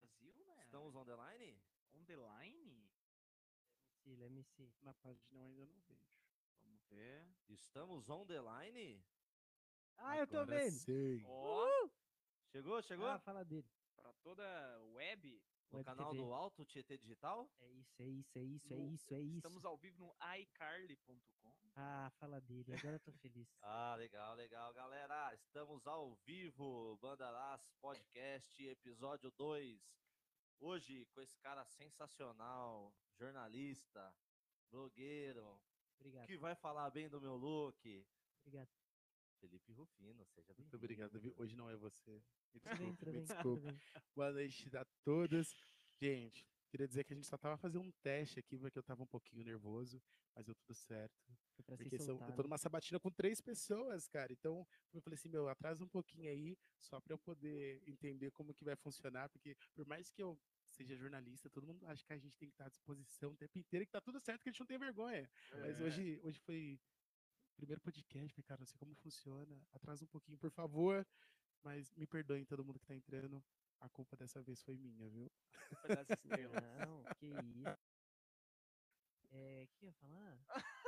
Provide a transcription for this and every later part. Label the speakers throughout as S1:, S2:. S1: É.
S2: né?
S1: on the line?
S2: On the line?
S3: MC, MC.
S2: Na página eu ainda não vejo. Vamos
S1: É.
S2: ver.
S1: Estamos on the line?
S3: Ah, eu tô
S4: Agora
S3: vendo.
S4: sim.
S2: Ó,
S1: Chegou, chegou?
S3: Ah, fala dele.
S2: pra toda web,
S1: no
S3: Web
S1: canal
S3: TV.
S1: do Alto Tietê Digital?
S3: É isso, é isso, é isso, é
S2: No-
S3: isso, é isso.
S2: estamos ao vivo no icarly.com.
S3: Ah, fala dele. Agora eu tô feliz.
S1: Ah, legal, legal. Galera, estamos ao vivo, Bandarás Podcast, episódio 2. Hoje, com esse cara sensacional, jornalista, blogueiro,
S3: Obrigado,
S1: que vai falar bem do meu look,
S3: obrigado.
S1: Felipe Rufino. Seja
S4: Muito
S1: bem-vindo.
S4: obrigado, viu? Hoje não é você. Me
S3: Tudo bem,
S4: desculpe,
S3: tudo
S4: me
S3: bem,
S4: desculpe.
S3: tudo bem.
S4: Boa noite a todos. Gente, queria dizer que a gente só tava fazendo um teste aqui, porque eu tava um pouquinho nervoso, mas deu tudo certo.
S3: Foi pra
S4: Porque
S3: se
S4: são,
S3: soltar.
S4: é um, eu tô numa sabatina com três pessoas, cara. Então, eu falei assim, meu, atrasa um pouquinho aí, só pra eu poder entender como que vai funcionar, porque por mais que eu seja jornalista, todo mundo acha que a gente tem que estar à disposição o tempo inteiro, que tá tudo certo, que a gente não tem vergonha.
S2: É.
S4: Mas hoje, hoje foi o primeiro podcast, falei, cara, não sei como funciona. Atrasa um pouquinho, por favor. Mas me perdoem todo mundo que tá entrando. A culpa dessa vez foi minha, viu?
S2: Culpa das estrelas.
S3: Não, que isso. É, o que eu ia falar?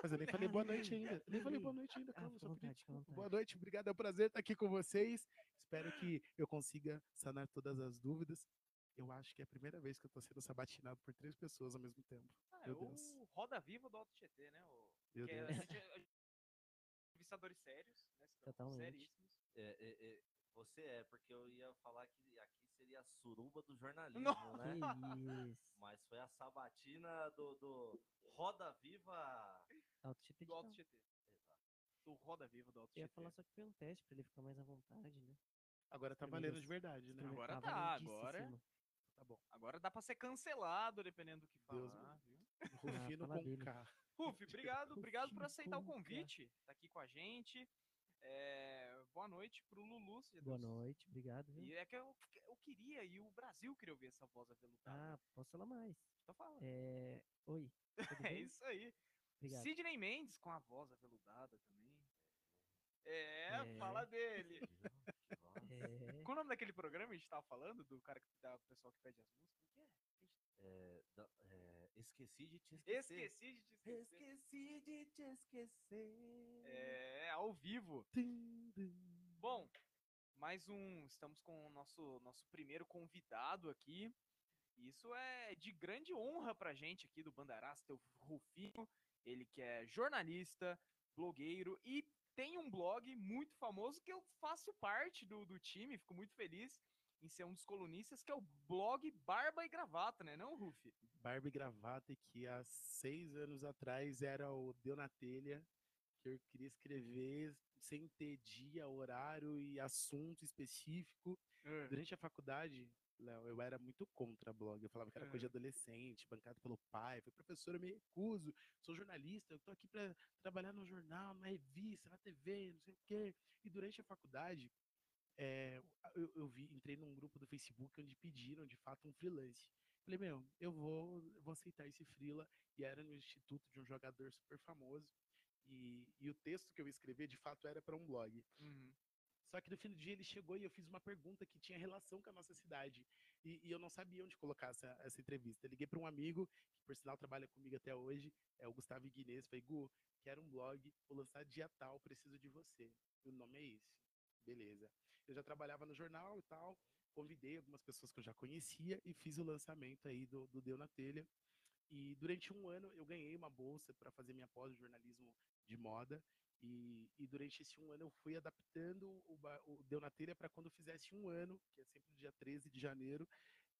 S4: Mas eu nem falei boa noite ainda. Nem falei boa noite ainda,
S3: Ah,
S4: calma,
S3: fica
S4: só
S3: à
S4: pedi
S3: vontade, fica à
S4: desculpa.
S3: vontade.
S4: Boa noite, obrigado, é um prazer estar aqui com vocês. Espero que eu consiga sanar todas as dúvidas. Eu acho que é a primeira vez que eu tô sendo sabatinado por três pessoas ao mesmo tempo.
S2: Ah, é
S4: Meu
S2: o
S4: Deus.
S2: Roda Viva do Alto GT, né? O...
S4: Meu
S2: que é-
S4: Deus.
S2: a gente- a gente- Entrevistadores sérios, né?
S3: Totalmente.
S2: Seríssimos.
S1: É, é, é, você é, porque eu ia falar que aqui seria a suruba do jornalismo,
S2: Não.
S1: né?
S3: Que isso.
S1: Mas foi a sabatina do, do Roda Viva.
S3: Alto chip
S2: Do
S3: digital.
S2: Alto GT. Do Roda Viva do Alto
S3: Eu ia
S2: GT.
S3: falar só que foi um teste pra ele ficar mais à vontade, né?
S4: Agora tá
S3: primeiros-
S4: valendo de verdade, né?
S3: Experimenta-
S2: Agora
S3: tava
S2: tá,
S3: lindíssimo.
S2: agora-
S4: Tá bom.
S2: Agora dá pra ser cancelado, dependendo do que falar,
S4: Deus
S2: viu?
S4: Rufino
S3: fala
S4: com
S3: dele.
S4: K.
S2: Ruf, obrigado, obrigado por
S3: Rufino
S2: aceitar o
S3: Conca.
S2: convite, tá aqui com a gente. É, boa noite pro Lulu. se já
S3: Boa
S2: deu-
S3: noite, obrigado. viu?
S2: E é que eu, eu queria, e o Brasil queria ouvir essa voz aveludada.
S3: Ah, posso falar mais.
S2: então fala.
S3: É... Oi. tudo
S2: É
S3: bem?
S2: isso aí.
S3: Obrigado.
S2: Sidney Mendes com a voz aveludada também. É,
S3: É.
S2: fala dele.
S3: É...
S2: Qual o nome daquele programa que a gente tava falando? Do cara que da pessoa que pede as músicas? Como que
S1: É, da- é, esqueci de te
S2: é?
S1: esquecer.
S2: Esqueci de te esquecer.
S1: Esqueci de te esquecer.
S2: É, ao vivo.
S4: Tum, tum.
S2: Bom, mais um. Estamos com o nosso, nosso primeiro convidado aqui. Isso é de grande honra pra gente aqui do Bandarás, ter o Rufinho. Ele que é jornalista, blogueiro e tem um blog muito famoso que eu faço parte do, do time, fico muito feliz em ser um dos colunistas, que é o blog Barba e Gravata, né, não, Rufi?
S4: Barbie Gravata, que há seis anos atrás era o Deu na Telha, que eu queria escrever sem ter dia, horário e assunto específico.
S2: É.
S4: Durante a faculdade, Léo, eu era muito contra blog. Eu falava que era coisa de adolescente, bancado pelo pai. Falei, professor, eu me recuso, sou jornalista, eu tô aqui para trabalhar no jornal, na revista, na TV, não sei o quê. E durante a faculdade, é, eu, eu vi, entrei num grupo do Facebook onde pediram, de fato, um freelance. Falei, meu, eu vou, eu vou aceitar esse freela. E era no instituto de um jogador super famoso. E, e o texto que eu escrevi, de fato, era para um blog.
S2: Uhum.
S4: Só que no fim do dia ele chegou e eu fiz uma pergunta que tinha relação com a nossa cidade. E, e eu não sabia onde colocar essa, essa entrevista. Eu liguei para um amigo, que por sinal trabalha comigo até hoje, é o Gustavo Guinês. Falei, Gu, quero um blog, vou lançar dia tal, preciso de você. E o nome é esse. Beleza. Eu já trabalhava no jornal e tal, convidei algumas pessoas que eu já conhecia e fiz o lançamento aí do, do Deu na Telha. E durante um ano eu ganhei uma bolsa para fazer minha pós de jornalismo de moda. E, e durante esse um ano eu fui adaptando o, ba- o Deu na Telha para quando fizesse um ano, que é sempre dia 13 de janeiro.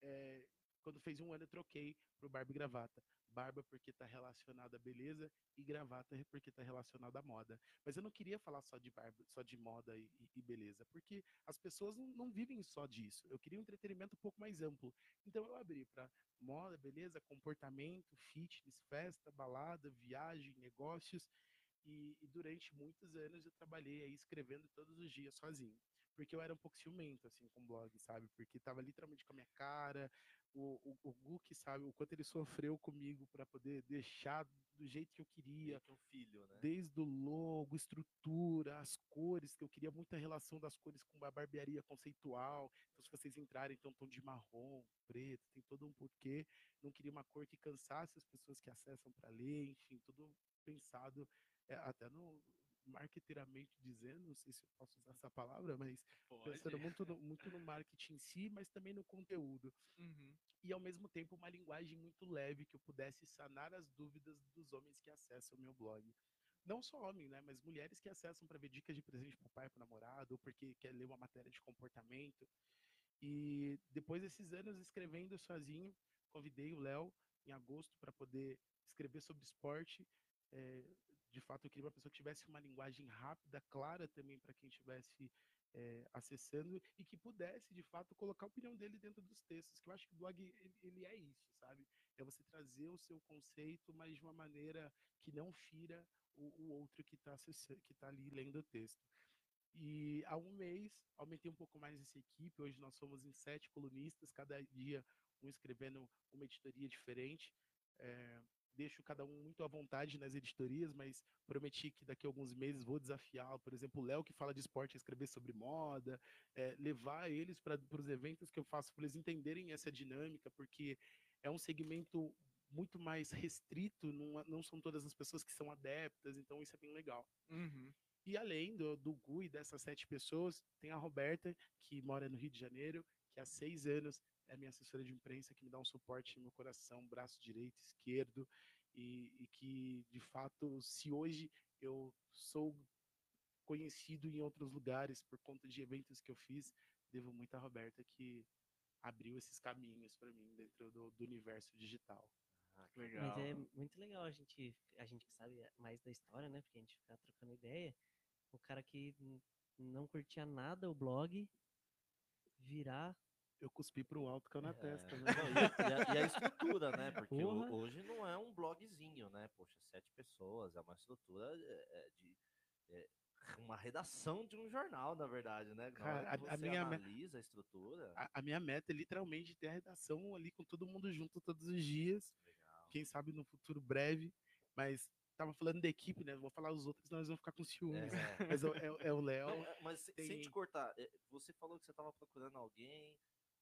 S4: eh, quando fez um ano eu troquei pro Barba e Gravata. Barba porque está relacionada à beleza e gravata porque está relacionada à moda. Mas eu não queria falar só de barba, só de moda e, e- e beleza, porque as pessoas não, não vivem só disso. Eu queria um entretenimento um pouco mais amplo. Então eu abri para moda, beleza, comportamento, fitness, festa, balada, viagem, negócios. E, e durante muitos anos eu trabalhei aí escrevendo todos os dias sozinho. Porque eu era um pouco ciumento, assim, com blog, sabe? Porque tava literalmente com a minha cara, O, o, o Gu que sabe o quanto ele sofreu comigo para poder deixar do jeito que eu queria,
S1: Meio que um filho, né?
S4: desde o logo, estrutura, as cores, que eu queria muita relação das cores com a barbearia conceitual. Então, se vocês entrarem, então, tom de marrom, preto, tem todo um porquê. Não queria uma cor que cansasse as pessoas que acessam para ler, enfim, tudo pensado, é, até no marketeiramente dizendo, não sei se eu posso usar essa palavra, mas pensando muito no, muito no marketing em si, mas também no conteúdo
S2: Uhum.
S4: e ao mesmo tempo uma linguagem muito leve que eu pudesse sanar as dúvidas dos homens que acessam o meu blog. Não só homem, né, mas mulheres que acessam para ver dicas de presente para o pai, para o namorado, ou porque quer ler uma matéria de comportamento. E depois desses anos escrevendo sozinho, convidei o Léo em agosto para poder escrever sobre esporte. Eh, de fato, eu queria uma pessoa que tivesse uma linguagem rápida, clara também para quem estivesse eh, acessando e que pudesse, de fato, colocar a opinião dele dentro dos textos, que eu acho que o blog ele, ele é isso, sabe? É você trazer o seu conceito, mas de uma maneira que não fira o, o outro que está que tá ali lendo o texto. E há um mês, aumentei um pouco mais essa equipe, hoje nós somos em sete colunistas, cada dia um escrevendo uma editoria diferente. Eh, deixo cada um muito à vontade nas editorias, mas prometi que daqui a alguns meses vou desafiar, por exemplo, o Léo que fala de esporte a escrever sobre moda, eh, levar eles para os eventos que eu faço para eles entenderem essa dinâmica, porque é um segmento muito mais restrito, não, é- não são todas as pessoas que são adeptas, então isso é bem legal.
S2: Uhum.
S4: E além do, do Gui, dessas sete pessoas, tem a Roberta, que mora no Rio de Janeiro, que há seis anos é minha assessora de imprensa, que me dá um suporte no meu coração, braço direito, esquerdo, e, e que, de fato, se hoje eu sou conhecido em outros lugares por conta de eventos que eu fiz, devo muito à Roberta, que abriu esses caminhos para mim dentro do, do universo digital.
S1: Ah, que
S2: Legal.
S3: Mas é muito legal a gente, a gente que sabe mais da história, né? Porque a gente fica trocando ideia. O cara que n- não curtia nada o blog virar.
S4: Eu cuspi pro alto que eu na
S1: É,
S4: testa, né?
S1: não, e, a, e a- e a estrutura, né? Porque o-
S3: Porra.
S1: hoje não é um blogzinho, né? Poxa, sete pessoas, é uma estrutura é, é, de. é, uma redação de um jornal, na verdade, né? Na
S4: Cara,
S1: hora que
S4: a- a
S1: você
S4: minha me-
S1: analisa a estrutura.
S4: a, a minha meta é literalmente ter a redação ali com todo mundo junto todos os dias.
S1: Legal.
S4: Quem sabe no futuro breve. Mas tava falando da equipe, né? Vou falar os outros, senão eles vão ficar com ciúmes.
S1: É.
S4: Mas é, o- é o- é o Léo.
S1: Não, é, mas se- sem te
S4: tem-
S1: cortar, é, você falou que você estava procurando alguém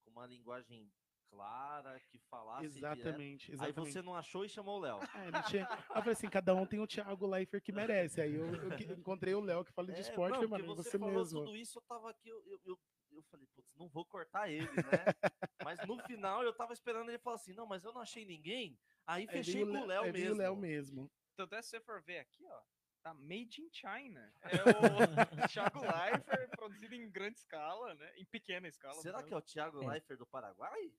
S1: com uma linguagem clara, que falasse direto.
S4: Exatamente,
S1: Aí
S4: exatamente.
S1: você não achou e chamou o Léo.
S4: É, não tinha... Eu falei assim, cada um tem o Thiago Leifert que merece. Aí eu, eu que- encontrei o Léo que fala de
S1: É,
S4: esporte,
S1: não,
S4: falei,
S1: porque
S4: mano,
S1: você,
S4: você
S1: falou
S4: mesmo.
S1: tudo isso, eu tava aqui, eu, eu, eu, eu falei, putz, não vou cortar ele, né? mas no final eu tava esperando ele falar assim, não, mas eu não achei ninguém. Aí
S4: Aí veio
S1: fechei com o Léo
S4: aí veio
S1: mesmo.
S4: o Léo mesmo.
S2: Tanto é se você for ver aqui, ó, tá made in China. É o Thiago Leifert produzido em grande escala, né? Em pequena escala.
S1: Será que é o Thiago
S3: É.
S1: Leifert do Paraguai?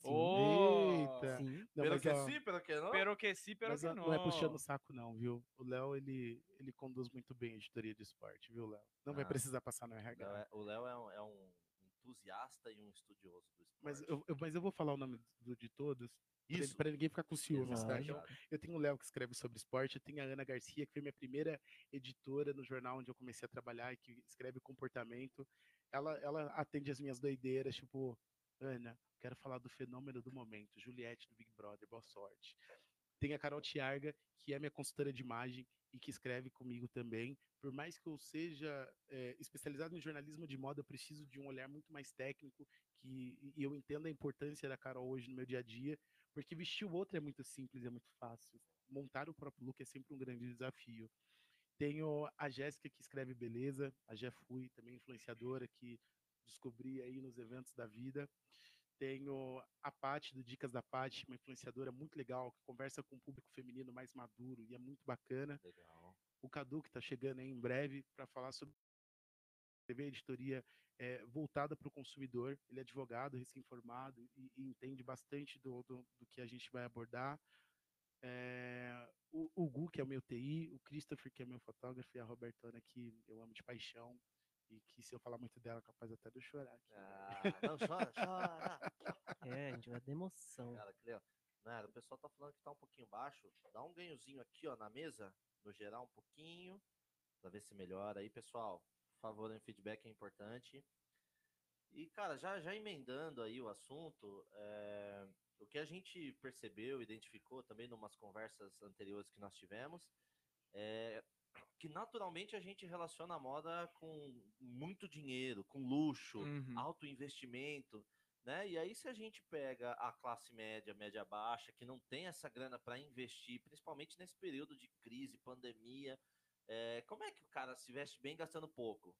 S3: Sim,
S2: Oh!
S1: É.
S4: Eita.
S3: sim.
S4: Não,
S1: pelo
S4: mas, é
S1: que
S4: ó,
S1: sim, pelo que não.
S2: Pero que sim, pero
S4: mas,
S2: que
S4: ó,
S2: não.
S4: não é puxando o saco, não, viu? O Léo, ele, ele conduz muito bem a editoria de esporte, viu, Léo? Não vai
S1: Ah.
S4: precisar passar no RH.
S1: Não, é- o Léo é um, é um entusiasta e um estudioso do esporte.
S4: Mas eu, eu- mas eu vou falar o nome do, de todos, pra-
S1: Isso.
S4: pra ninguém ficar com ciúmes, tá?
S1: Exato.
S4: Eu, eu tenho o Léo que escreve sobre esporte, eu tenho a Ana Garcia, que foi minha primeira editora no jornal onde eu comecei a trabalhar e que escreve comportamento. Ela, ela atende as minhas doideiras, tipo, Ana, quero falar do fenômeno do momento, Juliette do Big Brother, boa sorte. Tem a Carol Tiarga, que é minha consultora de imagem e que escreve comigo também. Por mais que eu seja eh, especializado em jornalismo de moda, eu preciso de um olhar muito mais técnico que e eu entendo a importância da Carol hoje no meu dia a dia, porque vestir o outro é muito simples, é muito fácil. Montar o próprio look é sempre um grande desafio. Tenho a Jéssica que escreve beleza, a Jé Fui, também influenciadora que descobri aí nos eventos da vida. Tenho a Paty do Dicas da Paty, uma influenciadora muito legal que conversa com o público feminino mais maduro e é muito bacana
S1: Legal.
S4: o Cadu, que está chegando aí em breve, para falar sobre TV editoria eh, voltada para o consumidor. Ele é advogado, recém-formado e, e entende bastante do, do, do que a gente vai abordar. Eh, o, o Gu, que é o meu TI, o Christopher, que é meu fotógrafo, e a Robertona, que eu amo de paixão. E que se eu falar muito dela, é capaz até de eu chorar. aqui.
S1: Ah, não, chora, chora.
S3: É, a gente vai de emoção.
S1: Cara, que legal. Nara, o pessoal tá falando que tá um pouquinho baixo. Dá um ganhozinho aqui, ó, na mesa, no geral, um pouquinho, pra ver se melhora. Aí, pessoal, por favor, hein, feedback é importante. E, cara, já, já emendando aí o assunto, é, o que a gente percebeu, identificou também numas conversas anteriores que nós tivemos, é que naturalmente a gente relaciona a moda com muito dinheiro, com luxo,
S2: Uhum.
S1: alto investimento, né? E aí se a gente pega a classe média, média baixa, que não tem essa grana para investir, principalmente nesse período de crise, pandemia, é, como é que o cara se veste bem gastando pouco?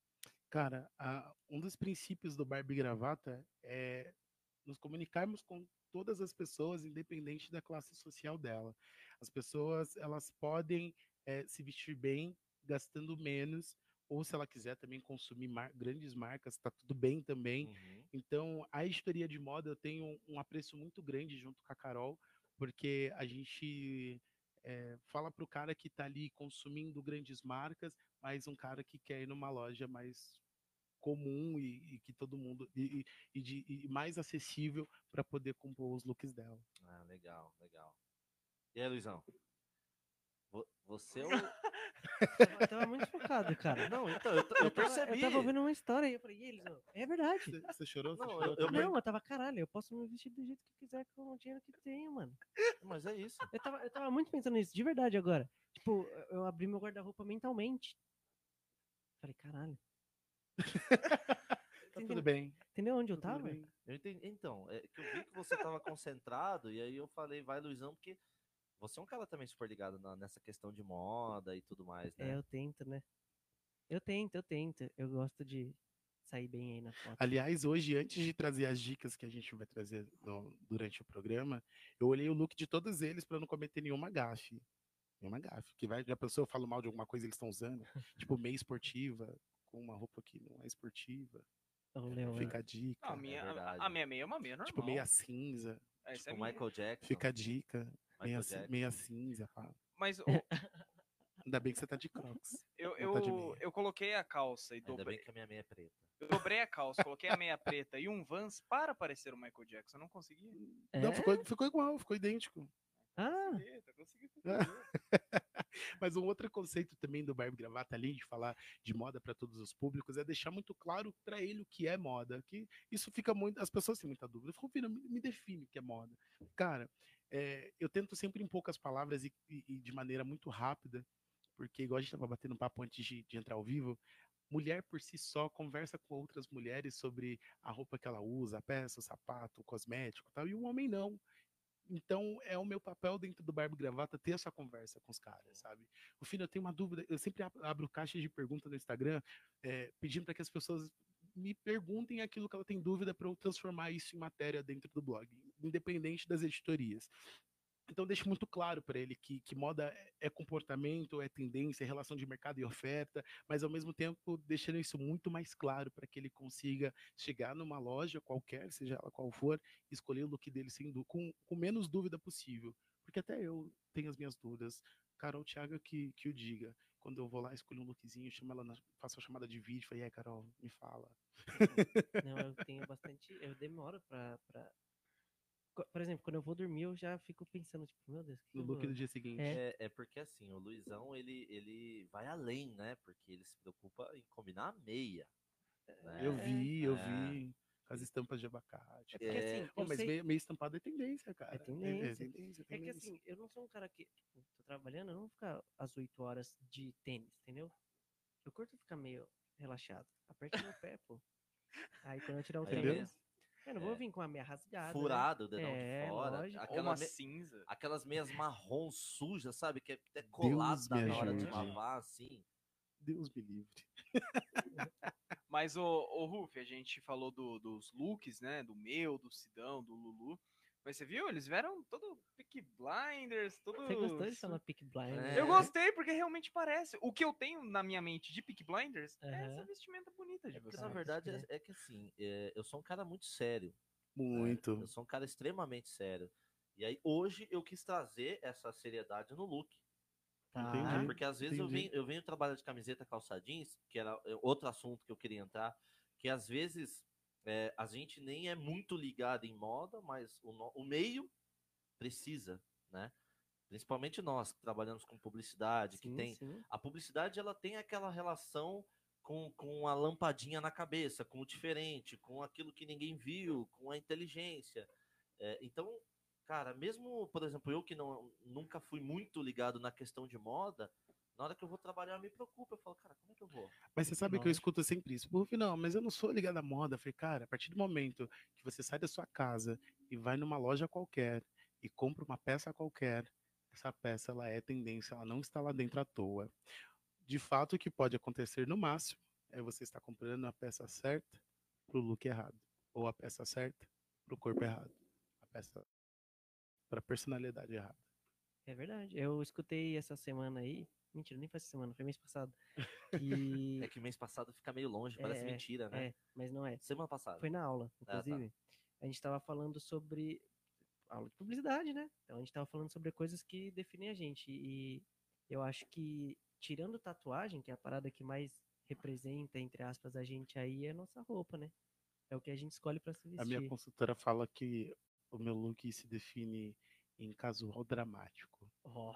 S4: Cara, a- um dos princípios do Barbie Gravata é nos comunicarmos com todas as pessoas, independente da classe social dela. As pessoas, elas podem eh, se vestir bem, gastando menos, ou se ela quiser também consumir mar- grandes marcas, tá tudo bem também.
S1: Uhum.
S4: Então, a história de moda eu tenho um apreço muito grande junto com a Carol, porque a gente eh, fala para o cara que está ali consumindo grandes marcas, mas um cara que quer ir numa loja mais comum e, e que todo mundo e, e- e de- e mais acessível para poder compor os looks dela.
S1: Ah, legal, legal. E aí, Luizão? Vo- Você é o...
S3: Eu tava muito focado, cara.
S1: Não, então, eu, eu
S3: tava-
S1: percebi.
S3: Eu tava ouvindo uma história e eu falei, e eles, não, é verdade.
S4: Você, você chorou? Você
S1: Não,
S4: chorou
S1: eu- eu
S4: também?
S3: Não, eu tava, caralho, eu posso me vestir do jeito que quiser com o dinheiro que tenho, mano.
S1: Mas é isso.
S3: Eu tava, eu tava muito pensando nisso, de verdade agora. Tipo, eu- eu abri meu guarda-roupa mentalmente. Falei, caralho.
S4: Tá
S3: Entendeu-
S4: tudo bem. tá
S3: Entendeu onde eu
S4: tudo
S3: tava?
S4: bem.
S1: Eu entendi. Então, é que eu vi que você estava concentrado, e aí eu falei, vai, Luizão, porque você é um cara também super ligado na- nessa questão de moda e tudo mais,
S3: É,
S1: né?
S3: eu tento, né? Eu tento, eu tento. Eu gosto de sair bem aí na foto.
S4: Aliás, hoje, antes de trazer as dicas que a gente vai trazer no- durante o programa, eu olhei o look de todos eles para não cometer nenhuma gafe. Nenhuma gafe. Que vai, já pensou, eu falo mal de alguma coisa que eles estão usando? tipo, meia esportiva, com uma roupa que não é esportiva.
S3: Ô, Leon,
S4: Fica a dica.
S2: Não, a, minha, a-
S1: verdade.
S2: a minha meia é uma meia normal.
S4: tipo, meia cinza.
S2: Essa é
S1: o
S2: minha.
S1: Tipo, Michael Jackson.
S4: Fica assim, a dica. Meia,
S2: é
S1: Michael
S4: ci-
S1: Jackson.
S4: meia cinza. pá.
S2: Mas ô,
S4: Ainda bem que você tá de crocs.
S2: eu,
S4: Não tá de
S2: eu,
S4: meia.
S2: eu coloquei a calça e
S1: Ainda bem
S2: dobrei,
S1: que a minha meia é preta.
S2: eu dobrei a calça, coloquei a meia preta e um Vans para parecer o Michael Jackson. Eu não consegui.
S4: Não,
S3: É?
S4: ficou, ficou igual, ficou idêntico.
S3: Ah,
S2: Consegui, tá conseguindo fazer.
S4: Mas um outro conceito também do Barbie Gravata, além de falar de moda para todos os públicos, é deixar muito claro para ele o que é moda. Que isso fica muito. As pessoas têm muita dúvida. Ficam, "Vina, me me define o que é moda. Cara, é, eu tento sempre em poucas palavras e, e- e de maneira muito rápida, porque igual a gente estava batendo papo antes de, de entrar ao vivo. Mulher por si só conversa com outras mulheres sobre a roupa que ela usa, a peça, o sapato, o cosmético, e tal. E o homem não. Então, é o meu papel dentro do Barba e Gravata ter essa conversa com os caras, sabe? O filho, eu tenho uma dúvida. Eu sempre ab- abro caixa de pergunta no Instagram, eh, pedindo para que as pessoas me perguntem aquilo que ela tem dúvida para eu transformar isso em matéria dentro do blog, independente das editorias. Então, deixo muito claro para ele que, que moda é- é comportamento, é tendência, é relação de mercado e oferta, mas ao mesmo tempo deixando isso muito mais claro para que ele consiga chegar numa loja qualquer, seja ela qual for, escolher o look dele sem dú- com, com menos dúvida possível. Porque até eu tenho as minhas dúvidas. Carol Thiago que, que o diga. Quando eu vou lá, escolho um lookzinho, chamo ela na, faço a chamada de vídeo, falei, é, Carol, me fala.
S3: não, eu tenho bastante. Eu demoro pra. pra... Co- Por exemplo, quando eu vou dormir, eu já fico pensando, tipo, meu Deus, que
S4: No
S3: eu
S4: look
S3: vou-
S4: do dia seguinte.
S3: É.
S1: É, é porque assim, o Luizão, ele, ele vai além, né? Porque ele se preocupa em combinar a meia. né?
S4: Eu vi, eu
S1: É.
S4: vi. com As estampas de abacate.
S3: É porque assim,
S4: Pô,
S3: eu
S4: mas
S3: sei-
S4: meio, meio estampado é tendência, cara.
S3: tendência.
S4: tendência,
S3: É que
S4: tendência.
S3: assim, eu não sou um cara que, tipo, tô trabalhando, eu não vou ficar às 8 horas de tênis, entendeu? Eu curto ficar meio relaxado. Aperta meu pé, pô. Aí quando eu tirar o
S1: Aí é
S4: Entendeu?
S3: tênis, eu não vou
S1: É.
S3: vir com a meia rasgada. né?
S1: Furado, o dedão
S3: É,
S1: de fora.
S3: lógico.
S2: Ou
S1: Aquela
S2: uma
S1: me-
S2: cinza.
S1: Aquelas meias marrom sujas, sabe? Que é até colada
S4: me
S1: na hora de
S2: ajude.
S1: lavar, assim.
S4: Deus me livre.
S2: Mas, o, o Ruf, a gente falou do- dos looks, né? Do meu, do Sidão, do Lulu. Mas você viu? Eles vieram todo pick blinders, todo.
S3: Você gostou de
S2: su-
S3: falar Pick Blind? né?
S1: É.
S2: Eu gostei, porque realmente parece. O que eu tenho na minha mente de pick blinders é
S3: Aham.
S2: essa vestimenta bonita de
S1: Porque,
S2: você.
S1: na
S3: Sabe,
S1: verdade,
S3: né?
S1: é, é que assim, é, eu sou um cara muito sério. né?
S4: Muito.
S1: Eu sou um cara extremamente sério. E aí, hoje, eu quis trazer essa seriedade no look.
S3: Tá.
S1: né?
S4: Entendi.
S1: Porque às vezes eu
S4: entendi.
S1: venho, eu venho trabalhar de camiseta calça jeans, que era é, outro assunto que eu queria entrar, que às vezes é, a gente nem é muito ligado em moda, mas o, no- o meio precisa, né? Principalmente nós que trabalhamos com publicidade, É que
S3: Sim,
S1: tem
S3: sim.
S1: a publicidade ela tem aquela relação com, com a lampadinha na cabeça, com o diferente, com aquilo que ninguém viu, com a inteligência. É, então, cara, mesmo, por exemplo, eu que não, nunca fui muito ligado na questão de moda, na hora que eu vou trabalhar, eu me preocupo. Eu falo, cara, como é que eu vou?
S4: Mas você sabe que eu
S3: Lógico.
S4: escuto sempre isso. Pô, não, mas eu não sou ligado à moda. Eu falei, cara, a partir do momento que você sai da sua casa e vai numa loja qualquer e compra uma peça qualquer, essa peça ela é tendência, ela não está lá dentro à toa. De fato, o que pode acontecer no máximo é você estar comprando a peça certa pro look errado, ou a peça certa pro corpo errado, a peça para personalidade errada.
S3: É verdade. Eu escutei essa semana aí. Mentira, nem foi essa semana, foi mês passado. que-
S1: É que mês passado fica meio longe, parece
S3: É,
S1: mentira, né?
S3: É, mas não é.
S1: Semana passada.
S3: Foi na aula,
S1: tá.
S3: inclusive. A gente estava falando sobre aula de publicidade, né? Então a gente estava falando sobre coisas que definem a gente. E eu acho que, tirando tatuagem, que é a parada que mais representa, entre aspas, a gente aí, é a nossa roupa, né? É o que a gente escolhe para se vestir.
S4: A minha consultora fala que o meu look se define em casual dramático.
S3: Ó,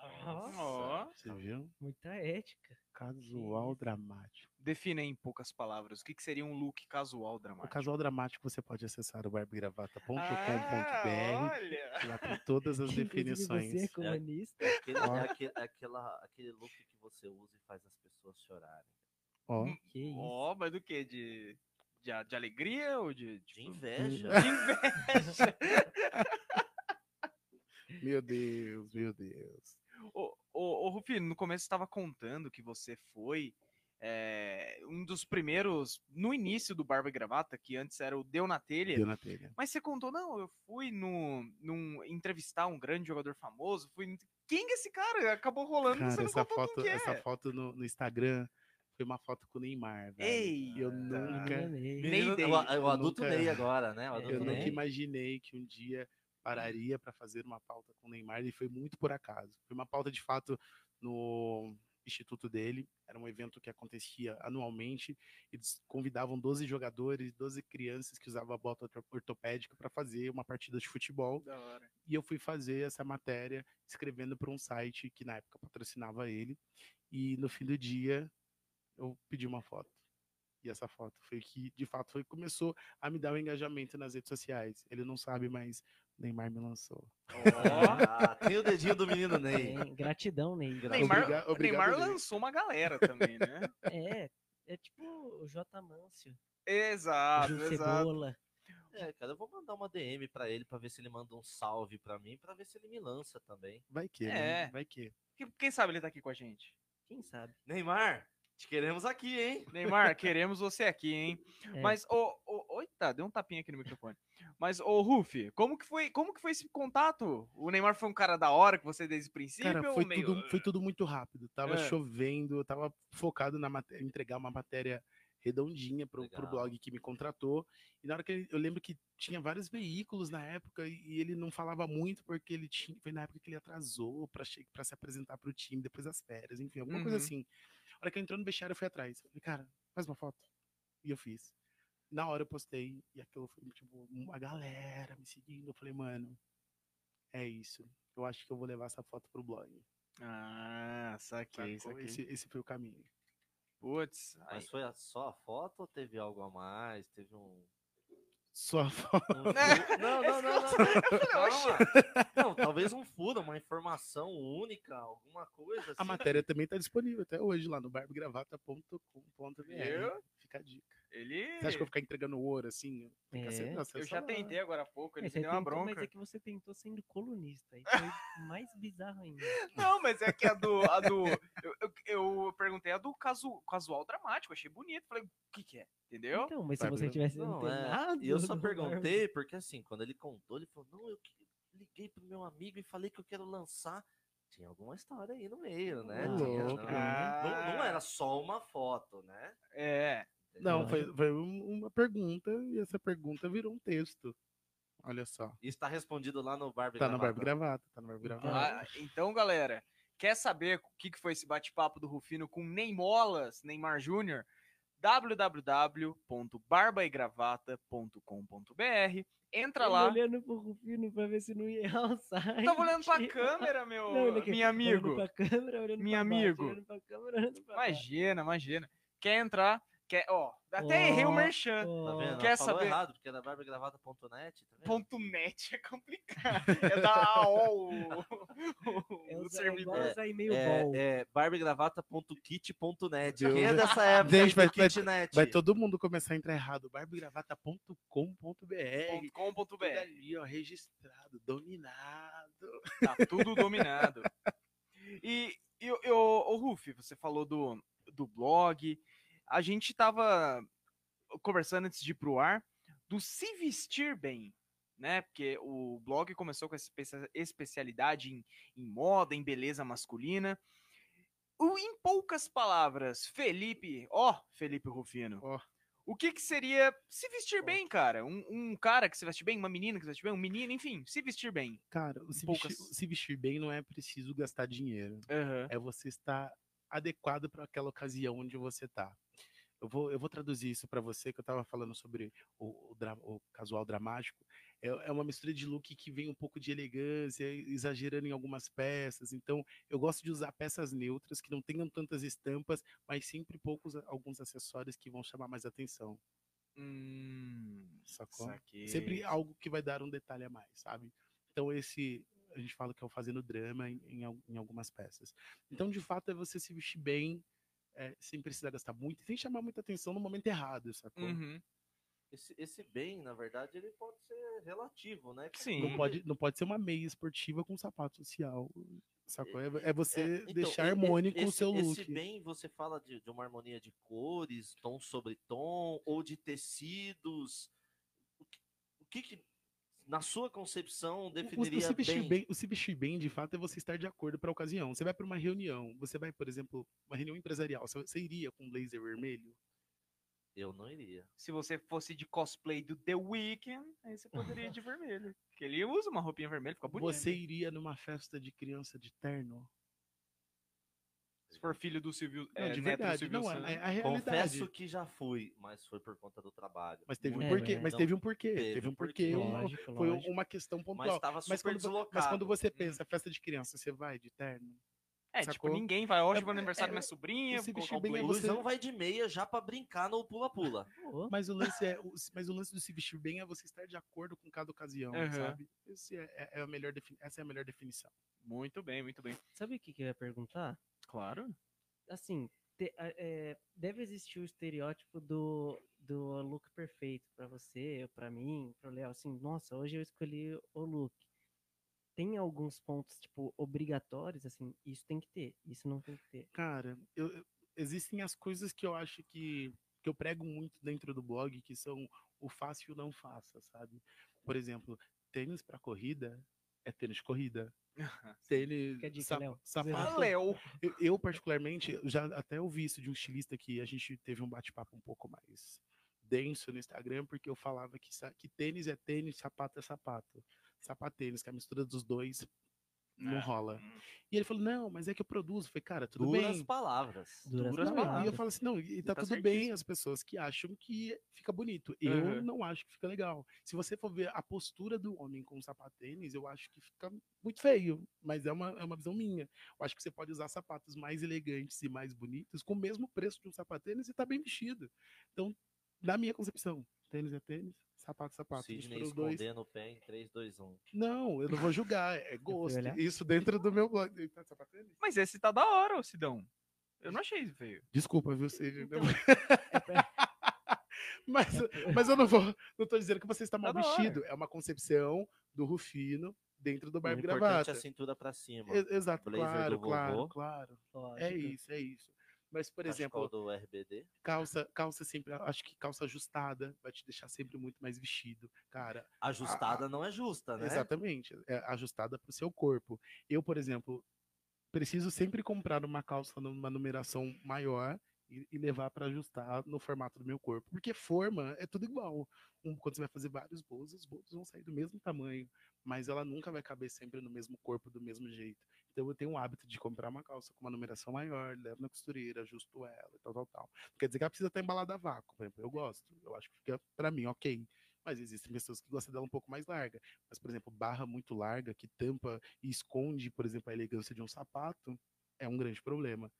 S2: Ó.
S4: Você viu?
S3: muita ética.
S4: Casual
S3: isso.
S4: dramático.
S2: Defina em poucas palavras o que, que seria um look casual
S4: O
S2: dramático. Ah,
S4: casual dramático você pode acessar o barbegravata.com.br.
S2: olha!
S4: lá tem todas as
S3: Inclusive, Você é
S4: definições.
S3: comunista.
S1: É aquele,
S4: Ó.
S1: é aquele, é aquela, aquele look que você usa e faz as pessoas chorarem.
S4: Ó,
S2: Hum.
S3: Que isso.
S2: Ó, mas do que? De, de, a- de alegria ou de.
S1: De
S2: tipo,
S1: inveja.
S2: de inveja?
S4: meu Deus, meu Deus.
S2: ô, ô, ô, Rufino, no começo estava contando que você foi é, um dos primeiros, no início do Barba e Gravata, que antes era o Deu na Telha.
S4: Deu na telha.
S2: Mas você contou, não, eu fui no, num, entrevistar um grande jogador famoso, fui. Quem que é esse cara? Acabou rolando,
S4: Cara,
S2: você não
S4: essa
S2: contou quem
S4: foto,
S2: que é.
S4: essa foto no, no Instagram foi uma foto com o Neymar, velho.
S2: Ei!
S4: Eu nunca,
S3: Enganei.
S2: Menino-
S1: Menino-
S2: Ney
S1: o, a- o
S4: eu
S1: adulto
S4: nunca-
S1: Ney agora, né? O adulto
S4: É, eu
S3: tudo
S4: nunca
S3: bem.
S1: Ney.
S4: imaginei que um dia pararia para fazer uma pauta com o Neymar e foi muito por acaso. Foi uma pauta de fato no instituto dele, era um evento que acontecia anualmente, eles convidavam 12 jogadores, 12 crianças que usavam a bota orto- ortopédica para fazer uma partida de futebol,
S2: Da hora.
S4: e eu fui fazer essa matéria escrevendo para um site que na época patrocinava ele, e no fim do dia eu pedi uma foto. E essa foto foi que, de fato, foi que começou a me dar um engajamento nas redes sociais. Ele não sabe, mas Neymar me lançou.
S2: Ó,
S1: Ah, tem o dedinho do menino Ney.
S3: É, Gratidão, Ney.
S1: Gra-
S2: Neymar,
S4: Obriga- obrigado,
S2: Neymar
S4: Ney.
S2: lançou uma galera também, né?
S3: É, é tipo o J. Mâncio, o
S2: exato,
S3: Gil
S2: Ah, exato.
S3: Cebola.
S1: É, cara, eu vou mandar uma DM pra ele pra ver se ele manda um salve pra mim, pra ver se ele me lança também.
S4: Vai que,
S2: É.
S4: né? Vai que.
S2: Que- Quem sabe ele tá aqui com a gente.
S3: Quem sabe?
S1: Neymar, te queremos aqui, hein?
S2: Neymar, queremos você aqui, hein?
S3: É.
S2: Mas, ô, ô, oita, deu um tapinha aqui no microfone. Mas, ô, Rufi, como que foi, como que foi esse contato? O Neymar foi um cara da hora que você desde o princípio?
S4: Cara,
S2: ou
S4: foi
S2: um meio... eh,
S4: tudo, um foi tudo muito rápido. Tava
S2: É.
S4: chovendo, eu tava focado na matéria, entregar uma matéria redondinha pro, pro
S1: Legal.
S4: blog que me contratou. E na hora que ele- eu lembro que tinha vários veículos na época e e ele não falava muito porque ele tinha, foi na época que ele atrasou para se apresentar pro time depois das férias, enfim, alguma coisa
S2: Uhum.
S4: assim. Na hora que eu entrou no vestiário, eu fui atrás. Eu falei, cara, faz uma foto. E eu fiz. Na hora eu postei e aquilo foi tipo uma galera me seguindo. Eu falei, mano, é isso. Eu acho que eu vou levar essa foto pro blog.
S2: Ah, saquei,
S4: Sacou?
S2: saquei.
S4: Esse, esse foi o caminho.
S2: Putz, aí-
S1: Mas foi a- só a foto ou teve algo a mais? Teve um.
S4: Sua foto.
S1: Não, não, não, não. Calma. Não, talvez um furo, uma informação única, alguma coisa
S4: A
S1: assim.
S4: matéria também tá disponível até hoje lá no barbegravata.com.br.
S2: Viu?
S4: Fica a dica.
S2: ele...
S4: Você acha que eu vou ficar entregando ouro assim? Fica
S3: É.
S4: sendo- nossa,
S2: Eu
S4: só
S2: já
S4: lá.
S2: tentei agora há pouco, ele
S3: É,
S2: me
S3: você
S2: deu uma
S3: tentou,
S2: bronca.
S3: Mas é que você tentou sendo colunista. Aí foi mais bizarro ainda.
S2: Não, mas é que a do. A do eu, eu- eu perguntei a do casu, casual dramático, achei bonito. Falei, o que, que é? Entendeu?
S3: Então, mas se
S4: Vai
S3: você
S4: ver.
S3: tivesse
S1: Tá Não, é,
S3: antenado
S1: E eu só
S3: no Marvel-
S1: perguntei porque assim, quando ele contou, ele falou: "Não, eu que- liguei pro meu amigo e falei que eu quero lançar". Tinha alguma história aí no meio, né?
S3: Ah,
S1: Tinha-
S4: louco,
S1: não,
S2: né?
S1: não- não era só uma foto, né?
S2: É.
S4: Não,
S3: Não,
S4: foi, foi um- uma pergunta e essa pergunta virou um texto. Olha só.
S1: Isso tá respondido lá no Barbie
S4: Tá no
S1: Gravata.
S4: Barbe Gravata, tá no Barbe Gravata.
S2: Ah, então, galera, quer saber o que, que foi esse bate-papo do Rufino com Neymolas, Neymar Júnior? www.barbaegravata.com.br Entra
S3: Ele
S2: lá.
S3: olhando pro Rufino pra ver se não ia errar o site.
S2: Tava olhando pra câmera, meu
S3: Não, ele tá aqui,
S2: minha
S3: Olhando
S2: amigo.
S3: pra câmera, olhando
S2: Minha
S3: pra baixo,
S2: amigo.
S3: olhando pra câmera, olhando pra baixo.
S2: Imagina, imagina. Quer entrar? Quer, ó, até errei o
S3: Ó,
S2: merchan.
S1: Tá vendo?
S2: Quer
S1: Ela falou
S2: saber?
S1: errado, porque é da barbagravata.net, tá vendo?
S2: Ponto .net é complicado. É da AOL. o- o-
S3: É
S2: o
S3: usar- é igual
S2: servidor.
S3: usar e-mail bom.
S1: É, é barbegravata.kit.net.
S4: Meu
S1: Quem é
S4: Deus.
S1: dessa época aí
S4: Gente, vai-
S1: do kitnet?
S4: Vai todo mundo começar a entrar errado.
S2: É,
S4: Barbogravata.com.br. Tudo
S2: .com.br.
S4: ali, ó, registrado, dominado.
S2: Tá tudo dominado. E, e, o- e o, o Rufi, você falou do, do blog. A gente tava conversando antes de ir pro ar do se vestir bem, né? Porque o blog começou com essa espe- especialidade em, em moda, em beleza masculina. O- em poucas palavras, Felipe, ó, Felipe Rufino.
S4: Ó.
S2: O que, que seria se vestir bem, cara? Um, um cara que se veste bem, uma menina que se veste bem, um menino, enfim, se vestir bem.
S4: Cara, o se,
S2: Poucas.
S4: vestir, se vestir bem não é preciso gastar dinheiro.
S2: Aham.
S4: É você estar adequado para aquela ocasião onde você tá. Eu vou, eu vou traduzir isso para você, que eu tava falando sobre o, o dra- o casual dramático. É, é uma mistura de look que vem um pouco de elegância, exagerando em algumas peças. Então, eu gosto de usar peças neutras, que não tenham tantas estampas, mas sempre poucos, a- alguns acessórios que vão chamar mais atenção.
S2: Hum,
S4: Sacou?
S2: saquei.
S4: Sempre algo que vai dar um detalhe a mais, sabe? Então, esse a gente fala que é o fazendo drama em, em al- em algumas peças. Então, de fato, é você se vestir bem, eh, sem precisar gastar muito, sem chamar muita atenção no momento errado, sacou?
S2: Uhum.
S1: Esse, esse bem, na verdade, ele pode ser relativo, né? Porque
S2: Sim.
S4: Não, pode, não pode ser uma meia esportiva com sapato social, sacou? É, é você
S1: É, então,
S4: deixar
S1: e- e-
S4: harmônico o
S1: esse-
S4: seu look.
S1: Esse bem, você fala de, de uma harmonia de cores, tom sobre tom, ou de tecidos. O que, o que que, na sua concepção,
S4: O- o- o
S1: definiria
S4: se vestir
S1: bem?
S4: bem. o se vestir bem, de fato, é você estar de acordo para a ocasião. Você vai para uma reunião, você vai, por exemplo, uma reunião empresarial, você, você iria com um blazer vermelho?
S1: Eu não iria.
S2: Se você fosse de cosplay do The Weeknd, aí você poderia ir de vermelho. Porque ele usa uma roupinha vermelha, fica bonito.
S4: Você iria numa festa de criança de terno?
S2: Se for filho do Silvio,
S4: Não,
S2: é, neto
S4: de
S2: do
S4: verdade,
S2: Silvio
S4: não, a,
S2: Santos.
S4: a realidade.
S1: Confesso que já fui, mas foi por conta do trabalho.
S4: Mas teve um
S1: Muito
S3: É,
S4: porquê,
S1: bem,
S4: mas
S1: não.
S4: teve um porquê,
S1: teve
S4: teve
S1: um
S4: um porquê,
S1: porquê.
S4: uma-
S3: Lógico,
S1: um
S4: foi
S3: lógico.
S4: uma questão
S1: Mas
S4: pontual.
S1: estava super
S4: Mas quando, vo-
S1: deslocado.
S4: mas quando você
S2: tá Hum.
S4: pensa, festa de criança, você vai de terno?
S2: É, tipo,
S4: sacou?
S2: ninguém vai. Hoje
S4: É-
S2: vou no aniversário da
S4: é-
S2: minha sobrinha,
S4: esse
S2: vou colocar
S4: bicho
S2: um
S4: bem é
S1: Uhum. O
S2: blazer.
S4: você-
S1: Luizão vai de meia já pra brincar no pula-pula.
S3: Ô,
S4: Mas o lance é, o- mas o lance do se vestir bem é você estar de acordo com cada ocasião,
S2: Aham.
S4: sabe? Esse é, é- é a melhor defini- essa é a melhor definição.
S2: Muito bem, muito bem.
S3: Sabe o que, que eu ia perguntar?
S2: Claro.
S3: Assim, te- a- é, deve existir o estereótipo do, do look perfeito pra você, pra mim, pro Léo. Assim, nossa, hoje eu escolhi o look. Tem alguns pontos, tipo, obrigatórios, assim, isso tem que ter, isso não tem que ter.
S4: Cara, eu- eu- existem as coisas que eu acho que, que eu prego muito dentro do blog, que são o fácil e o não faça, sabe? Por exemplo, tênis pra corrida é tênis de corrida. Tênis,
S3: Fica a dica,
S4: sap-
S3: Léo.
S4: sapato,
S2: Valeu!
S4: Eu, eu, particularmente, eu já até ouvi isso de um estilista que a gente teve um bate-papo um pouco mais denso no Instagram, porque eu falava que, sa- que tênis é tênis, sapato é sapato. Sapato é tênis, que a mistura dos dois não
S2: É.
S4: rola. E ele falou, não, mas é que eu produzo. Eu falei, cara, tudo
S1: Duras
S4: bem.
S1: palavras.
S3: Duras
S1: Duras
S4: Não,
S1: palavras.
S4: e eu falo assim, não, e tá,
S2: tá
S4: tudo bem
S2: certíssimo.
S4: as pessoas que acham que fica bonito. Eu
S2: Uhum.
S4: não acho que fica legal. Se você for ver a postura do homem com sapato tênis, eu acho que fica muito feio. Mas é uma, é uma visão minha. Eu acho que você pode usar sapatos mais elegantes e mais bonitos com o mesmo preço de um sapato tênis e tá bem vestido. Então, na minha concepção, tênis é tênis, sapato é sapato.
S1: Sidney
S4: mistura os dois.
S1: escondendo o pé em um. 3, 2, 1.
S4: Não, eu não vou julgar, é gosto.
S3: olhar.
S4: Isso dentro do meu blog. Tá de sapato tênis?
S2: Mas esse tá da hora, ô Sidão. Eu não achei feio.
S4: Desculpa, viu, Sidney?
S3: Então, é
S4: mas, mas eu não vou. Não tô dizendo que você está mal
S2: Tá da hora.
S4: vestido. É uma concepção do Rufino dentro do
S1: O
S4: Barbie
S1: importante é a
S4: Gravata.
S1: cintura pra cima.
S4: E- Exato,
S1: blazer
S4: claro,
S1: do
S4: claro,
S1: vovô.
S4: claro.
S3: Lógico.
S4: É isso, é isso. Mas, por
S1: Cachecol
S4: exemplo,
S1: do RBD.
S4: calça, calça sempre. Acho que calça ajustada vai te deixar sempre muito mais vestido, cara.
S1: Ajustada não é justa, né?
S4: Exatamente. É ajustada para o seu corpo. Eu, por exemplo, preciso sempre comprar uma calça numa numeração maior e, e levar para ajustar no formato do meu corpo. Porque forma é tudo igual. Um, quando você vai fazer vários bolsos, os bolsos vão sair do mesmo tamanho. Mas ela nunca vai caber sempre no mesmo corpo, do mesmo jeito. Então eu tenho o hábito de comprar uma calça com uma numeração maior, levo na costureira, ajusto ela e tal, tal, tal. Não Quer dizer que ela precisa estar embalada a vácuo, por exemplo. Eu gosto. Eu acho que fica, para mim, ok. Mas existem pessoas que gostam dela um pouco mais larga. Mas, por exemplo, barra muito larga que tampa e esconde, por exemplo, a elegância de um sapato, é um grande problema.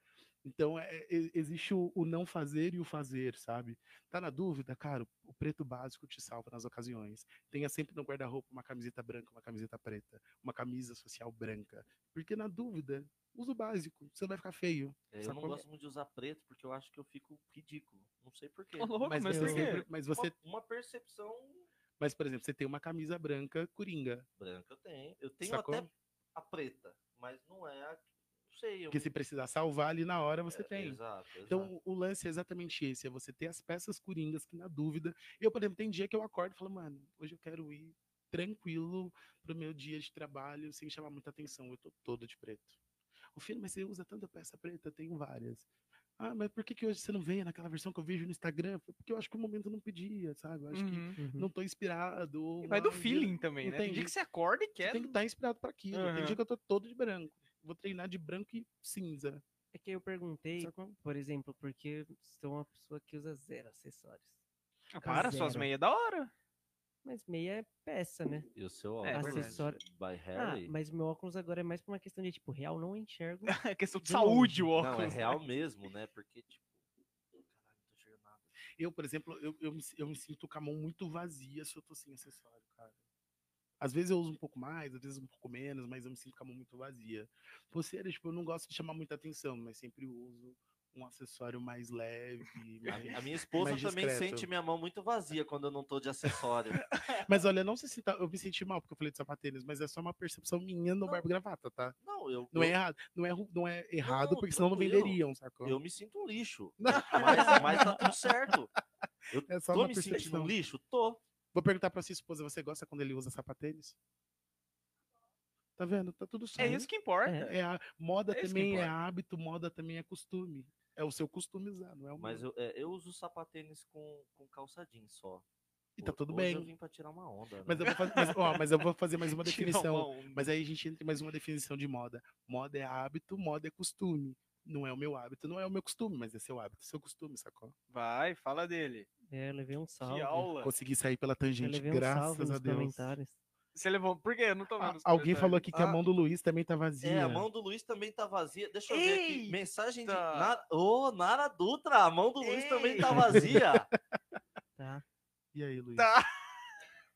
S4: Então, é- é- existe o, o não fazer e o fazer, sabe? Tá na dúvida, cara, o preto básico te salva nas ocasiões. Tenha sempre no guarda-roupa uma camiseta branca, uma camiseta preta, uma camisa social branca. Porque na dúvida, usa o básico, você vai ficar feio.
S1: É, eu
S4: Sabe
S1: não
S4: como é?
S1: gosto muito de usar preto porque eu acho que eu fico ridículo. Não sei porquê.
S2: Ô, louco,
S4: mas,
S2: mas por
S4: você
S2: quê?
S4: sempre- mas você,
S1: Uma, uma percepção
S4: mas, por exemplo, você tem uma camisa branca coringa.
S1: branca eu tenho. Eu tenho
S4: Sacou?
S1: até a preta, mas não é a. Não sei. Eu... É,
S4: Porque se precisar salvar ali na hora, você tem.
S1: Exato, exato.
S4: Então, o lance é exatamente esse: é você ter as peças coringas que, na dúvida. Eu, por exemplo, tem dia que eu acordo e falo, mano, hoje eu quero ir tranquilo pro meu dia de trabalho, sem chamar muita atenção. Eu tô todo de preto. O filho, mas você usa tanta peça preta? Eu tenho várias. Ah, mas por que, que hoje você não veio naquela versão que eu vejo no Instagram? Foi Porque eu acho que o momento não pedia, sabe? Eu acho que
S2: Uhum.
S3: Uhum.
S4: não tô inspirado. ou
S2: E vai do
S4: ai, eu-
S2: feeling também, né? Tem
S4: entendi.
S2: dia que você acorda e
S4: Você
S2: quer.
S4: tem que estar inspirado para aquilo. Tem
S2: Aham.
S4: dia que eu tô todo de branco. Vou treinar de branco e cinza.
S3: É que eu perguntei,
S4: Sacou?
S3: por exemplo, porque sou uma pessoa que usa zero acessórios.
S2: Ah, Para, suas
S3: zero.
S2: meias da hora.
S3: Mas meia é peça, né?
S1: E o seu
S2: É,
S1: óculos
S3: acessório-
S1: by
S3: Ah,
S1: Harry?
S3: mas meu óculos agora é mais por uma questão de, tipo, real não enxergo.
S2: É questão de
S3: De
S2: saúde o óculos.
S1: Não, é
S2: né?
S1: real mesmo, né? Porque, tipo. Caralho, não tô enxergando nada.
S4: Eu, por exemplo, eu, eu, me, si- eu me sinto com a mão muito vazia se eu tô sem acessório, cara. Às vezes eu uso um pouco mais, às vezes um pouco menos, mas eu me sinto com a mão muito vazia. Pulseira, tipo, eu não gosto de chamar muita atenção, mas sempre uso um acessório mais leve.
S1: A mi-
S4: mais-
S1: A minha esposa
S4: Mais
S1: também
S4: discreto.
S1: sente minha mão muito vazia quando eu não tô de acessório.
S4: Mas olha, não se sinta, eu me senti mal porque eu falei de sapatênis, mas é só uma percepção minha no barba e gravata, tá?
S1: Não, eu,
S4: Não é
S1: eu,
S4: errado, não é, ru- não é errado,
S1: Não,
S4: porque senão não
S1: tranquilo.
S4: venderiam, sacou?
S1: eu me sinto um lixo.
S4: Não.
S1: Mas, mas tá tudo certo. Eu
S4: É só
S1: tô
S4: uma
S1: me sentindo
S4: percepção.
S1: um lixo? Tô.
S4: Vou perguntar pra sua esposa, você gosta quando ele usa sapatênis? Tá vendo? Tá tudo
S2: É
S4: certo.
S2: isso que importa.
S3: É.
S4: É a moda
S2: É isso que
S4: também é
S2: importa.
S4: hábito, moda também é costume. É o seu costume usar, não é o
S1: Mas
S4: meu.
S1: eu, é, eu uso sapatênis com, com calça jeans só.
S4: E tá
S1: Ho-
S4: tudo
S1: hoje
S4: bem.
S1: Eu vim pra tirar uma onda. né?
S4: Mas eu, vou um fazer, mas, ó, mas eu vou fazer mais uma
S2: Tirar
S4: definição.
S2: uma onda.
S4: Mas aí a gente entra em mais uma definição de moda. Moda é hábito, moda é costume. Não é o meu hábito, não é o meu costume, mas é seu hábito, seu costume, sacou?
S2: Vai, fala dele.
S3: É, eu levei um salve.
S2: Que aula.
S4: Consegui sair pela
S3: Eu
S4: tangente,
S3: levei um salve
S4: graças a
S3: nos
S4: Deus.
S3: comentários.
S2: Você levou. Por quê? Eu não tô
S4: Ah,
S2: vendo. os
S4: alguém
S2: comentários.
S4: falou aqui que a
S1: Ah.
S4: mão do Luiz também tá vazia.
S1: É, a mão do Luiz também tá vazia. Deixa eu ver aqui.
S2: Eita!
S1: Mensagem de. Nara... Ô, Nara Dutra, a mão do Luiz também tá
S2: Ei!
S1: vazia.
S3: Tá.
S4: E aí, Luiz?
S2: Tá,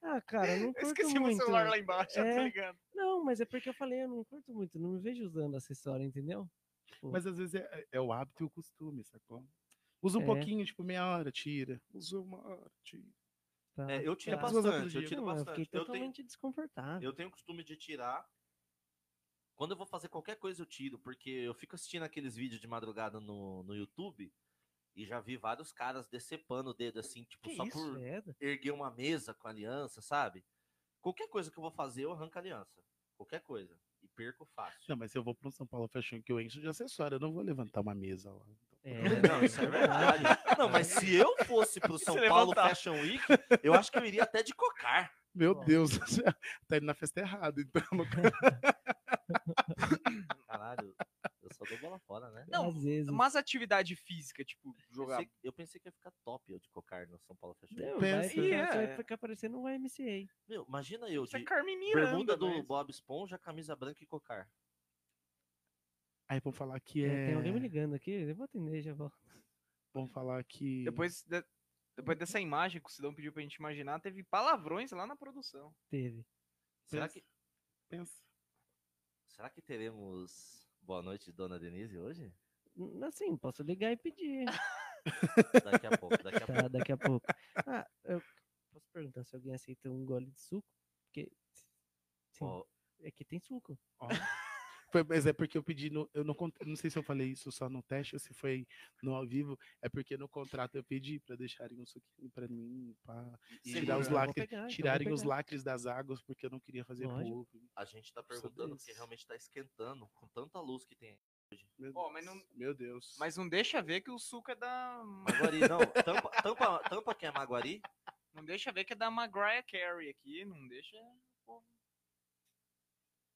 S3: Ah, cara, eu não
S2: eu
S3: curto
S2: esqueci
S3: muito.
S2: meu
S4: né?
S2: celular lá embaixo,
S3: É.
S2: tá ligado?
S3: Não, mas é porque eu falei, eu não curto muito, não me vejo usando acessório, entendeu? Tipo,
S4: Mas às vezes é, é o hábito e o costume, sacou? Usa um
S3: É.
S4: pouquinho, tipo, meia hora, tira. Usa uma hora, tira.
S3: tá,
S1: É, eu tiro
S3: tá.
S4: Mas outro
S1: bastante, eu
S4: dia-
S1: tiro
S3: Não, eu
S1: bastante.
S3: fiquei
S1: Eu tenho,
S3: totalmente desconfortável.
S1: eu tenho o costume de tirar. Quando eu vou fazer qualquer coisa, eu tiro, porque eu fico assistindo aqueles vídeos de madrugada no, no YouTube e já vi vários caras decepando o dedo assim, tipo,
S2: Que
S1: só
S2: isso,
S1: por
S3: Credo.
S1: erguer uma mesa com aliança, sabe? Qualquer coisa que eu vou fazer, eu arranco a aliança. Qualquer coisa. E perco fácil.
S4: Não, mas se eu vou para um São Paulo Fashion que eu encho de acessório, eu não vou levantar uma mesa lá. então.
S3: É,
S1: Não, isso é verdade. Não, mas se eu fosse pro São
S2: Se
S1: Paulo
S2: levantar.
S1: Fashion Week, eu acho que eu iria até de cocar.
S4: Meu
S3: Bom.
S4: Deus, do céu, tá indo na festa errada, então. no caso.
S1: Caralho, eu só dou bola fora, né?
S2: Não,
S3: Às vezes.
S2: Mas atividade física, tipo, jogar.
S1: Pensei- eu pensei que ia ficar top eu de cocar no São Paulo Fashion Week.
S3: Não,
S4: pensa.
S3: vai,
S2: Ih,
S3: ficar-
S2: é,
S3: vai
S2: é.
S3: ficar parecendo um YMCA.
S1: Meu, imagina eu
S2: Isso é
S1: de
S2: Carmen Miranda.
S1: bermuda do
S2: mas-
S1: Bob Esponja, camisa branca e cocar.
S4: Aí vão falar que
S3: É,
S4: é.
S3: Tem alguém me ligando aqui, eu vou atender, já volto.
S4: Vão falar que.
S2: Depois, de- depois dessa imagem que o Sidão pediu pra gente imaginar, teve palavrões lá na produção.
S3: Teve.
S1: Será
S4: Pensa.
S1: que,
S4: Pensa.
S1: será que teremos boa noite, dona Denise, hoje?
S3: N- Assim, posso ligar e pedir.
S1: Daqui a pouco, daqui a pouco.
S3: Tá, daqui a pouco. Ah, eu posso perguntar se alguém aceita um gole de suco? Porque. Sim,
S1: Ó,
S3: é que tem suco.
S4: Ó. Foi- mas é porque eu pedi. No, eu não, con- não sei se eu falei isso só no teste ou se foi no ao vivo. É porque no contrato eu pedi pra deixarem um suquinho pra mim,
S2: Ah,
S4: pra
S1: e
S4: tirar os
S3: Eu vou
S4: lacres.
S3: pegar, então vou
S4: Tirarem os
S3: pegar.
S4: lacres das águas, porque eu não queria fazer
S3: Lógico.
S4: público.
S1: a gente tá
S4: Sobre
S1: perguntando porque
S4: isso.
S1: realmente tá esquentando com tanta luz que tem.
S4: Meu,
S2: Ó, mas
S4: Deus,
S2: não-
S4: meu Deus.
S2: Mas não deixa ver que o suco é da.
S1: Maguari, não, tampa, tampa, tampa que é Maguari.
S2: Não deixa ver que é da Mariah Carey aqui. Não deixa.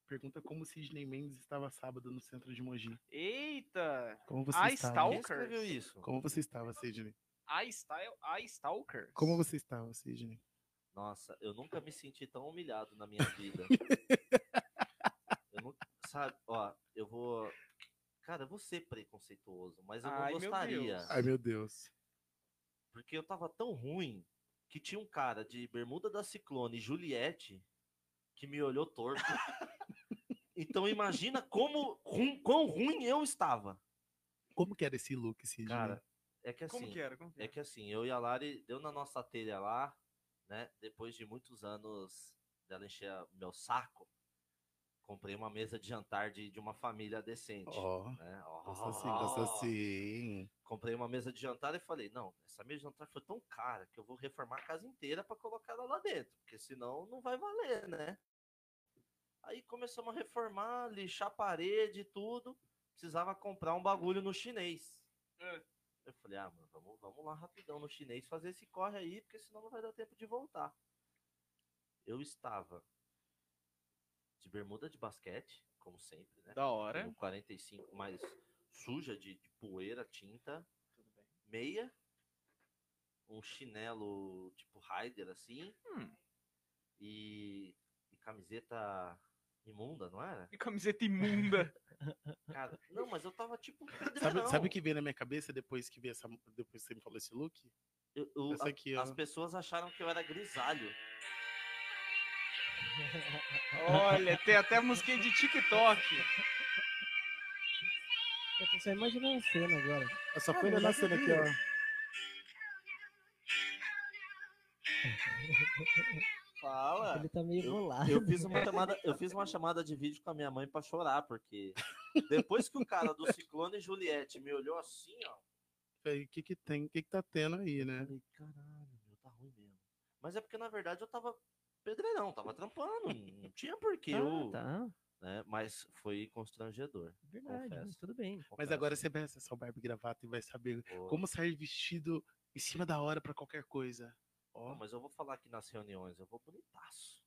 S4: Pergunta como Sidney Mendes estava sábado no centro de Mogi.
S2: Eita!
S4: Como você
S2: Ah,
S4: estava?
S2: Stalker?
S1: Quem escreveu isso?
S4: Como você estava, Sidney?
S2: A Style. A Stalker.
S4: Como você estava, Sidney?
S1: Nossa, eu nunca me senti tão humilhado na minha vida. eu nunca, sabe, ó, eu vou. cara, eu vou ser preconceituoso, mas eu
S2: Ai,
S1: não
S2: meu
S1: gostaria.
S2: Deus.
S4: Ai, meu Deus.
S1: Porque eu tava tão ruim que tinha um cara de bermuda da Ciclone, Juliette, que me olhou torto. então imagina como rum, quão ruim eu estava.
S4: Como que era esse look, Sidney?
S1: Cara, é que assim.
S2: Como que era? Como que
S1: É
S2: era?
S1: que assim, eu e a Lari deu na nossa telha lá, né? Depois de muitos anos dela encher a- meu saco, comprei uma mesa de jantar de, de uma família decente.
S4: Ó, assim,
S1: Né?
S4: gosta sim,
S1: Ó,
S4: gosta sim.
S1: Comprei uma mesa de jantar e falei: não, essa mesa de jantar foi tão cara que eu vou reformar a casa inteira para colocar ela lá dentro, porque senão não vai valer, né? Aí começamos a reformar, lixar a parede e tudo. Precisava comprar um bagulho no chinês.
S2: É.
S1: Eu falei, ah, mano, vamos, vamos lá rapidão no chinês fazer esse corre aí, porque senão não vai dar tempo de voltar. Eu estava de bermuda de basquete, como sempre, né?
S2: é Da hora.
S1: No 45, mais suja de, de poeira, tinta, meia, um chinelo tipo Raider assim,
S2: Hum.
S1: e, e camiseta imunda, não era?
S2: E camiseta imunda.
S1: Cara, não, mas eu tava tipo.
S4: Sabe,
S1: pedreirão.
S4: sabe o que veio na minha cabeça depois que, veio essa, depois que você me falou esse look?
S1: Eu- eu-
S4: Essa
S1: a-
S4: aqui, ó.
S1: as pessoas acharam que eu era grisalho.
S2: Olha, tem até musiquinha de TikTok.
S3: Eu tô só imaginando a cena agora.
S4: Eu só
S3: Ah,
S4: fui olhar
S3: mas
S4: na
S3: eu
S4: cena aqui,
S3: vi.
S4: ó.
S1: Fala!
S3: Ele tá meio bolado.
S1: Ah, Eu fiz, uma chamada, eu fiz uma chamada de vídeo com a minha mãe pra chorar, porque depois que o cara do Ciclone e Juliette me olhou assim, ó.
S4: Falei, O que que tem? O que que tá tendo aí,
S1: Eu
S4: né?
S1: falei, caralho, meu, tá ruim mesmo. Mas é porque, na verdade, eu tava pedreirão, tava trampando, não tinha porquê eu.
S3: Ah, tá.
S1: Né? Mas foi constrangedor.
S3: Verdade,
S1: Confesso.
S3: mas tudo bem.
S4: Mas
S1: confesso.
S4: agora você vai acessar o barba e gravata e vai saber
S1: Pô,
S4: como sair vestido em cima da hora pra qualquer coisa.
S1: não,
S4: Ó.
S1: Mas eu vou falar aqui nas reuniões, eu vou bonitaço.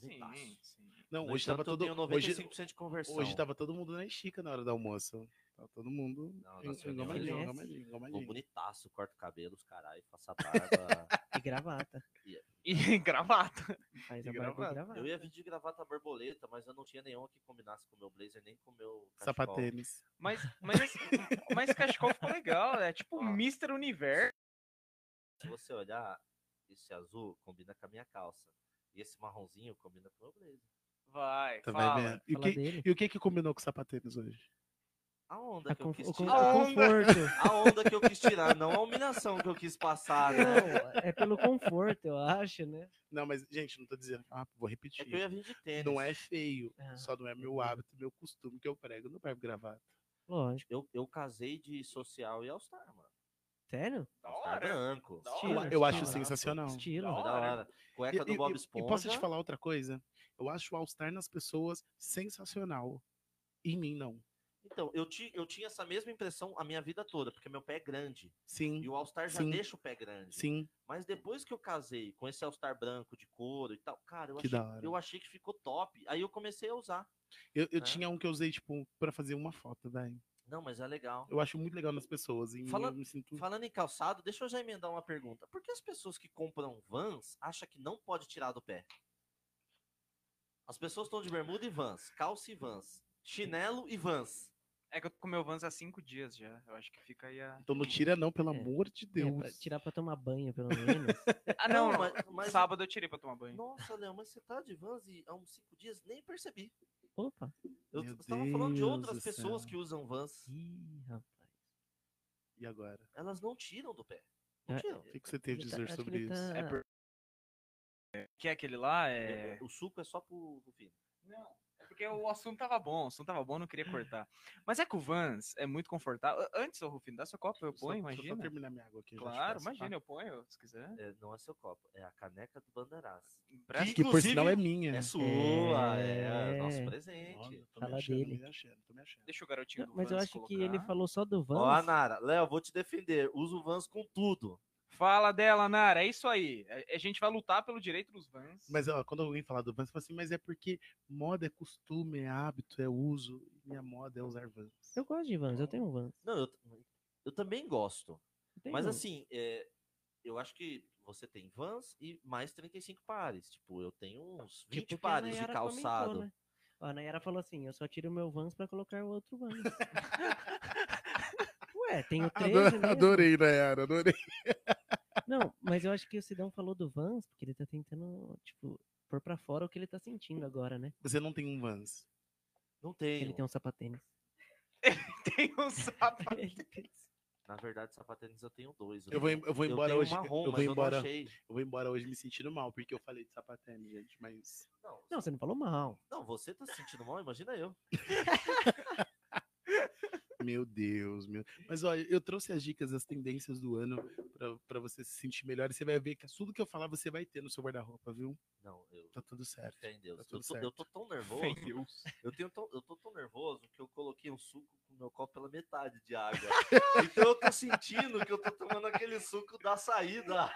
S1: Bonitaço.
S2: Sim, sim.
S4: Não,
S1: No
S4: hoje tava,
S1: entanto, então eu
S4: todo,
S1: tenho
S4: hoje,
S1: 95% de conversão.
S4: hoje tava todo mundo na estica na hora do almoço. Tava todo mundo
S1: Não,
S4: en-
S1: nossa, eu
S4: engomadinho,
S3: não-
S4: engomadinho,
S1: Vou
S4: engomadinho.
S1: bonitaço, corto cabelo, os caralho, faço a barba.
S3: E gravata.
S2: E gravata.
S3: Faz
S4: E
S3: a barba
S4: gravata.
S3: e gravata.
S1: eu ia vir de gravata borboleta, mas eu não tinha nenhuma que combinasse com o meu blazer, nem com o meu cachecol.
S4: Sapatênis.
S2: Mas, mas, esse- mas esse cachecol ficou legal. É tipo um Mr. Universo.
S1: Se você olhar, esse azul combina com a minha calça. E esse marronzinho combina com o meu blazer.
S2: Vai,
S4: Tá
S2: fala.
S4: vai vendo? E o,
S3: Fala
S4: que,
S3: dele.
S4: e o que que combinou com sapatênis hoje?
S1: A onda
S3: A
S1: que eu
S3: conf-
S1: quis
S3: o con- o
S4: Ah,
S1: tirar.
S3: conforto.
S1: A onda que eu quis tirar, não a humilhação que eu quis passar, né?
S3: Não, é pelo conforto, eu acho, né?
S4: Não, mas, gente, não tô dizendo. Ah, vou
S1: É
S4: repetir.
S1: que eu ia vir de tênis.
S4: Não é feio.
S3: Ah,
S4: Só não é meu
S3: entendi.
S4: hábito, meu costume que eu prego no barba e gravata.
S3: Lógico.
S1: Eu, eu casei de social e All-Star, mano.
S3: Sério?
S2: Da
S1: All-Star
S2: hora.
S1: branco.
S2: Da
S4: Eu,
S2: hora.
S4: eu acho
S1: Sim.
S4: sensacional.
S3: Estilo. né?
S2: Da
S1: Foi da
S2: hora.
S1: hora. Cueca é do Bob Esponja.
S4: e posso te falar outra coisa? Eu acho o All-Star nas pessoas sensacional. Em mim, não.
S1: Então, eu, ti, eu tinha essa mesma impressão a minha vida toda, porque meu pé é grande.
S4: Sim,
S1: E o All-Star já
S4: Sim.
S1: deixa o pé grande.
S4: sim.
S1: Mas depois que eu casei com esse All-Star branco de couro e tal, cara, eu
S4: Que
S1: achei,
S4: da hora.
S1: eu achei que ficou top. Aí eu comecei a usar.
S4: Eu, eu
S1: né?
S4: tinha um que eu usei, tipo, pra fazer uma foto, velho.
S1: Não, mas é legal.
S4: Eu acho muito legal nas pessoas. Em
S1: Fala-
S4: mim, eu me sinto...
S1: Falando em calçado, deixa eu já emendar uma pergunta. Por que as pessoas que compram vans acham que não pode tirar do pé? As pessoas estão de bermuda e vans, calça e vans, chinelo e vans.
S2: É que eu tô com meu Vans há cinco dias já. Eu acho que fica aí a.
S4: Então não tira, não, pelo
S3: É.
S4: amor de
S3: É,
S4: Deus.
S3: pra tirar pra tomar banho, pelo menos.
S2: Ah, não,
S1: Não,
S2: não.
S1: mas- mas-
S2: Sábado eu tirei pra tomar banho.
S1: Nossa, Léo, mas você tá de vans e há uns cinco dias nem percebi.
S3: Opa.
S1: Eu
S4: Meu
S1: estava falando de
S4: Deus
S1: outras
S4: do céu.
S1: pessoas que usam vans.
S3: Ih, rapaz.
S4: E agora?
S1: Elas não tiram do pé. Não
S3: É,
S1: tiram.
S4: O que, que você tem a
S3: Ele tá-
S4: dizer
S3: acho que
S4: sobre
S3: ele
S4: isso?
S3: tá-
S2: É por- Que é aquele lá? É.
S1: O suco é só pro Rufino.
S2: Não, é porque o assunto tava bom, o assunto tava bom, eu não queria cortar. Mas é que o Vans é muito confortável. Ah, Antes, ô Rufino, dá seu copo, eu
S4: Só-
S2: ponho,
S4: só, Só
S2: imagina.
S4: terminar minha água aqui. eu já te
S2: claro,
S4: peço, tá?
S2: imagina, eu ponho, se quiser.
S1: É, não é seu copo, é a caneca do Bandeirás.
S2: Pra-
S1: Que-
S4: Que por
S1: Inclusive,
S4: sinal é minha.
S1: É sua, é,
S3: É.
S1: nosso
S4: Olha,
S1: presente.
S4: tô me
S3: Fala
S4: achando,
S3: dele.
S4: me achando, tô me achando.
S2: Deixa o garotinho do
S3: Mas eu
S2: Vans
S3: acho que ele
S2: colocar.
S3: falou só do Vans.
S1: Ó, a Nara, Léo, vou te defender. Uso Vans com tudo.
S2: Fala dela, Nara, é isso aí. A- A gente vai lutar pelo direito dos Vans.
S4: Mas ó, quando alguém fala do Vans, eu falo assim, mas é porque moda é costume, é hábito, é uso. e Minha moda é usar Vans.
S3: Eu gosto de Vans, eu tenho um Vans.
S1: Não, eu, eu também gosto.
S3: Eu tenho
S1: Mas
S3: um.
S1: assim, é, eu acho que você tem Vans e mais 35 pares. Tipo, eu tenho uns
S3: Tipo
S1: 20
S3: o que a
S1: pares de
S3: Nayara
S1: calçado.
S3: comentou, né? Ó, a Nayara falou assim: eu só tiro o meu Vans pra colocar o outro Vans. Ué, tenho três.
S4: Adorei,
S3: mesmo.
S4: adorei, Nayara, adorei.
S3: né? Não, mas eu acho que o Sidão falou do Vans, porque ele tá tentando, tipo, pôr pra fora o que ele tá sentindo agora, né?
S4: Você não tem um Vans.
S1: Não tenho.
S3: Ele tem um sapatênis.
S2: Tem um sapato.
S3: Ele tem- um
S1: Na verdade, sapatênis eu tenho dois. né?
S4: Eu vou, em- eu vou embora
S1: tenho
S4: hoje.
S1: marrom,
S4: eu,
S1: mas
S4: vou embora,
S1: Eu não achei.
S4: eu vou embora hoje me sentindo mal, porque eu falei de sapatênis, gente. Mas.
S1: Não,
S3: Não, você não falou mal.
S1: não, você tá se sentindo mal, imagina eu.
S4: Meu Deus, meu. Mas olha, eu trouxe as dicas, as tendências do ano pra- pra você se sentir melhor. E você vai ver que tudo que eu falar você vai ter no seu guarda-roupa, viu?
S1: Não, eu.
S4: Tá tudo certo.
S2: É.
S1: Fé em Deus.
S4: Tá
S1: eu,
S4: tudo
S1: tô, eu tô tão nervoso. Eu, tenho tão- eu tô tão nervoso que eu coloquei um suco com meu copo pela metade de água. então eu tô sentindo que eu tô tomando aquele suco da saída.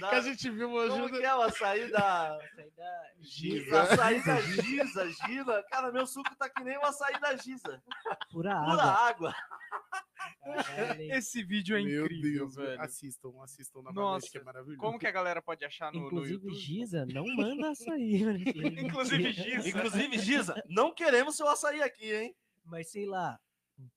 S1: da,
S4: Que a gente viu uma
S1: como
S4: ajuda.
S1: que é o açaí da.
S2: é
S4: Giz,
S1: A saída Giza, Gila. Cara, meu suco tá que nem uma saída Giza.
S3: Pura
S1: Pura
S3: água.
S1: água.
S3: Caralho, hein?
S2: Esse vídeo é
S4: Meu
S2: incrível,
S4: Deus,
S2: velho.
S4: assistam, assistam na
S2: Nossa,
S4: que é maravilhoso.
S2: Como que a galera pode achar Tá no, no
S3: Inclusive,
S2: YouTube?
S3: Giza não manda açaí. né?
S2: Inclusive, Giz.
S1: Inclusive, Giza, não queremos seu açaí aqui, hein?
S3: Mas sei lá.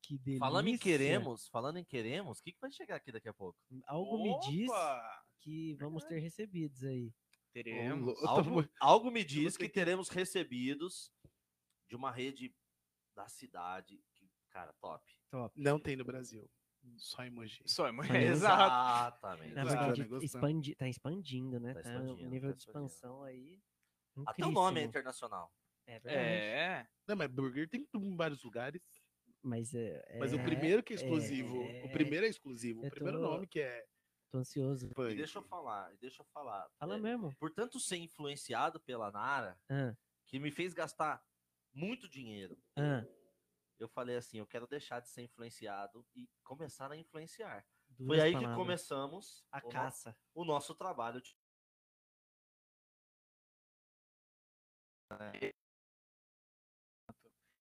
S3: Que delícia.
S1: Falando em queremos, falando em queremos, o que, que vai chegar aqui daqui a pouco?
S3: Algo me diz
S2: Opa!
S3: que vamos ter recebidos aí.
S2: Teremos.
S4: Eu tô
S1: Algo,
S4: muito-
S1: algo me
S4: vou
S1: diz
S4: ter
S1: que teremos recebidos de uma rede da cidade que, cara, top.
S3: Top.
S4: Não tem no Brasil. Só emoji.
S2: Só, mas-
S3: É,
S2: Exato.
S1: Exatamente.
S3: Na
S4: Gostando,
S3: verdade,
S4: gostando.
S3: expandi- tá expandindo, né?
S1: Tá
S3: Tá
S1: expandindo,
S3: um nível
S1: tá
S3: de
S1: expandindo.
S3: expansão aí.
S1: Até o nome é
S3: incríssimo.
S1: internacional.
S3: É verdade.
S2: É.
S4: Não, mas burger tem em vários lugares.
S3: Mas, é,
S4: Mas o
S3: é-
S4: primeiro que é exclusivo.
S3: é.
S4: O primeiro é exclusivo. O
S3: Eu
S4: primeiro
S3: tô-
S4: nome que é.
S3: Tô ansioso.
S1: E
S4: Punk.
S1: deixa eu falar, e deixa eu falar.
S3: Fala
S1: É,
S3: mesmo.
S1: por tanto ser influenciado pela Nara,
S3: Ah,
S1: que me fez gastar muito dinheiro,
S3: ah,
S1: eu falei assim, eu quero deixar de ser influenciado e começar a influenciar. Foi
S3: duas
S1: aí que
S3: palavras.
S1: começamos
S3: a
S1: o no-
S3: caça.
S1: o nosso trabalho. de-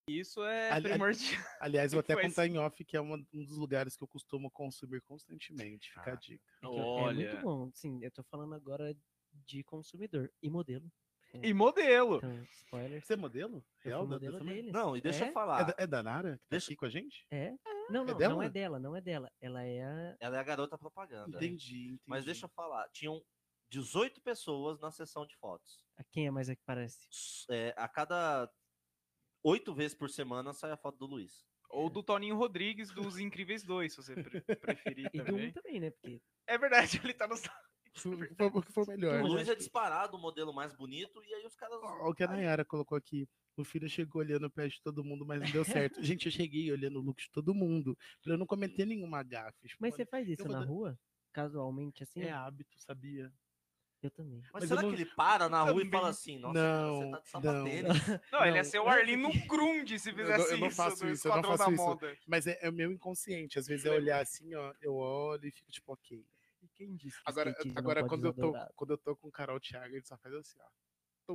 S2: Isso é
S4: Ali-
S2: primordial.
S4: Aliás, eu vou até
S2: Foi
S4: contar em off que é uma- um dos lugares que eu costumo consumir constantemente. Fica a
S1: Ah.
S4: dica.
S3: É, que eu- é muito bom. Sim, eu tô falando agora de consumidor e modelo.
S2: E modelo.
S3: Então, spoilers.
S4: Você é modelo?
S3: Eu
S4: Real?
S3: fui
S4: da-
S3: modelo
S4: dessa maneira?
S3: dele.
S1: Não, e deixa
S3: É?
S1: eu
S4: É
S1: falar.
S4: da, é da Nara que tá
S1: Ah, Deixa-
S4: aqui com a gente?
S3: É? Não,
S4: É
S3: não, não
S4: dela?
S3: é dela, não é dela. Ela é a.
S1: Ela é a garota propaganda. né?
S4: Entendi, entendi.
S1: Mas deixa eu falar, tinham 18 pessoas na sessão de fotos.
S3: a quem é mais a que parece?
S1: S- é, a cada oito vezes por semana sai a foto do Luiz.
S2: Ou do Toninho Rodrigues dos Incríveis 2, se você pre- preferir
S3: E do um
S2: também.
S3: também, né? Porque
S2: É verdade, ele tá no
S4: O que for- o que for melhor.
S1: O
S3: Mas eu
S1: Luiz
S3: acho
S1: é
S3: que- né?
S1: disparado o modelo mais bonito e aí os caras.
S4: Ó, O que a Nayara colocou aqui. O filho chegou olhando o pé de todo mundo, mas não deu certo. Gente, eu cheguei olhando o look de todo mundo. Pra eu não
S1: Hum.
S4: cometer nenhuma gafe. Tipo,
S3: Mas
S4: mano,
S3: você faz isso
S4: vou
S3: na
S4: dar-
S3: rua? Casualmente, assim?
S4: é hábito, sabia?
S3: Eu também.
S1: Mas,
S4: mas
S1: será
S4: eu
S1: que
S4: não-
S1: ele para na rua e
S2: também-
S1: fala assim, nossa,
S4: não,
S1: cara, você tá de
S4: não.
S1: sapatênis.
S2: Não, É ele ia
S4: Não,
S2: ser o
S4: olha
S2: Arlindo no Grunde se
S4: Eu não-
S2: fizesse
S4: eu não
S2: isso
S4: faço
S2: do
S4: isso, eu não
S2: Esquadrão
S4: faço
S2: da
S4: isso.
S2: Moda.
S4: Mas é, é o meu inconsciente. Às vezes é
S2: Lembra?
S4: olhar assim, ó, eu olho e fico tipo, ok.
S3: E quem disse que
S4: Agora,
S3: skatismo não
S4: agora
S3: pode
S4: quando,
S3: usar
S4: eu tô,
S3: dourado?
S4: quando eu tô com o Carol Thiago, ele só faz assim, ó.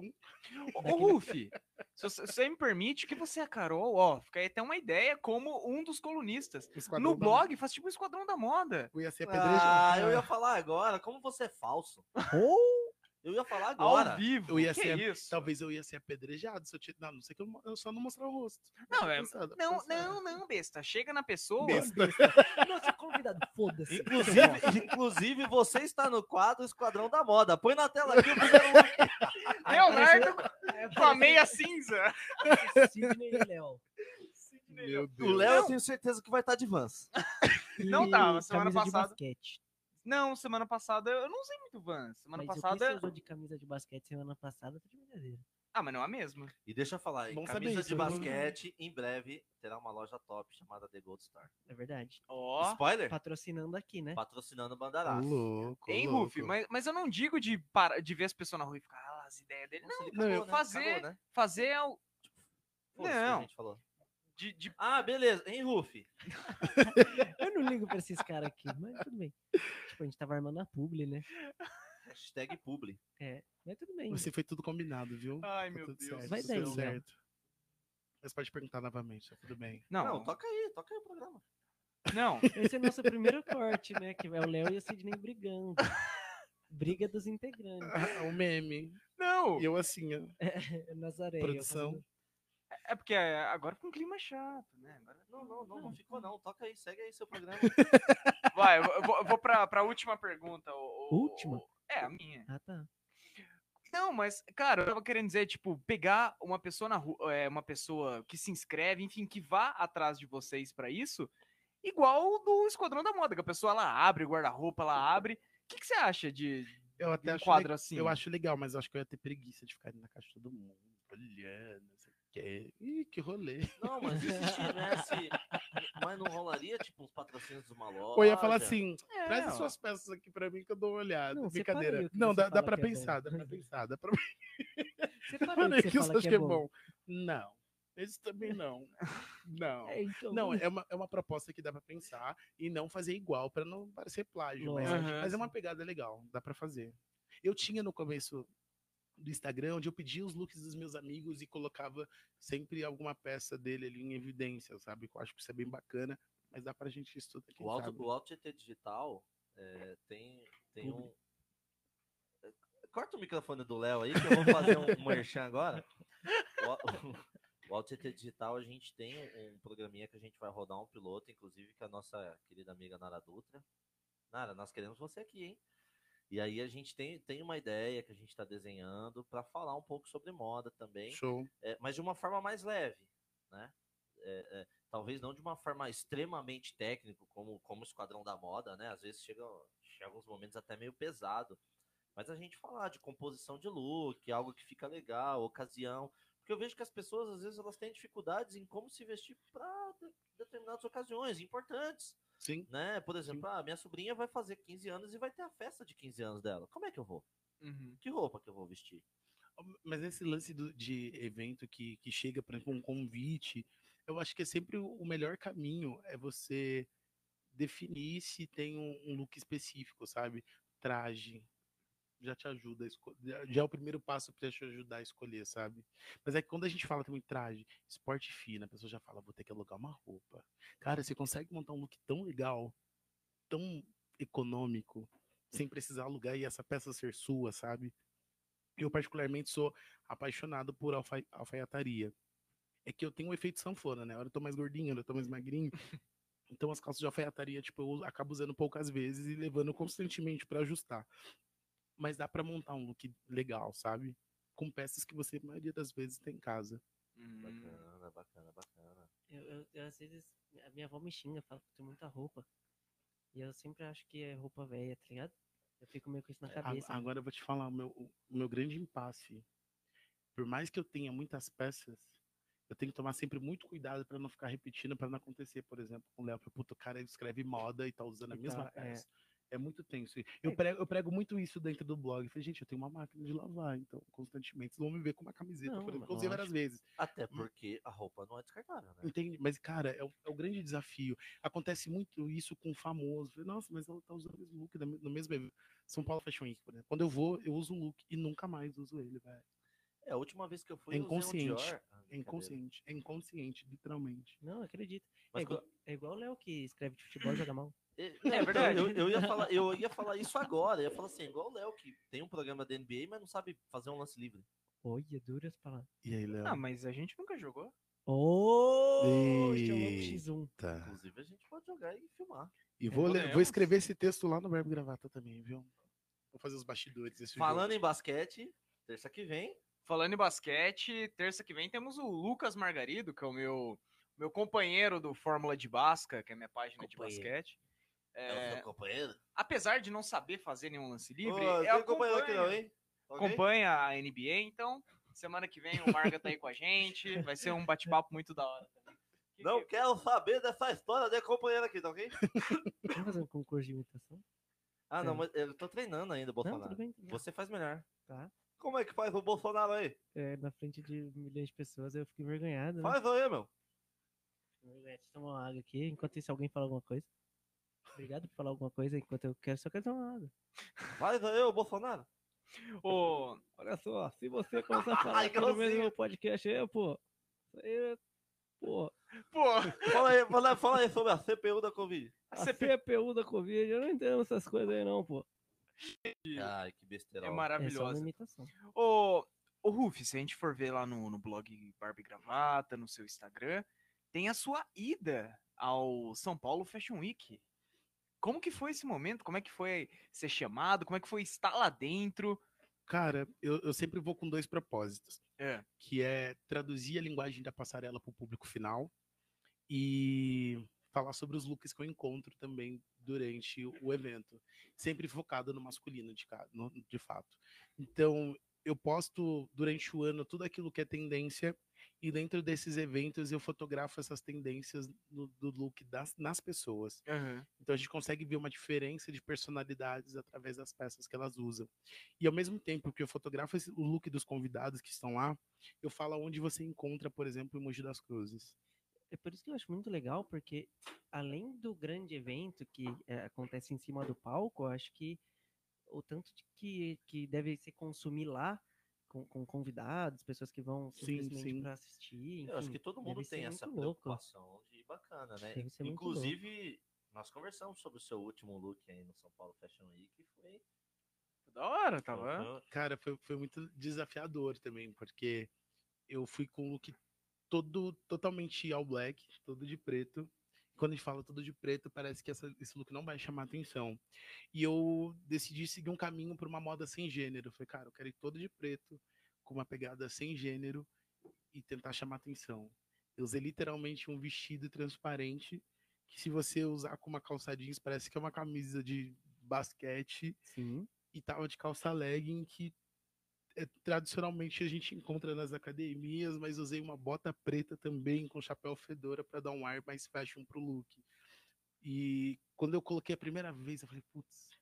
S2: Ô, Rufi, se você, se você me permite, que você é a Carol, ó, fica aí até uma ideia como um dos colunistas.
S4: O esquadrão
S2: no
S4: da-
S2: blog, faz tipo um Esquadrão da Moda.
S4: Eu ia ser
S1: Ah,
S4: apedrejado.
S1: eu ia falar agora, como você é falso. Eu ia falar
S2: Ao
S1: agora.
S2: vivo.
S4: Eu ia
S2: que
S4: ser- então
S2: isso?
S4: Talvez eu ia ser apedrejado se eu tivesse. Não, não sei que eu, mo- eu só não mostrar o rosto.
S2: Não,
S4: Tá
S2: é-
S4: pensado, tá
S2: Não,
S4: pensado.
S2: não, não, besta. Chega na pessoa.
S4: Besta.
S3: Nossa, convidado, foda-se.
S1: Inclusive, inclusive, você está no quadro Esquadrão da Moda. Põe na tela aqui o primeiro look.
S2: Leonardo
S3: É,
S2: com a meia cinza.
S3: parece Sidney e Léo.
S4: Meu Deus.
S1: O Léo, eu
S2: Não.
S1: tenho certeza que vai estar de Vans.
S2: Não
S3: E
S2: tava, semana
S3: camisa de
S2: passada.
S3: basquete.
S2: Não, semana passada eu não usei muito Vans. Semana
S3: Mas o que
S2: passada. é-
S3: Você usou de camisa de basquete semana passada, eu tô de brincadeira.
S2: Ah, mas não é a mesma.
S1: E deixa eu falar, hein,
S4: Bom saber
S1: camisa
S4: isso,
S1: de
S4: eu não-
S1: basquete, em breve terá uma loja top chamada The Gold Star.
S3: É verdade.
S2: Ó.
S1: Spoiler?
S3: Patrocinando aqui, né?
S1: Patrocinando o
S4: Ô,
S1: Bandarás.
S4: Louco.
S2: Hein,
S4: louco.
S2: Rufi? Mas, mas eu não digo de, para, de ver as pessoas na rua e ficar, ah, as ideias dele. Não,
S4: não, eu-
S2: fazer-
S1: né?
S2: fazer é o.
S1: Foda-se o que a
S2: Não.
S1: gente falou.
S2: De, de-
S1: Ah, beleza. Hein, Rufi?
S3: Eu não ligo pra esses caras aqui, mas tudo bem. Tipo, a gente tava armando a publi, né?
S1: Hashtag
S4: Ah,
S1: publi.
S3: Mas tudo bem.
S4: Você foi tudo combinado, viu?
S2: Ai,
S4: Tá
S2: meu
S4: tudo
S2: Deus.
S4: certo,
S3: Vai
S4: tá
S3: daí,
S4: tudo
S3: Léo.
S4: certo. Mas pode perguntar novamente, tá tudo bem.
S2: Não, não.
S1: toca aí, toca aí o programa.
S3: Esse é o nosso primeiro corte, né? Que é o Léo e o Sidney brigando. Briga dos integrantes.
S4: o Ah, um meme.
S2: Não!
S4: E eu assim, ó,
S3: Nazaré. né? eu
S4: Produção.
S3: fazendo-
S2: É porque agora fica um clima chato, né? Agora-
S1: Não, não, não, não ficou não. Toca aí, segue aí seu programa.
S2: Vai, eu vou- eu vou, eu vou pra, pra última pergunta. o- o-
S3: Última?
S2: É, a minha.
S3: Ah, tá.
S2: Não, mas, cara, eu tava querendo dizer, tipo, pegar uma pessoa na rua, é, uma pessoa que se inscreve, enfim, que vá atrás de vocês pra isso, igual o do Esquadrão da Moda, que a pessoa ela abre o guarda-roupa, ela abre. O que, que você acha de, de
S4: Uhum. eu até
S2: um
S4: acho,
S2: quadro
S4: le-
S2: assim?
S4: eu acho legal, mas eu acho que eu ia ter preguiça de ficar ali na casa de todo mundo, olhando, não sei o quê. Ih, que rolê.
S1: Não, mas e se tivesse. Mas não rolaria, tipo, uns patrocínios de uma loja?
S4: Ou eu ia falar assim,
S2: É,
S4: traz as
S2: ó.
S4: suas peças aqui pra mim que eu dou uma olhada.
S3: Não, separa aí
S4: Brincadeira.
S3: o que
S4: Não,
S3: você
S4: dá, dá
S3: fala
S4: pra
S3: que é bom.
S4: pensar, dá pra pensar, dá pra
S3: Separa
S4: Mano,
S3: aí o que
S4: que
S3: você
S4: você
S3: fala
S4: acha que é bom? Não. Esse também não. Não.
S3: É, então,
S4: Não, é uma, é uma proposta que dá pra pensar e não fazer igual pra não parecer plágio. Mas,
S3: Lógico.
S4: mas é uma pegada legal, dá pra fazer. Eu tinha no começo do Instagram, onde eu pedia os looks dos meus amigos e colocava sempre alguma peça dele ali em evidência, sabe? Eu acho que isso é bem bacana, mas dá pra né? gente estudar aqui.
S1: O Alto, o Alto GT Digital é, tem, tem um. É, Corta o microfone do Léo aí, que eu vou fazer um, um merchan agora. O, Al- o Alto GT Digital, a gente tem um programinha que a gente vai rodar um piloto, inclusive com a nossa querida amiga Nara Dutra. Nara, nós queremos você aqui, hein? E aí a gente tem, tem uma ideia que a gente está desenhando para falar um pouco sobre moda também
S4: Show.
S1: é, mas de uma forma mais leve, né? É, é, talvez não de uma forma extremamente técnica, como, como o Esquadrão da Moda, né? Às vezes chega, chega uns momentos até meio pesado. Mas a gente falar de composição de look, algo que fica legal, ocasião. Porque eu vejo que as pessoas, às vezes, elas têm dificuldades em como se vestir para determinadas ocasiões importantes,
S4: Sim.
S1: né? Por exemplo, ah, minha sobrinha vai fazer 15 anos e vai ter a festa de 15 anos dela. Como é que eu vou?
S2: Uhum.
S1: Que roupa que eu vou vestir?
S4: Mas esse lance do- de evento que, que chega para um convite, eu acho que é sempre o o melhor caminho é você definir se tem um, um look específico, sabe? Traje já te ajuda a escolher, já é o primeiro passo para te ajudar a escolher, sabe? Mas é que quando a gente fala também traje, esporte fino, a pessoa já fala, vou ter que alugar uma roupa. Cara, você consegue montar um look tão legal, tão econômico, sem precisar alugar e essa peça ser sua, sabe? eu particularmente sou apaixonado por alfa- alfaiataria. É que eu tenho um efeito sanfona, né? Hora eu tô mais gordinho, hora eu tô mais magrinho. Então as calças de alfaiataria, tipo, eu acabo usando poucas vezes e levando constantemente pra ajustar. Mas dá pra montar um look legal, sabe? Com peças que você, a maioria das vezes, tem em casa.
S2: Hum.
S1: Bacana, bacana, bacana.
S3: Eu, eu- eu, às vezes, a minha avó me xinga, fala que eu tenho muita roupa. E eu sempre acho que é roupa velha, tá ligado? Eu fico meio com isso na
S4: A-
S3: cabeça. né?
S4: Agora eu vou te falar o meu, o meu grande impasse. Por mais que eu tenha muitas peças, eu tenho que tomar sempre muito cuidado para não ficar repetindo, para não acontecer, por exemplo, com o Léo, que, puta, o cara escreve moda e tá usando a
S3: E
S4: mesma
S3: tá, é.
S4: peça. É. muito tenso. Eu
S3: É.
S4: prego, eu prego muito isso dentro do blog. Eu falei, gente, eu tenho uma máquina de lavar, então, constantemente, vocês vão me ver com uma camiseta,
S3: Não,
S4: por exemplo,
S3: mas
S4: que eu usei várias vezes.
S1: Até porque a roupa não é descartável, né?
S4: Entende? Mas, cara, é o, é o grande desafio. Acontece muito isso com o famoso. Falei, Nossa, mas ela tá usando o mesmo look da me- no mesmo evento. São Paulo Fashion Week, por exemplo. Quando eu vou, eu uso um look e nunca mais uso ele, velho.
S1: É, a última vez que eu fui
S4: É
S1: eu usei um
S4: inconsciente.
S1: Dior. Ah,
S4: É
S1: brincadeira.
S4: inconsciente. É inconsciente, literalmente.
S3: Não, acredito.
S1: Mas
S3: é, igual, é igual o Léo que escreve de futebol e joga mal.
S1: quando- é, é verdade. Eu, eu ia falar, eu ia falar isso agora. Eu ia falar assim, igual o Léo, que tem um programa da NBA, mas não sabe fazer um lance livre.
S3: Olha, duras palavras.
S4: E aí, Léo?
S2: Ah, mas a gente nunca jogou.
S3: Oh, chamou pro
S4: Eita.
S3: X1.
S4: Tá.
S1: Inclusive, a gente pode jogar e filmar.
S4: E vou, le- vou
S2: podemos.
S4: escrever esse texto lá no Verbo Gravata também, viu? Vou fazer os bastidores desse jogo.
S1: Falando em basquete, terça que vem.
S2: Falando em basquete, terça que vem temos o Lucas Margarido, que é o meu, meu companheiro do Fórmula de Basca, que é a minha página de
S1: Companheiro.
S2: basquete.
S1: É,
S2: É,
S1: o seu companheiro.
S2: apesar de não saber fazer nenhum lance livre,
S1: Ô,
S2: eu
S1: tem um companheiro aqui não,
S2: acompanho-
S1: hein? Ok?
S2: acompanha a NBA, então semana que vem o Marga tá aí com a gente, vai ser um bate-papo muito da hora.
S1: Não
S2: é?
S1: quero saber dessa história de companheiro aqui, tá ok?
S3: Vamos fazer um concurso de imitação?
S1: Ah, não,
S3: É.
S1: mas eu tô treinando ainda,
S3: Não,
S1: Bolsonaro.
S3: tudo bem. tudo bem.
S1: Você faz melhor.
S3: Tá.
S1: Como é que faz o Bolsonaro aí?
S3: É, na frente de milhões de pessoas eu fico envergonhado. Né?
S1: Faz aí, meu.
S3: Fico envergonhado. Deixa eu tomar uma água aqui. Enquanto isso, alguém fala alguma coisa. Obrigado por falar alguma coisa enquanto eu quero, só quero tomar uma água.
S1: Faz aí, ô Bolsonaro.
S2: é? Ô,
S3: Olha só, se você começar a
S1: Ai,
S3: falar
S1: que
S3: pelo
S1: docinho.
S3: mesmo podcast aí, pô. Isso aí, é, pô,
S2: pô,
S1: Fala aí, fala, fala aí sobre a CPU da Covid.
S3: a CPU da Covid, eu não entendo essas coisas aí não, pô.
S1: Ai, que
S2: É
S1: besteira.
S3: É só uma
S2: maravilhosa.
S3: imitação.
S2: Ô, ô Ruf, se a gente for ver lá no, no blog Barbie Gravata, no seu Instagram, tem a sua ida ao São Paulo Fashion Week. Como que foi esse momento? Como é que foi ser chamado? Como é que foi estar lá dentro?
S4: Cara, eu, eu sempre vou com dois propósitos.
S2: É.
S4: Que é traduzir a linguagem da passarela para o público final e falar sobre os looks que eu encontro também durante o evento. Sempre focado no masculino, de, ca- no- de fato. Então, eu posto durante o ano tudo aquilo que é tendência e dentro desses eventos eu fotografo essas tendências no- do look das, nas pessoas. Então a gente consegue ver uma diferença de personalidades através das peças que elas usam. E ao mesmo tempo que eu fotografo esse- o look dos convidados que estão lá, eu falo onde você encontra, por exemplo, em Mogi das Cruzes.
S3: É por isso que eu acho muito legal, porque além do grande evento que eh, acontece em cima do palco, eu acho que o tanto de que, que deve se consumir lá com, com convidados, pessoas que vão
S4: Sim,
S3: simplesmente
S4: sim.
S3: para assistir.
S1: Eu acho
S3: enfim.
S1: que todo mundo
S3: deve
S1: tem
S3: ser
S1: essa
S3: muito louco.
S1: preocupação de bacana, né?
S3: Deve ser muito
S1: Inclusive, nós conversamos sobre o seu último look aí no São Paulo Fashion Week, que foi.
S2: Da hora, tava.
S1: Foi-
S4: Cara, foi, foi muito desafiador também, porque eu fui com um look todo totalmente all black, todo de preto. Quando a gente fala todo de preto, parece que essa- esse look não vai chamar atenção. E eu decidi seguir um caminho para uma moda sem gênero. Eu Falei, cara, eu quero ir todo de preto, com uma pegada sem gênero e tentar chamar atenção. Eu usei literalmente um vestido transparente, que se você usar com uma calça jeans, parece que é uma camisa de basquete
S3: Sim.
S4: e tava de calça legging que é, tradicionalmente a gente encontra nas academias, mas usei uma bota preta também com chapéu fedora para dar um ar mais fashion pro look. E quando eu coloquei a primeira vez, eu falei, putz,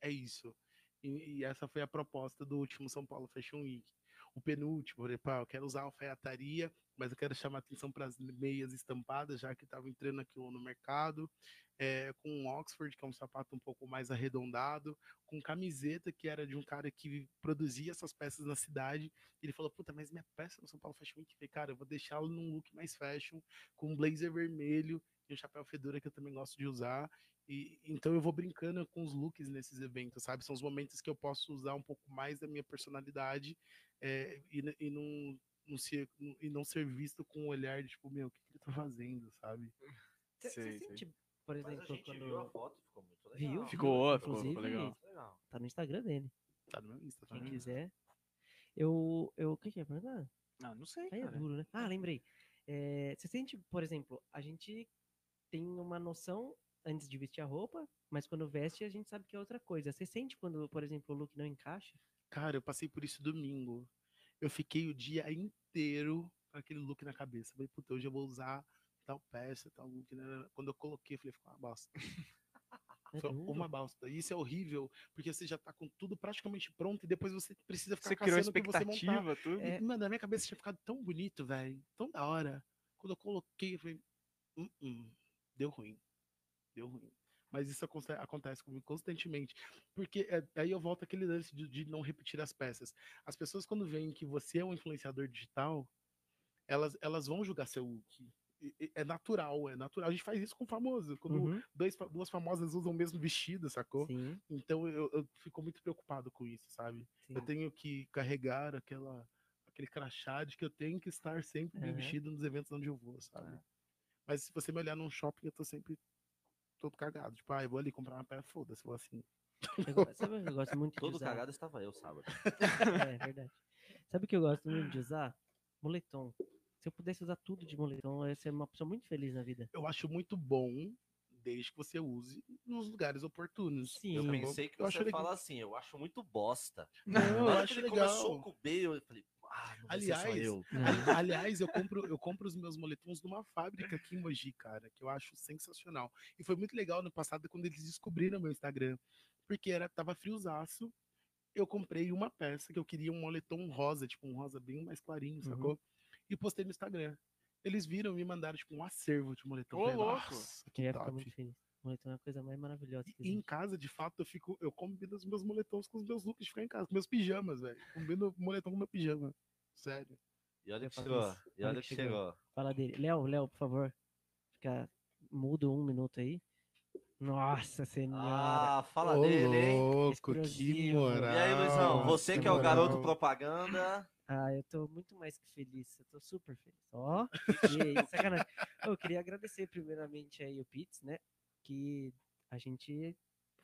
S4: é isso. E, e essa foi a proposta do último São Paulo Fashion Week. O penúltimo, eu falei, pá, eu quero usar alfaiataria, mas eu quero chamar atenção para as meias estampadas, já que estava entrando aquilo no mercado. É, com um Oxford, que é um sapato um pouco mais arredondado com camiseta que era de um cara que produzia essas peças na cidade. Ele falou: Puta, mas minha peça no São Paulo Fashion Week, eu falei, cara, eu vou deixá-lo num look mais fashion, com um blazer vermelho e um chapéu fedora que eu também gosto de usar. E então eu vou brincando com os looks nesses eventos, sabe? São os momentos que eu posso usar um pouco mais da minha personalidade eh, e, n- e não, não ser, e não ser visto com um olhar de tipo, meu, o que, que ele tá fazendo, sabe?
S3: Você
S2: Sei, sei.
S3: sente, por
S1: Mas a
S3: exemplo,
S1: gente viu a
S3: quando
S1: foto, ficou muito legal.
S3: viu,
S2: Ficou, ficou,
S3: inclusive,
S2: ficou legal.
S1: legal.
S3: tá no Instagram dele,
S4: Tá no meu Insta, tá
S3: quem
S4: no meu
S2: Uhum.
S4: Insta.
S3: quiser. Eu, eu, o que que eu ia perguntar?
S2: Ah, não sei.
S3: Aí é
S2: cara.
S3: duro, né? Ah, lembrei. É, você sente, por exemplo, a gente tem uma noção antes de vestir a roupa, mas quando veste a gente sabe que é outra coisa. Você sente quando, por exemplo, o look não encaixa?
S4: Cara, eu passei por isso domingo. Eu fiquei o dia inteiro com aquele look na cabeça. Falei, puta, hoje eu vou usar tal peça, tal look. né, né, né. Quando eu coloquei, eu falei, ficou uma bosta.
S3: É
S4: Foi
S3: duro.
S4: uma bosta. E isso é horrível, porque você já tá com tudo praticamente pronto e depois você precisa ficar
S2: Você criou
S4: tá caçando o que você montar.
S2: expectativa, tudo.
S3: É.
S4: E, Mano, na minha cabeça tinha ficado tão bonito, velho. Tão da hora. Quando eu coloquei, eu falei, "Hum, hum, deu ruim. Deu ruim. Mas isso aconte- acontece comigo constantemente. Porque é, aí eu volto àquele lance de, de não repetir as peças. As pessoas, quando veem que você é um influenciador digital, elas, elas vão julgar seu look. E- e- É natural, é natural. A gente faz isso com famoso. Quando
S3: Uhum,
S4: dois, fa- duas famosas usam o mesmo vestido, sacou?
S3: Sim,
S4: Então eu, eu fico muito preocupado com isso, sabe?
S3: sim.
S4: Eu tenho que carregar aquela, aquele crachá de que eu tenho que estar sempre bem
S3: Aham.
S4: vestido nos eventos onde eu vou, sabe? Mas se você me olhar num shopping, eu tô sempre todo cagado. Tipo, ah, eu vou ali comprar uma peça, foda-se, vou assim.
S3: Eu go- sabe o que eu gosto muito de
S1: Todo
S3: usar?
S1: cagado estava eu sábado.
S3: É, verdade. Sabe o que eu gosto muito de usar? Moletom. Se eu pudesse usar tudo de moletom, eu ia ser uma pessoa muito feliz na vida.
S4: Eu acho muito bom, desde que você use nos lugares oportunos.
S3: Sim.
S1: Eu
S4: sacou?
S1: pensei que
S4: Eu acho
S1: você ia
S4: legal.
S1: falar assim, eu acho muito bosta.
S4: Não, eu
S1: Na hora
S4: acho
S1: que ele começou
S4: legal.
S1: com o B, eu falei, ah, não vai ser só
S4: Aliás,
S1: eu.
S4: Ali- Aliás, eu compro, eu compro os meus moletons numa fábrica aqui em Mogi, cara, que eu acho sensacional. E foi muito legal no passado quando eles descobriram meu Instagram, porque era tava friozaço. Eu comprei uma peça que eu queria um moletom rosa, tipo um rosa bem mais clarinho,
S3: Uhum.
S4: sacou? E postei no Instagram. Eles viram e me mandaram tipo um acervo de moletom.
S2: Ô,
S4: Falei,
S2: louco!
S4: "Nossa,
S3: Eu
S4: que
S3: ia ficar
S4: top.
S3: muito feliz. Moletom é a coisa mais maravilhosa que
S4: E em
S3: existe.
S4: casa, de fato, eu fico, eu combino os meus moletons com os meus looks de ficar em casa, com meus pijamas, velho. Combino o moletom com meu pijama. Sério.
S1: E olha
S3: Eu
S1: que
S3: faço
S1: chegou,
S3: isso.
S1: e olha que chegou.
S3: Fala dele. Léo, Léo, por favor. Fica mudo um minuto aí. Nossa senhora.
S1: Ah, fala dele, hein?
S4: louco, que
S3: Explosivo.
S4: moral.
S1: E aí, Luizão, você
S4: que
S1: que é o
S4: moral.
S1: garoto propaganda.
S3: Ah, eu tô muito mais que feliz, eu tô super feliz. Ó, fiquei- sacanagem. Ô, Eu queria agradecer primeiramente aí o Pitts, né? Que a gente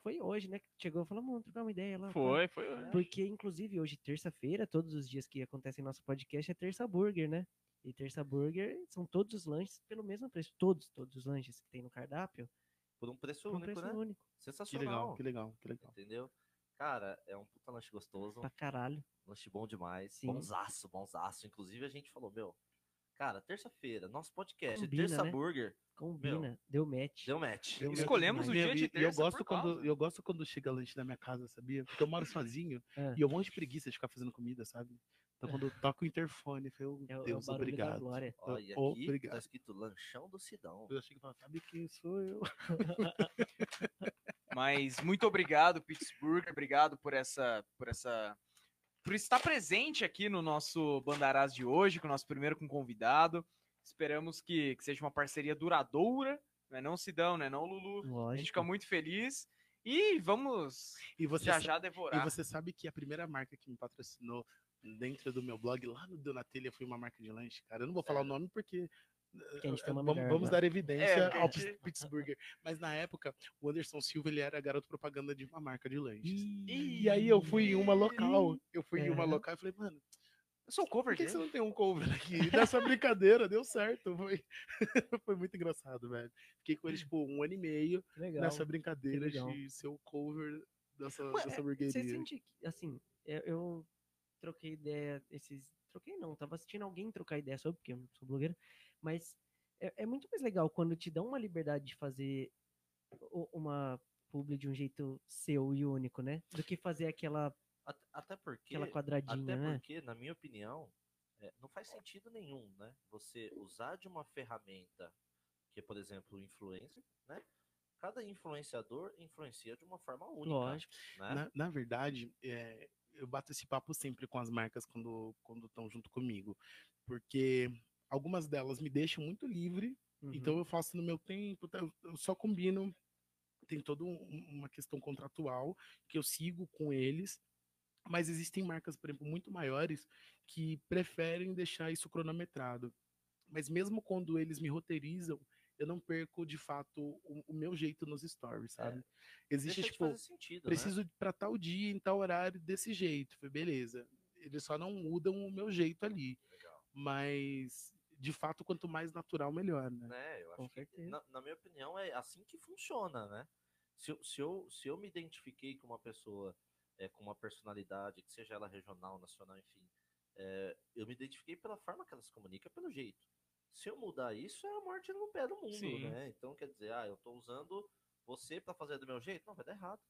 S3: foi hoje, né? Que chegou e falou, vamos trocar uma ideia lá. pá."
S2: Foi, foi. hoje.
S3: Porque, inclusive, hoje, terça-feira, todos os dias que acontecem nosso podcast é terça burger, né? E terça burger são todos os lanches pelo mesmo preço. Todos, todos os lanches que tem no cardápio.
S1: Por um preço
S3: por Um
S1: único,
S3: preço
S1: né?
S3: único.
S4: Que
S1: Sensacional.
S4: legal, que legal, que legal.
S1: Entendeu? Cara, é um puta lanche gostoso.
S3: Pra caralho.
S1: Lanche bom demais.
S3: Tá. Sim.
S1: Bonzaço, bonzaço. Inclusive, a gente falou, meu, cara, terça-feira, nosso podcast,
S3: Combina,
S1: terça
S3: né?
S1: burger,
S3: Combina. Deu match.
S1: deu match.
S4: Eu-
S2: Escolhemos o dia
S4: Meu,
S2: de
S4: e- e eu
S2: terça
S4: gosto
S2: por
S4: quando
S2: causa.
S4: eu gosto quando chega lanche na minha casa, sabia? Porque eu moro sozinho
S3: Ah.
S4: e eu morro de preguiça de ficar fazendo comida, sabe? Então quando eu toco o interfone, eu falo,
S3: É o- é o barulho
S4: Deus,
S3: da
S4: obrigado.
S3: glória.
S1: Olha,
S4: Oh,
S1: aqui tá
S4: obrigado.
S1: escrito lanchão do Sidão.
S4: Eu achei que falava, sabe quem sou eu?
S2: Mas muito obrigado, Pittsburgh. Obrigado por essa, por essa, por estar presente aqui no nosso Bandarás de hoje, com o nosso primeiro com convidado. Esperamos que, que seja uma parceria duradoura, né? Não Sidão, né? Não Lulu. A gente
S3: Lógico.
S2: fica muito feliz e vamos
S4: E você,
S2: já
S4: sa-
S2: já
S4: e
S2: devorar.
S4: você sabe que a primeira marca que me patrocinou dentro do meu blog, lá no Donatelha, foi uma marca de lanche, cara. Eu não vou falar o nome porque.
S3: É.
S4: eh,
S3: Porque a gente tem né? o nome
S4: Vamos,
S3: dela
S4: vamos
S3: agora.
S4: dar evidência
S2: É, porque a gente-
S4: ao Pittsburgher. Mas na época, o Anderson Silva ele era garoto propaganda de uma marca de lanches.
S3: Ih,
S4: E aí eu fui em uma local. Eu fui em uma
S3: Aham. é
S4: local e falei, mano,
S2: Eu sou o cover
S4: por que, que
S2: dele.
S4: você não tem um cover aqui? Dessa brincadeira, deu certo. Foi, foi muito engraçado, velho. Fiquei com eles, tipo, um ano e meio
S3: que legal.
S4: nessa brincadeira
S3: legal.
S4: de ser o cover dessa,
S3: Ué, é,
S4: dessa
S3: Você
S4: hamburgueria.
S3: sente que, assim, eu, eu troquei ideia esses. Troquei não, tava assistindo alguém trocar ideia sobre, porque eu não sou blogueiro, mas é, é muito mais legal quando te dão uma liberdade de fazer o- uma publi de um jeito seu e único, né? Do que fazer aquela,
S1: At- Até porque,
S3: aquela quadradinha,
S1: até
S3: né?
S1: porque, na minha opinião, é, não faz sentido nenhum, né? Você usar de uma ferramenta, que é, por exemplo, o influencer, né? Cada influenciador influencia de uma forma única.
S3: Lógico.
S1: Né?
S4: Na, na verdade, é, eu bato esse papo sempre com as marcas quando quando estão junto comigo, porque algumas delas me deixam muito livre,
S3: Uhum.
S4: então eu faço no meu tempo, tá, eu eu só combino. Tem toda uma questão contratual que eu sigo com eles, mas existem marcas, por exemplo, muito maiores que preferem deixar isso cronometrado. Mas mesmo quando eles me roteirizam, eu não perco de fato o, o meu jeito nos stories, sabe? Existe
S1: É. Deixa de
S4: tipo
S1: fazer sentido, né?
S4: preciso para tal dia, em tal horário, desse jeito. Foi beleza. Eles só não mudam o meu jeito ali. Mas, de fato, quanto mais natural, melhor, né?
S1: né? Eu
S3: Com
S1: acho que,
S3: certeza.
S1: na, na minha opinião, é assim que funciona, né? Se, eu- se, eu, se eu me identifiquei com uma pessoa, é, com uma personalidade, que seja ela regional, nacional, enfim, é, eu me identifiquei pela forma que ela se comunica, pelo jeito. Se eu mudar isso, é a morte no pé do mundo,
S2: Sim.
S1: né? Então, quer dizer, ah, eu tô usando você para fazer do meu jeito? Não, vai dar errado.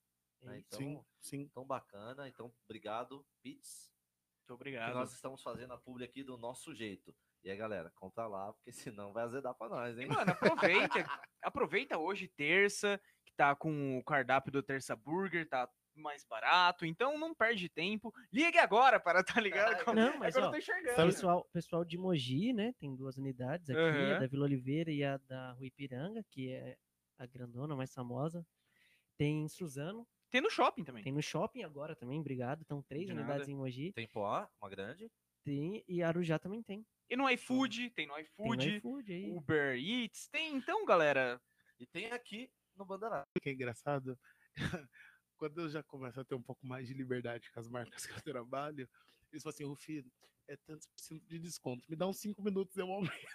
S3: É
S1: né?
S3: isso.
S1: Então,
S4: sim, sim.
S1: tão bacana. Então, obrigado, Pits
S2: Muito
S1: que
S2: obrigado.
S1: nós estamos fazendo a publi aqui do nosso jeito. E aí, galera, conta lá, porque senão vai azedar pra nós, hein?
S2: Mano, aproveita. aproveita hoje, terça, que tá com o cardápio do Terça Burger, tá mais barato, então não perde tempo. Ligue agora para, tá ligado?
S1: Caralho.
S3: Não, mas
S2: agora
S3: ó,
S2: eu tô enxergando.
S4: Sabe- assim?
S3: Pessoal, pessoal de Mogi, né? Tem duas unidades aqui,
S2: Aham.
S3: a da Vila Oliveira e a da Ruipiranga, que é a grandona mais famosa. Tem em Suzano,
S2: Tem no shopping também.
S3: tem no shopping agora também, obrigado. Então, três
S2: De
S3: unidades
S2: nada.
S3: em Mogi.
S1: Tem Poá, uma grande.
S3: Tem, e Arujá também tem.
S2: E no iFood, Hum. tem no
S3: Tem no
S2: iFood,
S3: iFood aí.
S2: Uber Eats, tem. Então, galera,
S1: E tem aqui no Bandará.
S4: O que é engraçado? Quando eu já começo a ter um pouco mais de liberdade com as marcas que eu trabalho, eles falam assim, Rufino, é tantos por cento de desconto. Me dá uns cinco minutos, eu aumento.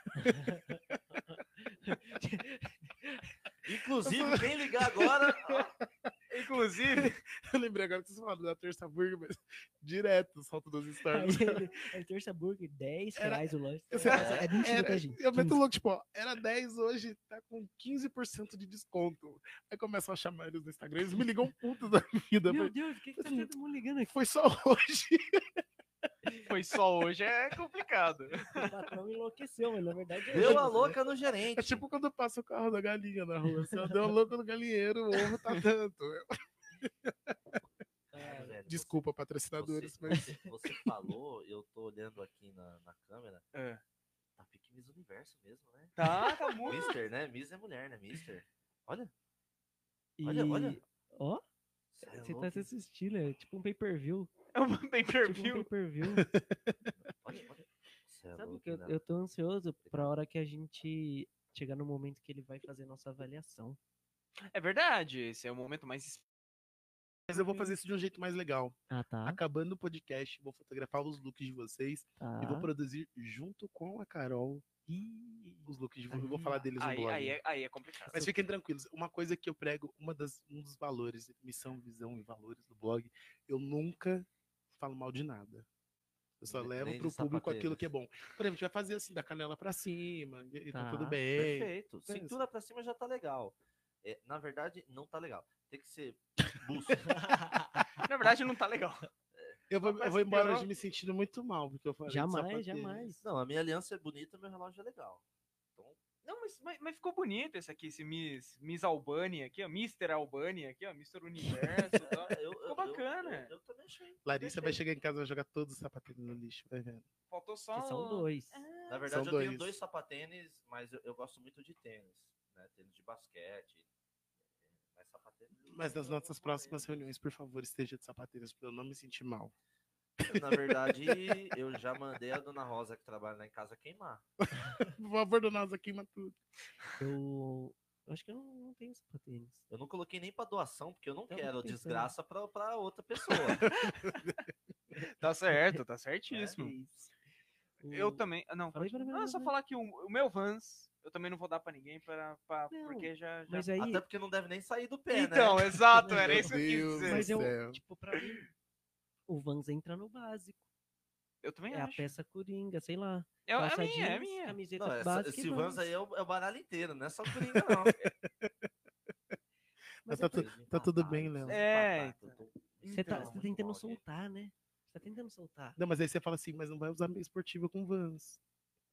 S1: Inclusive, quem ligar agora, ó,
S2: inclusive,
S4: Eu lembrei agora que vocês falaram da Terça Burger, mas direto, solto dos
S3: Aí,
S4: stories.
S3: ele- aí terça burger, 10
S4: Era-
S3: reais o lanche.
S4: Eu
S3: É,
S4: sei-
S3: é mentira,
S4: Era-
S3: tá, gente?
S4: Eu meto
S3: 15.
S4: louco, tipo, ó, era 10 hoje, tá com 15% de desconto. Aí começam a chamar eles no Instagram, eles me ligam um puto da vida.
S3: Meu
S4: mas
S3: Deus, o que, que tá
S4: Assim,
S3: todo mundo ligando aqui?
S4: Foi só hoje.
S2: foi só hoje, é complicado.
S3: O patrão enlouqueceu, mas na verdade... é
S1: deu
S3: isso,
S1: a
S3: né?
S1: louca no
S4: É
S1: gerente.
S4: tipo quando passa o carro da galinha na rua. é Se eu der uma louca no galinheiro, o ovo tá tanto.
S3: É.
S1: Cara, É, velho, você-
S4: Desculpa,
S1: você-
S4: patrocinadores, mas.
S1: Você, você falou, eu tô olhando aqui na, na câmera,
S2: É.
S1: tá pique Miss Universo mesmo, né?
S2: Tá, tá muito.
S1: Mister, né? Miss é mulher, né? Mister. Olha. Olha,
S3: E-
S1: olha.
S3: Ó,
S1: Cê é
S3: você tá
S1: louco,
S3: se assistindo, é tipo um pay-per-view.
S2: É um pay-per-view.
S3: Tipo um pay-per-view.
S1: olha, olha. Cê é
S3: Sabe o
S1: louco,
S3: que eu,
S1: né?
S3: eu tô ansioso pra hora que a gente chegar no momento que ele vai fazer nossa avaliação.
S2: É verdade, esse é o momento mais. es-
S4: Mas eu vou fazer isso de um jeito mais legal.
S3: Ah, tá.
S4: Acabando o podcast, vou fotografar os looks de vocês
S3: tá.
S4: e vou produzir junto com a Carol os looks de vocês. Eu vou falar deles no
S2: Aí,
S4: blog.
S2: aí, é, aí é complicado.
S4: Mas fiquem tranquilos, uma coisa que eu prego, uma das, um dos valores, missão, visão e valores do blog, eu nunca falo mal de nada. Eu só
S1: Ne-
S4: levo
S1: nem
S4: pro
S1: de
S4: público aquilo
S1: sapateiros.
S4: que é bom. Por exemplo, a gente vai fazer assim, da canela pra cima, e e tá,
S3: Tá,
S4: tudo bem.
S1: Perfeito.
S3: é.
S4: Pensa.
S1: Cintura pra cima já tá legal. É, na verdade, não tá legal. Tem que ser busto.
S2: Na verdade, não tá legal.
S4: Eu vou, eu
S2: Rapaz,
S4: vou embora
S2: piorou.
S4: hoje me sentindo muito mal, porque eu falei de
S3: Jamais,
S4: sapateiro.
S3: jamais.
S1: não, a minha aliança é bonita, meu relógio é legal.
S2: Não, mas, mas, mas ficou bonito esse aqui, esse Miss, Miss Albani aqui, ó. Mr. Albani aqui, ó. Mr. Universo tá? e tal.
S1: Eu, eu- eu-
S2: bacana.
S1: Eu, eu também achei.
S4: Larissa vai chegar em casa e vai jogar todos os sapateiros no lixo, vai vendo.
S2: Faltou só.
S3: Que são
S2: o- É.
S3: dois.
S1: Na verdade,
S4: São
S1: eu tenho
S4: dois.
S1: dois sapatênis, mas eu, eu gosto muito de tênis. Né? Tênis de basquete. Mas sapatênis.
S4: Mas nas nossas próximas reuniões, por favor, esteja de sapateiros, pra eu não me sentir mal.
S1: Na verdade, eu já mandei a dona Rosa que trabalha lá em casa queimar.
S4: Por favor, dona Rosa, queima tudo.
S3: Eu, eu acho que eu não, não tenho sapatênis.
S1: Eu não coloquei nem pra doação, porque eu não
S3: Tava
S1: quero
S3: pensando.
S1: desgraça pra, pra outra pessoa.
S2: Tá certo, tá
S3: Que
S2: certíssimo.
S3: É isso.
S2: Eu
S3: O-
S2: também. ah, Não,
S3: Fala aí,
S2: pode-
S3: fala aí,
S2: não, é
S3: fala
S2: só
S3: aí.
S2: falar que o, o meu Vans, eu também não vou dar pra ninguém, pra, pra-
S3: Não,
S2: porque já. já-
S3: Mas é aí,
S1: Até porque não deve nem sair do pé,
S2: Então,
S4: é
S1: né?
S2: exato, era
S4: Meu
S2: isso que eu quis
S4: Deus
S2: dizer.
S4: do
S3: mas eu,
S4: céu.
S3: tipo, pra mim, o Vans entra no básico.
S2: Eu também
S3: É a
S2: acho.
S3: peça coringa, sei lá.
S2: É, é
S3: Calça
S2: minha, é
S3: jeans,
S2: minha.
S3: Camiseta
S1: Não, essa,
S3: básica. e
S1: esse Vans
S3: Vans.
S1: aí é o, é o baralho inteiro, não é só o Coringa, não.
S3: Mas
S4: Tá
S3: é
S4: tu-
S3: coisa-
S4: tá tudo bem,
S1: um
S4: Léo.
S2: É,
S3: Você tá,
S2: Então,
S3: você tá tentando soltar, né? Você tá tentando soltar.
S4: Não, mas aí você fala assim, mas não vai usar meia esportiva com Vans.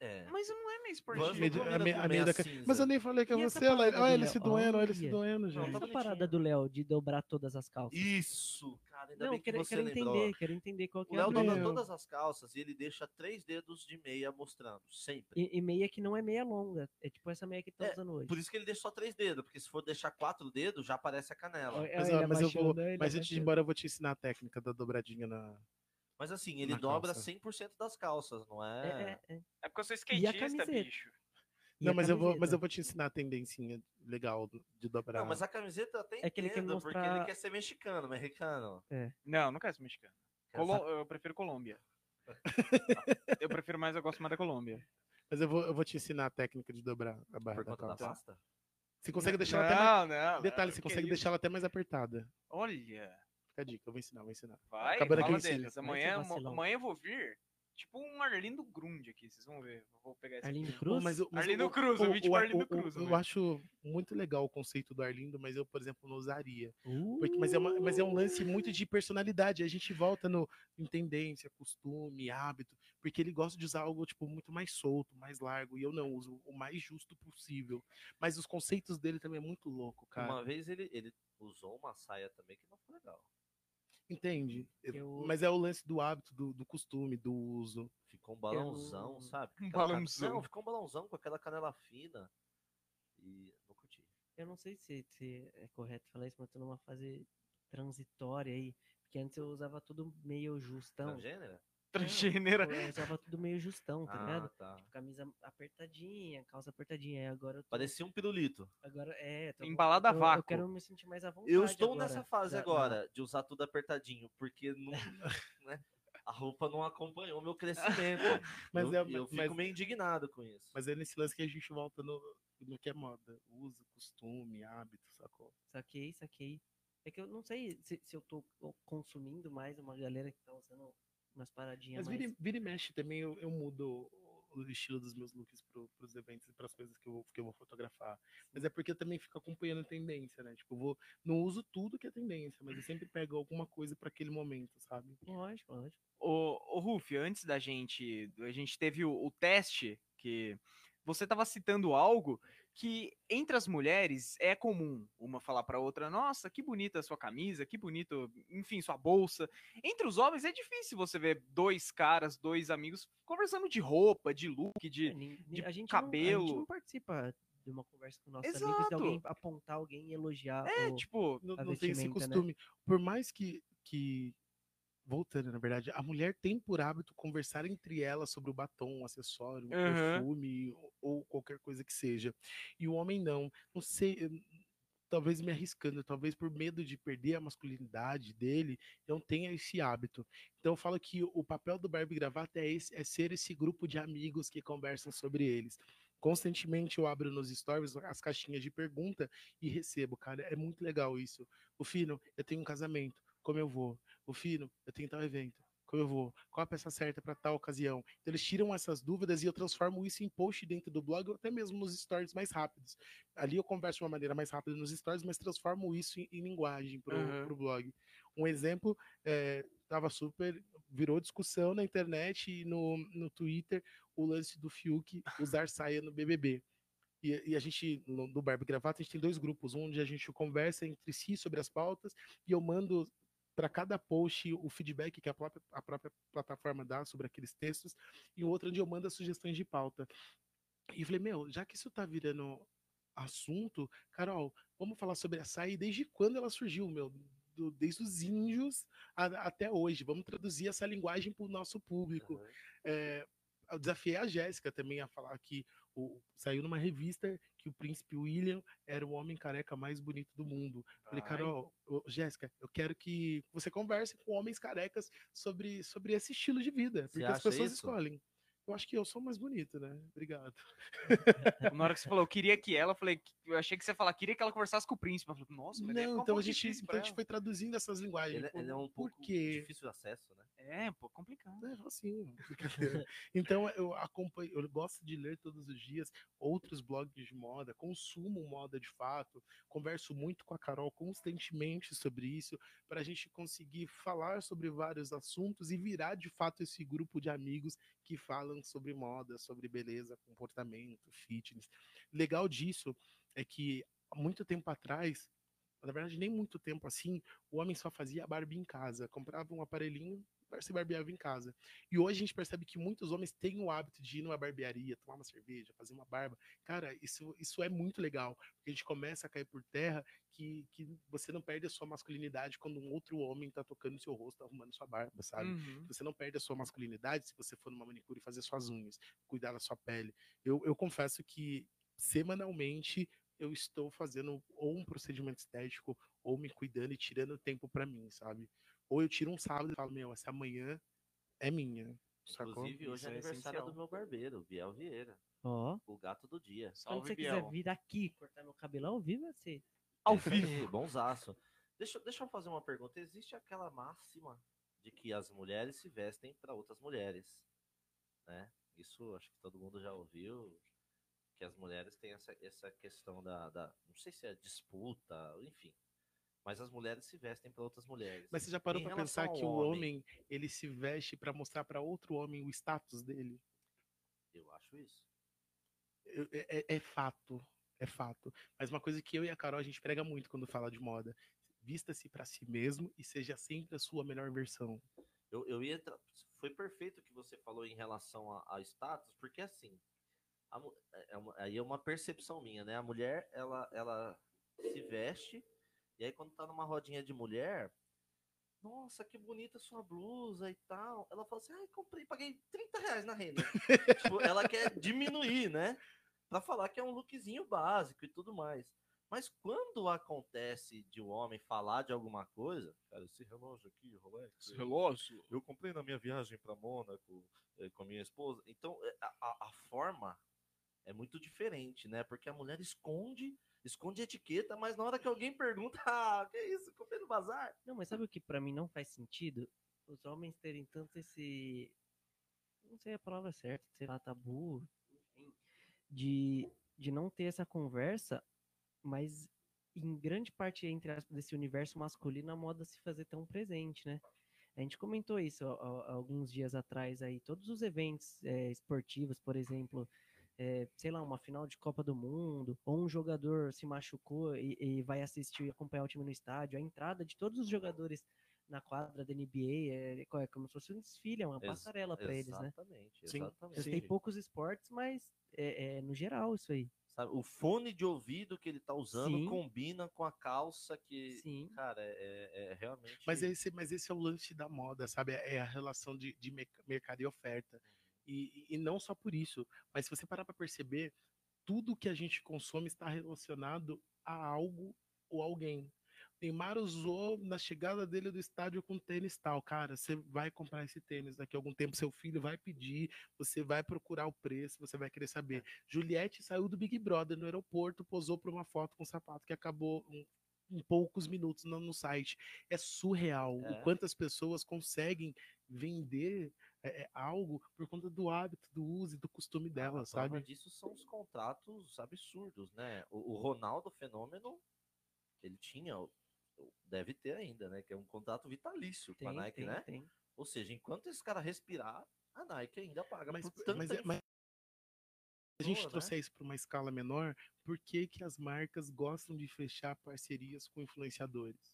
S1: É.
S2: Mas não é meio
S1: Vans
S2: esportivo.
S4: Medi-
S1: combina
S4: a me-
S1: com
S4: a
S1: meia
S4: meia da ca-
S1: cinza.
S4: Mas eu nem falei que é
S3: E essa
S4: você, olha,
S3: parada
S4: olha
S3: do
S4: ele
S3: Léo?
S4: se doendo, olha ele
S3: Olha.
S4: se doendo, gente.
S1: tá
S3: Essa
S1: bonitinho.
S3: parada do Léo de dobrar todas as calças.
S1: Isso, cara, ainda
S3: não,
S1: bem
S3: eu
S1: que
S3: quero, eu
S1: você
S3: quero
S1: lembrou.
S3: entender, quero entender qual que
S1: O
S3: é a
S1: Léo dobra
S3: brisa.
S4: Meu.
S1: todas as calças e ele deixa três dedos de meia mostrando, sempre.
S3: e, e meia que não é meia longa. É tipo essa meia que tá
S1: É,
S3: usando hoje.
S1: Por isso que ele deixa só três dedos, porque se for deixar quatro dedos, já aparece a canela.
S3: Olha,
S4: Mas,
S3: É, ele
S4: ó, mas eu
S3: abaixando,
S4: vou-
S3: ele é
S4: Mas antes de ir
S3: abaixando.
S4: embora, eu vou te ensinar a técnica da dobradinha na.
S1: Mas assim, ele
S4: Na
S1: dobra
S4: calça.
S1: 100% das calças, não
S3: É,
S1: é?
S3: é, é.
S2: É porque eu sou
S3: E a
S2: skatista,
S3: camiseta?
S2: bicho.
S3: E
S4: Não,
S3: a
S4: mas eu, vou,
S3: camiseta?
S4: mas eu vou te ensinar a tendencinha legal do- de dobrar.
S1: Não, mas a camiseta eu até
S3: É que ele quer
S1: entendo, porque ele
S3: mostrar-
S1: quer ser mexicano, americano.
S2: Não, não quero ser mexicano.
S1: Quer essa-
S2: Colo- Eu prefiro Colômbia. eu prefiro mais, eu gosto mais da Colômbia.
S4: Mas eu vou, eu vou te ensinar a técnica de dobrar a barra
S1: Por
S4: da
S1: conta da
S4: calça.
S1: pasta?
S4: Você consegue deixar
S2: não,
S4: ela até mais.
S2: não, não,
S4: Detalhe, você
S2: que
S4: consegue
S2: isso.
S4: deixar ela até mais apertada.
S2: Olha,
S4: Fica a dica, eu vou ensinar, eu vou ensinar.
S2: vai,
S4: Acabando aqui
S2: fala
S4: eu ensino.
S2: deles.
S3: Vai,
S2: Amanhã,
S3: seu vacilão.
S2: amanhã eu vou vir tipo um Arlindo Grund aqui, vocês vão ver. Eu Vou pegar esse aqui.
S3: Arlindo
S4: Pô,
S3: Cruz?
S4: mas eu- mas eu-
S2: Arlindo Cruz,
S4: o-
S2: eu vim tipo
S4: o-
S2: Arlindo
S4: o- o-
S2: Cruz.
S4: Eu
S2: mano.
S4: acho muito legal o conceito do Arlindo, mas eu, por exemplo, não usaria.
S3: Uh,
S4: Porque- mas, é uma- mas é um lance muito de personalidade. A gente volta no em tendência, costume, hábito, porque ele gosta de usar algo tipo muito mais solto, mais largo. E eu não uso o mais justo possível. Mas os conceitos dele também é muito louco, cara.
S1: Uma vez ele, ele usou uma saia também que não foi legal.
S4: Entende?
S3: Eu-
S4: Mas é o lance do hábito, do, do costume, do uso.
S1: Ficou um balãozão,
S3: não-
S1: sabe?
S2: Um
S1: Aquela ca-
S2: balãozão.
S1: Não, ficou um balãozão com aquela canela fina. E não curti.
S3: Eu não sei se, se é correto falar isso, mas eu tô numa fase transitória aí. Porque antes eu usava tudo meio justão.
S1: Transgênera?
S2: Transgênera.
S3: Eu usava tudo meio justão, tá
S1: Ah,
S3: ligado?
S1: tá.
S3: Camisa apertadinha, calça apertadinha. Aí agora eu tô.
S1: Parecia um pirulito.
S3: Agora é. Tô,
S2: Embalada a
S3: eu- Eu
S2: vácuo.
S3: quero me sentir mais à vontade.
S1: Eu estou
S3: agora,
S1: nessa fase
S3: da- da-
S1: agora de usar tudo apertadinho, porque não, né, a roupa não acompanhou meu crescimento.
S4: Mas,
S1: eu,
S4: é,
S1: eu fico
S4: mas,
S1: meio indignado com isso.
S4: mas é nesse lance que a gente volta no, no que é moda. Uso, costume, hábito, sacou?
S3: Saquei, saquei. É que eu não sei se, se eu tô co- consumindo mais uma galera que tá usando umas paradinhas
S4: Mas
S3: mais.
S4: vira, e- vira e mexe também, eu, eu mudo o o estilo dos meus looks pro, pros eventos e pras coisas que eu, vou- que eu vou fotografar. Mas é porque eu também fico acompanhando a tendência, né? Tipo, eu vou, não uso tudo que é tendência, mas eu sempre pego alguma coisa pra aquele momento, sabe?
S3: Lógico, lógico.
S2: Ô, ô Ruf, antes da gente. A gente teve o, o teste que você estava citando algo que entre as mulheres é comum uma falar para outra: nossa, que bonita a sua camisa, que bonito, enfim, sua bolsa. Entre os homens é difícil você ver dois caras, dois amigos conversando de roupa, de look,
S3: É,
S2: de.
S3: nin-
S2: de
S3: nin- a gente Não, a gente
S2: cabelo.
S3: não participa de uma conversa com nossos amigos, de
S2: Exato.
S3: alguém apontar alguém e elogiar.
S2: É,
S3: o-
S2: tipo,
S4: não,
S3: a
S4: não tem esse
S3: vestimenta, né?
S4: costume. Por mais que, que. Voltando, na verdade, a mulher tem por hábito conversar entre elas sobre o batom, o acessório, o
S2: Aham.
S4: perfume ou, ou qualquer coisa que seja. E o homem não. Não sei. eu- Talvez me arriscando, talvez por medo de perder a masculinidade dele, não tenha esse hábito. Então eu falo que o papel do Barbie Gravata é, esse- é ser esse grupo de amigos que conversam sobre eles. Constantemente eu abro nos stories as caixinhas de pergunta e recebo, cara. É muito legal isso. O Fino, eu tenho um casamento, como eu vou? O Fino, eu tenho tal evento, como eu vou? Qual a peça certa para tal ocasião? Então eles tiram essas dúvidas e eu transformo isso em post dentro do blog ou até mesmo nos stories mais rápidos. Ali eu converso de uma maneira mais rápida nos stories, mas transformo isso em, em linguagem para o
S2: Aham.
S4: blog. Um exemplo eh, tava super virou discussão na internet e no, no Twitter o lance do Fiuk usar saia no BBB. E, e a gente, no, do Barba e Gravata, a gente tem dois grupos. Um onde a gente conversa entre si sobre as pautas e eu mando para cada post o feedback que a própria, a própria plataforma dá sobre aqueles textos. E o outro onde eu mando as sugestões de pauta. E eu falei, meu, já que isso tá virando assunto, Carol, vamos falar sobre a saia e desde quando ela surgiu, meu? Do- desde os índios a- até hoje. Vamos traduzir essa linguagem para o nosso público
S1: Aham.
S4: é, eu desafiei a Jéssica também a falar que o- saiu numa revista que o príncipe William era o homem careca mais bonito do mundo. Falei,
S2: Ai.
S4: Carol, ô, Jéssica, eu quero que você converse com homens carecas sobre, sobre esse estilo de vida, porque as
S1: acha
S4: pessoas
S1: isso?
S4: escolhem. Eu acho que eu sou mais bonito, né? Obrigado.
S2: na hora que você falou, eu queria que ela, eu falei, que- eu achei que você ia falar, queria que ela conversasse com o príncipe. Eu falei, nossa,
S1: é
S2: mas deve
S4: Não,
S2: ficar um
S4: então a
S2: pouco
S4: gente,
S2: difícil
S4: então
S2: pra
S4: a gente
S2: ela.
S4: foi traduzindo essas linguagens.
S1: Ele,
S4: Pô,
S1: ele é um
S4: por
S1: pouco
S4: quê?
S1: difícil de acesso, né?
S2: É, pô, complicado.
S4: É facinho, brincadeira. Então eu acompanho, eu gosto de ler todos os dias outros blogs de moda, consumo moda de fato, converso muito com a Carol constantemente sobre isso, para a gente conseguir falar sobre vários assuntos e virar de fato esse grupo de amigos que falam sobre moda, sobre beleza, comportamento, fitness. Legal disso é que há muito tempo atrás, na verdade nem muito tempo assim, o homem só fazia Barbie em casa, comprava um aparelhinho bar- se barbeava em casa. E hoje a gente percebe que muitos homens têm o hábito de ir numa barbearia, tomar uma cerveja, fazer uma barba. Cara, isso, isso é muito legal, porque a gente começa a cair por terra que, que você não perde a sua masculinidade quando um outro homem tá tocando seu rosto, arrumando sua barba, sabe?
S2: Uhum.
S4: Você não perde a sua masculinidade se você for numa manicure e fazer suas unhas, cuidar da sua pele. Eu, eu confesso que semanalmente eu estou fazendo ou um procedimento estético ou me cuidando e tirando tempo pra mim, sabe? Ou eu tiro um sábado e falo, meu, essa manhã é minha. Sacou?
S1: Inclusive, hoje
S2: Isso
S1: é
S2: é
S1: aniversário
S2: essencial.
S1: do meu barbeiro, Biel Vieira,
S3: Ó,
S1: o gato do dia.
S3: quando
S2: Salve,
S3: você
S2: Biel.
S3: quiser vir aqui cortar meu cabelo ao vivo, é assim. você.
S2: Ao
S1: Isso
S2: vivo.
S1: aí, É, Bonzaço. Deixa, deixa eu fazer uma pergunta. Existe aquela máxima de que as mulheres se vestem para outras mulheres, né? Isso acho que todo mundo já ouviu, que as mulheres têm essa, essa questão da, da- não sei se é disputa, enfim, mas as mulheres se vestem para outras mulheres.
S4: Mas você já parou
S1: Em
S4: pra
S1: relação
S4: pensar
S1: ao
S4: que o
S1: homem.
S4: homem, ele se veste pra mostrar pra outro homem o status dele?
S1: Eu acho isso.
S4: Eu- é, é- é fato, é fato. Mas uma coisa que eu e a Carol a gente prega muito quando fala de moda, vista-se pra si mesmo e seja sempre a sua melhor versão.
S1: Eu, eu ia entrar. Foi perfeito o que você falou em relação a, a status, porque assim. a mu- é- é uma- aí é uma percepção minha, né? A mulher, ela, ela se veste, e aí quando tá numa rodinha de mulher. Nossa, que bonita sua blusa e tal. Ela fala assim: ai, comprei, paguei 30 reais na renda. tipo, ela quer diminuir, né? Pra falar que é um lookzinho básico e tudo mais. Mas quando acontece de um homem falar de alguma coisa, cara, esse relógio aqui, Rolex, eu-
S2: relógio.
S1: eu comprei na minha viagem para Mônaco eh, com a minha esposa. Então, eh, a, a- a forma é muito diferente, né? Porque a mulher esconde, esconde etiqueta, mas na hora que alguém pergunta, ah, que isso, comprei no bazar.
S3: Não, mas sabe o que pra mim não faz sentido? Os homens terem tanto esse. Não sei a palavra certa, sei lá, tabu. enfim, De, de não ter essa conversa, mas em grande parte, entre aspas, desse universo masculino, a moda se fazer tão presente, né? A gente comentou isso há- há- há alguns dias atrás aí. Todos os eventos eh, esportivos, por exemplo, eh, sei lá, uma final de Copa do Mundo, ou um jogador se machucou e, e vai assistir e acompanhar o time no estádio, a entrada de todos os jogadores na quadra da NBA, é, é como se fosse um desfile, é uma
S1: Ex-
S3: passarela para eles, né? Tipo-
S1: Exatamente,
S4: Sim,
S1: exatamente.
S3: Eles têm poucos esportes, mas é, é no geral isso aí.
S1: Sabe, o fone de ouvido que ele tá usando
S3: Sim.
S1: combina com a calça que.
S3: Sim.
S1: Cara, é, é- é realmente.
S4: Mas esse, mas esse é o lance da moda, sabe? É a relação de, de merc- mercado e oferta. E, e não só por isso, mas se você parar para perceber, tudo que a gente consome está relacionado a algo ou alguém. Neymar usou na chegada dele do estádio com tênis tal. Cara, você vai comprar esse tênis daqui a algum tempo, seu filho vai pedir, você vai procurar o preço, você vai querer saber. Juliette saiu do Big Brother no aeroporto, posou para uma foto com um sapato que acabou em, em poucos minutos no, no site. É surreal
S1: É.
S4: o quanto as pessoas conseguem vender é, é, algo por conta do hábito, do uso e do costume dela,
S1: A prova
S4: sabe?
S1: disso são os contratos absurdos, né? O, o Ronaldo Fenômeno, ele tinha, o- o- deve ter ainda, né? Que é um contrato vitalício com a
S3: Tem,
S1: Nike,
S3: tem,
S1: né?
S3: tem.
S1: Ou seja, enquanto esse cara respirar, a Nike ainda paga.
S4: Mas,
S1: por tanta
S4: mas é- mas- se a gente
S1: boa, né?
S4: trouxer isso para uma escala menor, por que, que as marcas gostam de fechar parcerias com influenciadores?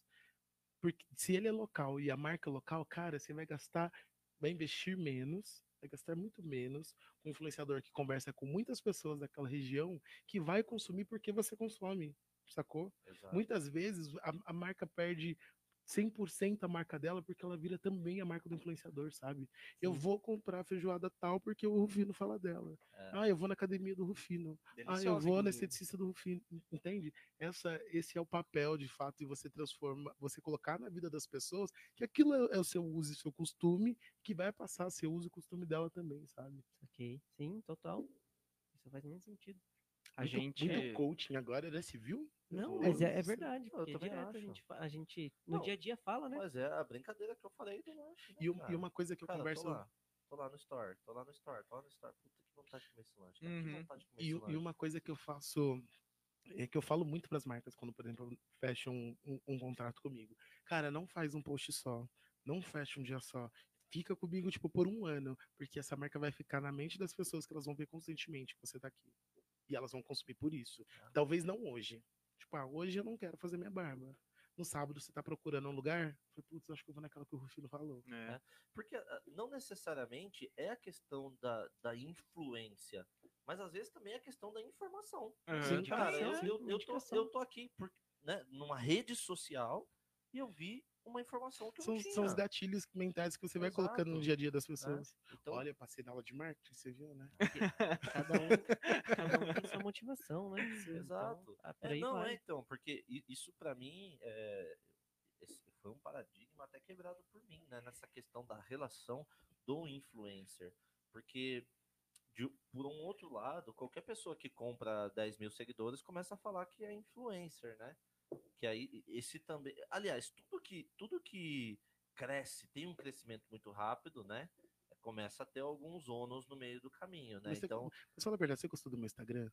S4: Porque se ele é local e a marca é local, cara, você vai gastar, vai investir menos, vai gastar muito menos com um influenciador que conversa com muitas pessoas daquela região que vai consumir porque você consome, sacou?
S1: Exato.
S4: Muitas vezes a, a marca perde 100% a marca dela porque ela vira também a marca do influenciador, sabe? Eu vou comprar feijoada tal porque o Rufino fala dela.
S1: É.
S4: Ah, eu vou na academia do Rufino. Ah, eu
S2: Deliciosa,
S4: vou na
S2: inclusive.
S4: esteticista do Rufino. Entende? Essa, esse é o papel, de fato, de você transforma, você colocar na vida das pessoas que aquilo é, é o seu uso e seu costume, que vai passar a ser uso e costume dela também, sabe?
S3: Ok, sim, total. Isso faz muito sentido.
S2: A
S4: Muito-
S2: gente.
S4: Muito coaching agora, né? Você viu?
S3: Não,
S4: Pô,
S3: mas é, é
S4: isso-
S3: verdade.
S1: eu
S3: porque
S1: também
S3: direto
S1: acho.
S3: a gente, fa- a gente no
S1: Não,
S3: dia a dia fala, né?
S1: Mas é a brincadeira que eu falei do lanche. né,
S4: E, um- e
S1: cara?
S4: uma coisa que eu
S1: Cara,
S4: converso
S1: tô lá. Tô lá no store, tô lá no store, tô lá no store. Puta que vontade de comer esse lanche. cara, é Que
S2: Uhum.
S1: vontade de comer
S4: E,
S1: esse
S4: u-
S1: lanche.
S4: e uma coisa que eu faço, é que eu falo muito para as marcas quando, por exemplo, fecham um, um- um contrato comigo. Cara, não faz um post só, não fecha um dia só. Fica comigo, tipo, por um ano, porque essa marca vai ficar na mente das pessoas que elas vão ver constantemente que você tá aqui. E elas vão consumir por isso.
S1: Ah.
S4: Talvez não hoje. Tipo, ah, hoje eu não quero fazer minha barba. No sábado você tá procurando um lugar? Falei, putz, acho que eu vou naquela que o Rufino falou.
S2: É.
S1: Porque ah, não necessariamente é a questão da, da influência, mas às vezes também é a questão da informação.
S2: Aham.
S4: Sim,
S1: Cara, eu,
S3: Indicação,
S1: eu, eu, tô,
S3: indicação.
S1: eu tô aqui por, né, numa rede social e eu vi uma informação que eu
S4: São,
S1: não tinha.
S4: são os gatilhos mentais que você vai colocando no
S1: Exato.
S4: dia a dia das pessoas.
S1: Então,
S4: Olha, passei na aula de marketing, você viu, né?
S3: Cada um, cada um tem sua motivação, né? Então,
S1: Exato.
S3: ah, por
S1: É,
S3: aí
S1: não
S3: vai.
S1: é então, porque i- isso pra mim é, esse foi um paradigma até quebrado por mim, né? Nessa questão da relação do influencer. Porque, de- por um outro lado, qualquer pessoa que compra 10 mil seguidores começa a falar que é influencer, né? Que aí e- esse também. Aliás, tudo que, tudo que cresce tem um crescimento muito rápido, né? Começa a ter alguns ônus no meio do caminho, né?
S4: Mas você-
S1: Então,
S4: Mas fala a verdade, você gostou do meu Instagram?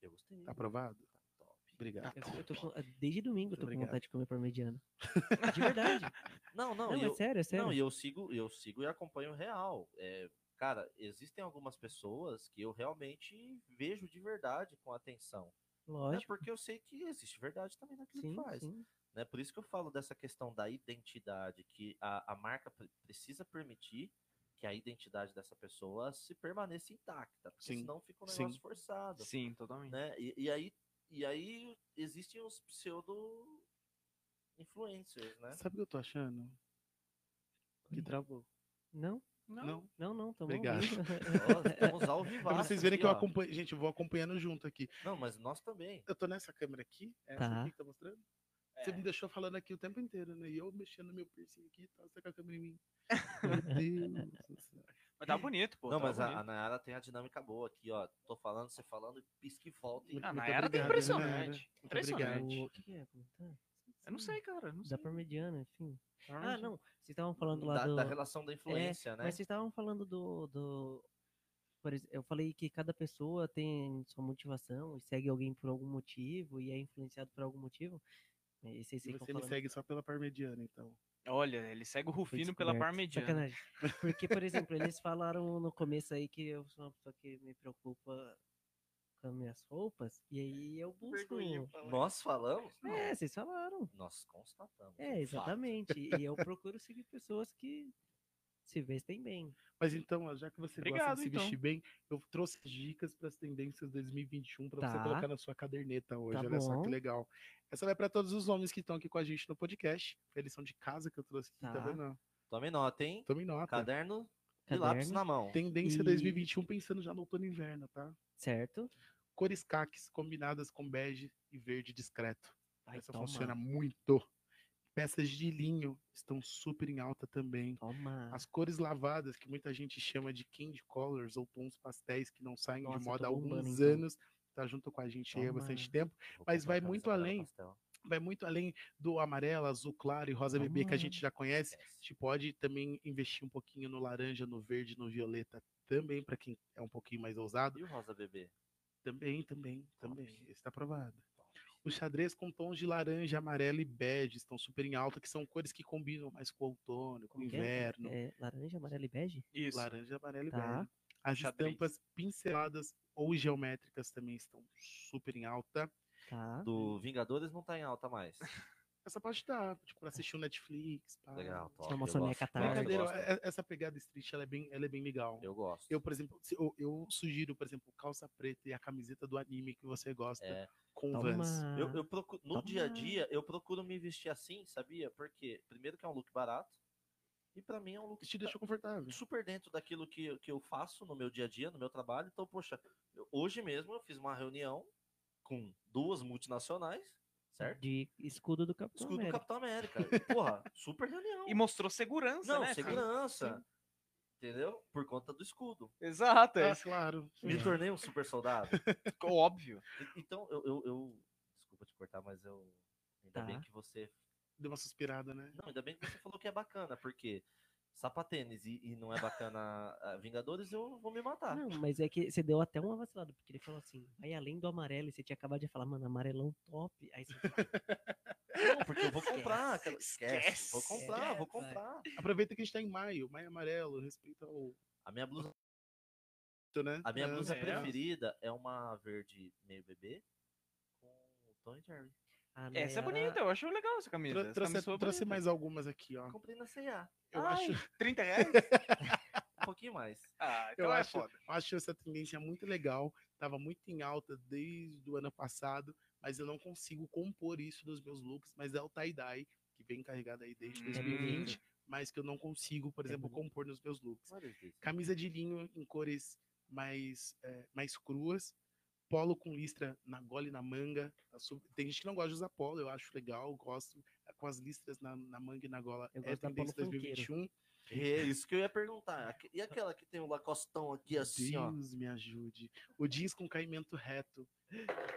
S1: eu gostei.
S4: Tá aprovado?
S1: top.
S4: Obrigado.
S3: Ah, tá. Eu, eu tô com- desde domingo eu tô
S4: Obrigado.
S3: com vontade de comer parmegiana. De verdade.
S1: Não, não,
S3: Não,
S1: eu,
S3: é sério, é sério.
S1: Não, e eu sigo, eu sigo e acompanho real. É, cara, existem algumas pessoas que eu realmente vejo de verdade com atenção. É
S3: Lógico.
S1: porque eu sei que existe verdade também naquilo
S3: Sim,
S1: que faz.
S3: sim.
S1: Né? Por isso que eu falo dessa questão da identidade, que a, a marca pre- precisa permitir que a identidade dessa pessoa se permaneça intacta. Porque
S4: Sim,
S1: senão fica um
S4: sim.
S1: negócio forçado.
S2: Sim, totalmente.
S1: Né? E, e aí, e aí existem os pseudo influencers, né?
S4: Sabe o que eu tô achando? Que travou.
S3: Não,
S2: Não.
S4: Não?
S3: não, não, tamo
S4: Obrigado.
S1: Nós estamos ao vivo.
S4: É Pra vocês
S3: assim,
S4: verem que eu acompanho. Gente, eu vou acompanhando junto aqui.
S1: Não, mas nós também.
S4: Eu tô nessa câmera aqui, essa
S3: Tá. É.
S4: aqui que tá mostrando. Você me deixou falando aqui o tempo inteiro, né? E eu mexendo no meu piercing aqui e tal, você tá com a câmera em mim. Meu Deus do céu.
S3: Assim
S2: Mas tá bonito, pô.
S1: não,
S2: tá
S1: mas a,
S2: bonito.
S1: a Nayara tem a dinâmica boa aqui, ó. Tô falando, você falando, pisca e volta. E...
S4: Muito
S2: Ah,
S4: muito
S2: na era tá
S4: obrigado, né, Nayara.
S2: impressionante.
S4: Muito obrigado.
S2: Impressionante.
S3: O que, que é? Comentar?
S2: Eu não sei, cara. eu Não sei.
S3: Da parmegiana, enfim.
S2: Realmente
S3: Ah, não. Vocês estavam falando lá
S1: Da,
S3: do. É,
S1: da relação da influência, né?
S3: Mas vocês estavam falando do. do... por ex- eu falei que cada pessoa tem sua motivação e segue alguém por algum motivo e é influenciado por algum motivo. É, E vocês
S4: E
S3: ficam
S4: você me
S3: falando-
S4: segue só pela parmediana, então.
S2: Olha, ele segue o
S3: Foi
S2: Rufino pela
S3: descoberto.
S2: parmegiana.
S3: Sacanagem. Porque, por exemplo, eles falaram no começo aí que eu sou uma pessoa que me preocupa com as minhas roupas, e aí eu busco.
S5: Vergonhinha falar.
S1: Nós falamos?
S3: É, vocês falaram.
S1: Nós constatamos. um
S3: É,
S1: fato.
S3: exatamente. E eu procuro seguir pessoas que se vestem bem.
S4: Mas então, ó, já que você gosta
S2: Obrigado,
S4: de se
S2: então.
S4: vestir bem, eu trouxe dicas para as tendências 2021 para um você
S3: Tá.
S4: colocar na sua caderneta hoje.
S3: Tá
S4: Olha só que
S3: bom.
S4: legal. Essa vai para todos os homens que estão aqui com a gente no podcast. Foi a lição de casa que eu trouxe aqui, tá,
S3: Tá.
S4: vendo? ó?
S1: Tome nota, hein?
S4: Tome nota.
S1: Caderno e lápis
S3: Caderno.
S1: na mão.
S4: Tendência
S3: E-
S4: 2021 pensando já no outono e inverno, tá?
S3: Certo?
S4: Cores caques combinadas com bege e verde discreto.
S3: Ai,
S4: Essa
S3: toma,
S4: funciona muito. Peças de linho estão super em alta também.
S3: Toma.
S4: As cores lavadas, que muita gente chama de candy colors ou tons pastéis que não saem
S3: Nossa,
S4: de
S3: eu
S4: moda há
S3: tô bombando,
S4: alguns
S3: então.
S4: anos, tá junto com a gente aí há bastante
S3: Toma.
S4: tempo,
S1: Vou
S4: mas
S1: comprar
S4: vai
S1: a camisa
S4: muito
S1: amarela
S4: além.
S1: pastel.
S4: vai muito além do amarelo, azul claro e rosa bebê que a
S3: Toma.
S4: gente já conhece. A
S1: Esquece.
S4: gente pode também investir um pouquinho no laranja, no verde, no violeta também para quem é um pouquinho mais ousado.
S1: E o rosa bebê?
S4: Também, também,
S1: Top.
S4: também. Está aprovado. O xadrez com tons de laranja, amarelo e bege estão super em alta, que são cores que combinam mais com o outono, com o
S3: Como que é?
S4: inverno.
S3: É, laranja, amarelo e bege?
S2: Isso.
S4: Laranja, amarelo e
S3: Tá.
S4: verde. As
S2: Xadrez.
S4: estampas pinceladas ou geométricas também estão super em alta.
S3: Tá.
S1: Do Vingadores não tá em alta mais.
S4: Essa parte dá, tipo, pra assistir o Netflix. pá.
S1: Legal, top.
S3: Dá uma
S1: eu
S3: soneca
S1: gosto,
S3: à
S2: Tá.
S1: gosto,
S3: tarde.
S4: Ah. Brincadeira,
S1: eu
S4: ó,
S1: gosto.
S4: é- essa pegada street, ela é bem, ela é bem legal. Eu,
S1: Eu gosto.
S4: por exemplo, se- eu, eu sugiro, por exemplo, calça preta e a camiseta do anime que você gosta
S1: É.
S4: com
S3: Toma.
S4: Vans.
S1: Eu,
S3: Ah.
S1: eu procuro, no dia a
S3: Toma.
S1: dia, eu procuro me vestir assim, sabia? Porque, primeiro, que é um look barato. E pra mim é um look
S4: Isso te
S1: que tá
S4: deixa confortável.
S1: super dentro daquilo que, eu- que eu faço no meu dia a dia, no meu trabalho. Então, poxa, eu- hoje mesmo eu fiz uma reunião com duas multinacionais, certo?
S3: De escudo do Capitão
S1: Escudo do
S3: América.
S1: Capitão América. Porra, super reunião.
S2: E mostrou segurança,
S1: Não,
S2: né? cara?
S1: segurança.
S2: Sim.
S1: Entendeu? Por conta do escudo.
S2: Exato, é
S4: Ah, claro.
S1: Me
S4: Sim.
S1: tornei um super soldado.
S2: isso, óbvio.
S1: E- Então, eu, eu, eu- Desculpa te cortar, mas eu. Ainda
S3: Tá.
S1: bem que você.
S4: Deu uma suspirada, né?
S1: Não, ainda bem que você falou que é bacana, porque sapatênis e, e não é bacana ah, Vingadores, eu vou me matar.
S3: Não, mas é que você deu até uma vacilada, porque ele falou assim, vai além do amarelo, e você tinha acabado de falar, mano, amarelão top. Aí você
S1: Não, porque eu vou comprar. aquela- Esquece,
S2: Esquece,
S1: Vou comprar, vou
S3: esquece.
S1: comprar.
S4: Aproveita que a gente tá em maio, maio amarelo, respeito ao.
S1: A minha blusa,
S4: Né?
S1: a minha
S4: Ah,
S1: blusa
S2: é?
S1: preferida é uma verde meio bebê com Tom e Jerry.
S3: Ah, não,
S2: Essa é
S3: era-
S2: bonita, eu acho legal essa camisa.
S4: Tro-
S1: tá
S2: essa
S4: trouxe,
S2: camisa foi
S4: trouxe
S2: bonita.
S4: mais algumas aqui, ó.
S1: Comprei na C&A.
S4: Eu
S2: Ai,
S4: acho,
S2: 30 reais?
S1: Um pouquinho mais.
S2: Ah, então
S4: eu
S2: é
S4: acho,
S2: foda.
S4: eu acho essa tendência muito legal. Tava muito em alta desde o ano passado, mas eu não consigo compor isso nos meus looks. Mas é o tie-dye, que vem carregado aí desde
S2: Hum.
S4: 2020, mas que eu não consigo, por exemplo,
S3: é bonito.
S4: compor nos meus looks.
S1: Olha isso.
S4: Camisa de linho em cores mais, eh, mais cruas. Polo com listra na gola e na manga. tá su- Tem gente que não gosta de usar polo, eu acho legal, eu gosto. Com as listras na, na manga e na gola,
S3: Eu
S4: é
S3: gosto da polo
S4: tendência 2021.
S1: É isso que eu ia perguntar. Aque- E aquela que tem o lacostão aqui assim, ó.
S4: Deus me ajude. O jeans com caimento reto,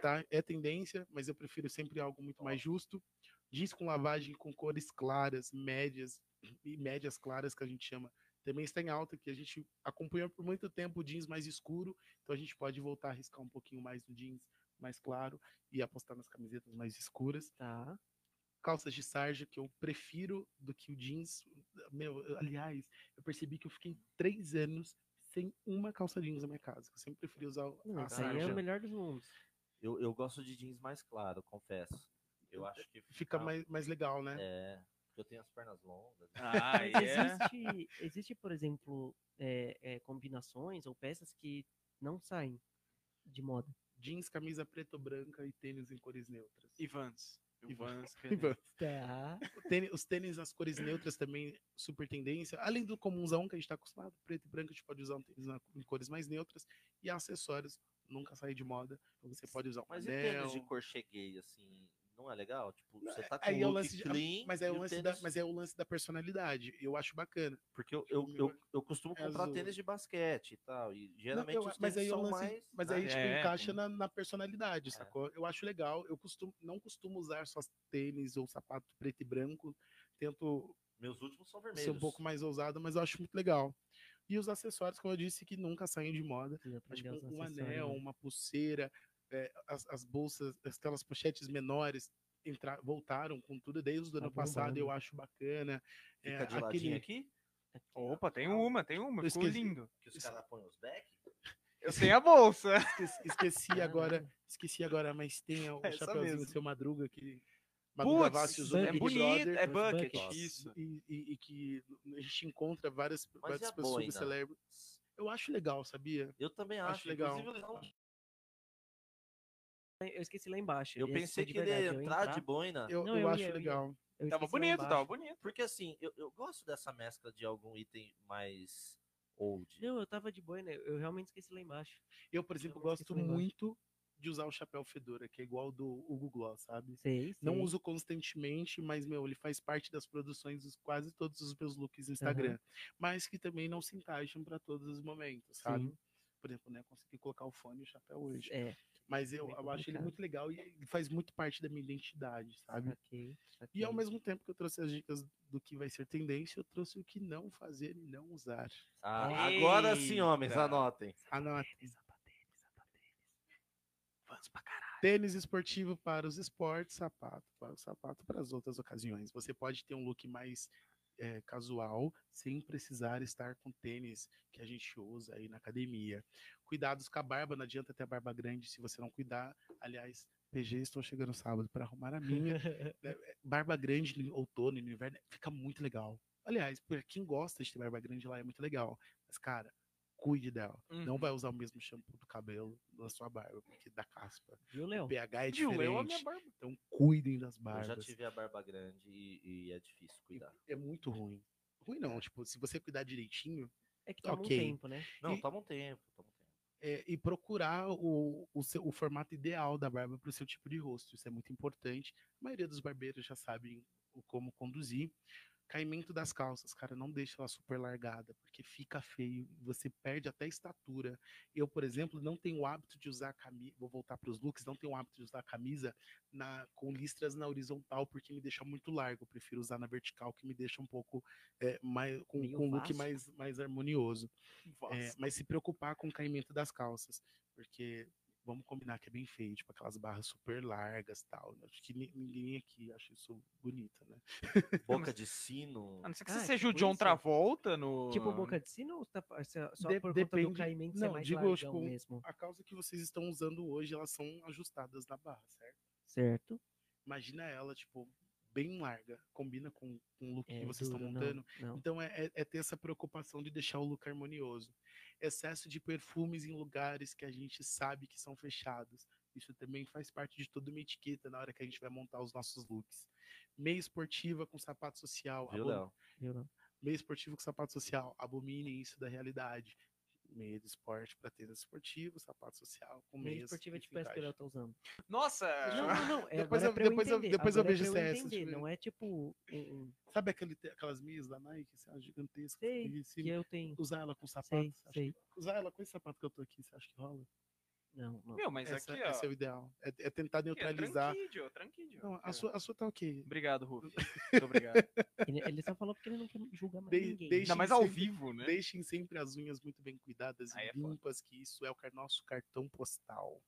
S4: tá? É tendência, mas eu prefiro sempre algo muito mais justo. Jeans com lavagem com cores claras, médias e médias claras que a gente chama. Também está em alta, que a gente acompanhou por muito tempo o jeans mais escuro, então a gente pode voltar a arriscar um pouquinho mais no jeans mais claro e apostar nas camisetas mais escuras
S3: Tá.
S4: calças de sarja que eu prefiro do que o jeans. Meu, eu- aliás, eu percebi que eu fiquei três anos sem uma calça jeans na minha casa. que Eu sempre preferi usar o-
S1: Ah,
S3: Não,
S4: a
S3: isso aí é
S4: sarja.
S3: o melhor dos mundos.
S1: Eu, eu gosto de jeans mais claro, confesso. Eu acho que
S4: Fica mais, mais legal, né?
S1: É, eu tenho as pernas longas.
S2: Ah,
S3: Mas
S2: é.
S3: existe, existe, por exemplo, é, é, combinações ou peças que não saem de moda.
S4: Jeans, camisa preta ou branca e tênis em cores neutras. É,
S2: Ivans. Ivans.
S4: E van-
S3: Tá.
S4: tênis- os tênis nas cores neutras também, super tendência. Além do comunzão que a gente está acostumado, preto e branco, a gente pode usar um tênis na- em cores mais neutras. E acessórios, nunca sair de moda. Você pode usar um
S1: Mas e
S4: anel.
S1: tênis de cor cheguei, assim, não é legal? Tipo,
S4: Não,
S1: você tá com
S4: aí é
S1: um
S4: o
S1: look
S4: lance de-
S1: clean,
S4: Mas é,
S1: e
S4: o
S1: o
S4: lance da,
S1: tênis-
S4: mas é o lance da personalidade. Eu acho bacana.
S1: Porque eu, eu,
S4: meu
S1: eu, eu costumo
S4: é
S1: comprar
S4: azul.
S1: tênis de basquete e tal, e
S4: Não,
S1: geralmente
S4: eu-
S1: os
S4: mas
S1: tênis
S4: aí eu
S1: são
S4: lance,
S1: mais...
S4: mas
S1: né?
S4: aí tipo,
S2: É,
S4: encaixa
S2: tem-
S4: na, na personalidade,
S3: É.
S4: sacou? Eu acho legal. Eu costumo, não costumo usar só tênis ou sapato preto e branco. Tento
S1: Meus últimos são vermelhos.
S4: ser um pouco mais ousado, mas eu acho muito legal. E os acessórios, como eu disse, que nunca saem de moda.
S3: Preciso
S4: Mas,
S3: aprender
S4: tipo,
S3: a usar
S4: um
S3: acessório,
S4: anel,
S3: né?
S4: uma pulseira, é, as, as bolsas, aquelas pochetes menores entrar, voltaram com tudo desde o
S3: Tá
S4: ano passado. Eu
S3: bombando.
S4: acho bacana. É,
S1: Fica de
S4: aquele-
S1: ladinho aqui,
S2: Opa, tem uma, tem uma.
S4: Eu
S2: Ficou
S4: esqueci.
S2: lindo.
S1: que os
S4: Isso-
S1: caras põem os back.
S2: Eu tenho a bolsa.
S4: Esqueci,
S3: É, né?
S4: esqueci agora, esqueci agora, mas tem o
S2: É, Essa
S4: chapeuzinho
S2: mesmo.
S4: do seu Madruga que Madruga
S2: Putz,
S4: Vassi usou no
S2: é
S4: Big
S2: bonito,
S4: Brother,
S2: é
S3: os
S2: bucket,
S3: buckets.
S2: isso.
S4: E, e- e que a gente encontra várias,
S1: Mas
S4: várias
S1: é boa
S4: pessoas
S1: ainda.
S4: celebres. Eu acho legal, sabia?
S1: Eu também
S4: Acho
S1: acho.
S4: legal.
S1: Inclusive, ele não-
S3: Eu esqueci lá embaixo.
S1: eu
S3: ia ser
S1: pensei
S3: é de
S1: que ele
S3: verdade,
S1: ia
S3: eu
S1: entrar tipo, de boina.
S4: Eu,
S3: Ah. Não,
S4: eu
S3: eu
S4: acho
S3: ia, eu ia.
S4: legal.
S3: eu
S2: Tava
S3: esqueci lá
S2: bonito,
S3: embaixo.
S2: tava bonito.
S1: Porque assim, eu, eu gosto dessa mescla de algum item mais old.
S3: Não, eu tava de boina, eu realmente esqueci lá embaixo.
S4: Eu, por exemplo,
S3: Eu esqueci
S4: gosto
S3: lá embaixo.
S4: muito de usar o chapéu Fedora, que é igual ao do Hugo Gloss, sabe?
S3: Sei,
S4: Não
S3: sei.
S4: uso constantemente, mas, meu, ele faz parte das produções de quase todos os meus looks no Instagram. Mas que também não se encaixam para todos os momentos, sabe?
S3: Sim.
S4: Por exemplo, né? Consegui colocar o fone e o chapéu hoje.
S3: É,
S4: Mas eu,
S3: bem
S4: eu acho ele
S3: complicado.
S4: muito legal e ele faz muito parte da minha identidade, sabe?
S3: saquei,
S4: E ao
S3: saquei.
S4: mesmo tempo que eu trouxe as dicas do que vai ser tendência, eu trouxe o que não fazer e não usar.
S1: Ah, agora sim, homens,
S2: Eita.
S1: anotem.
S4: Anote.
S2: Vamos pra caralho.
S4: Tênis esportivo para os esportes, sapato para o sapato para as outras ocasiões. Você pode ter um look mais eh, casual sem precisar estar com tênis que a gente usa aí na academia. Cuidados com a barba, não adianta ter a barba grande se você não cuidar. Aliás, PG, estou chegando sábado para arrumar a minha. É, barba grande no outono e no inverno fica muito legal. Aliás, pra quem gosta de ter barba grande lá é muito legal. Mas, cara, cuide dela. Não
S2: Uhum.
S4: vai usar o mesmo shampoo do cabelo da sua barba, porque dá caspa.
S3: Viu, Léo?
S4: O pH é
S2: Viu,
S4: diferente.
S2: eu a minha barba.
S4: Então, cuidem das
S1: Eu já
S4: barbas.
S1: tive a barba grande e, e é difícil cuidar.
S4: É muito ruim. Ruim não, tipo, se você cuidar direitinho
S3: É que toma
S4: Ok.
S3: um tempo, né?
S1: Não,
S4: E-
S1: toma um tempo. Toma um tempo.
S4: é, e procurar o, o, seu- o formato ideal da barba para o seu tipo de rosto, isso é muito importante. A maioria dos barbeiros já sabem o, como conduzir. Caimento das calças, cara, não deixa ela super largada, porque fica feio, você perde até estatura. Eu, por exemplo, não tenho o hábito de usar camisa, vou voltar para os looks, não tenho o hábito de usar camisa na, com listras na horizontal, porque me deixa muito largo. Eu prefiro usar na vertical, que me deixa um pouco é, mais, com,
S3: Meio
S4: com um look
S3: Vasco.
S4: mais, mais harmonioso. É,
S2: Vasco.
S4: mas se preocupar com o caimento das calças, porque vamos combinar que é bem feio, tipo aquelas barras super largas tal. né? Acho que ni- ninguém aqui acha isso bonito, né?
S1: Boca de sino.
S2: A não ser que
S3: Ah,
S2: você seja o
S3: tipo
S2: John
S3: isso?
S2: Travolta no.
S1: Hum.
S3: Tipo boca de sino ou tá- só- só
S4: De-
S3: por conta
S4: depende-
S3: do caimento
S4: não,
S3: ser mais
S4: digo,
S3: largão
S4: tipo,
S3: mesmo?
S4: A calça que vocês estão usando hoje, elas são ajustadas na barra, certo?
S3: Certo.
S4: Imagina ela, tipo, bem larga, combina com, com o look
S3: É
S4: que vocês estão
S3: duro,
S4: montando.
S3: Não, não.
S4: Então é, é- é ter essa preocupação de deixar o look harmonioso. Excesso de perfumes em lugares que a gente sabe que são fechados. Isso também faz parte de toda uma etiqueta na hora que a gente vai montar os nossos looks. Meia esportiva com sapato social.
S1: Viu,
S4: abomi-
S1: Léo?
S3: Eu não.
S4: Meia esportiva com sapato social. Abominem isso da realidade. Meia de esporte para tênis esportivo, sapato social com
S3: Meio
S4: meias.
S3: esportivo é
S4: que se
S3: tipo essa que o Léo
S4: encaixem.
S3: tá usando.
S2: Nossa!
S3: Não, não, não. É, agora
S4: Depois eu-
S3: é pra eu
S4: depois eu-
S3: entender,
S4: depois eu
S3: agora é
S4: vejo
S3: pra
S4: esse
S3: entender,
S4: tipo-
S3: Não é tipo um, um-
S4: Sabe aquele, te- aquelas meias da Nike, assim, elas gigantescas?
S3: Sei,
S4: e se-
S3: que eu tenho.
S4: Usar ela com sapato?
S3: Sei,
S4: você acha
S3: sei.
S4: que- Usar ela com esse sapato que eu tô aqui, você acha que rola?
S3: Não, não.
S2: Meu, mas
S4: Essa-
S2: aqui, ó.
S4: esse é o ideal. É, é tentar
S2: aqui, ó,
S4: neutralizar.
S2: Tranquilho, tranquilho.
S4: Não, a,
S2: É.
S4: sua, a sua tá ok.
S2: Obrigado, Rufi. Muito obrigado.
S3: Ele, ele só falou porque ele não quer julgar mais
S4: Dei-
S3: ninguém.
S4: deixa-
S2: Ainda
S4: Deixem
S2: mais ao
S4: sempre-
S2: vivo, né?
S4: Deixem sempre as unhas muito bem cuidadas e
S2: Aí é foda.
S4: limpas, que isso é o car- nosso cartão postal.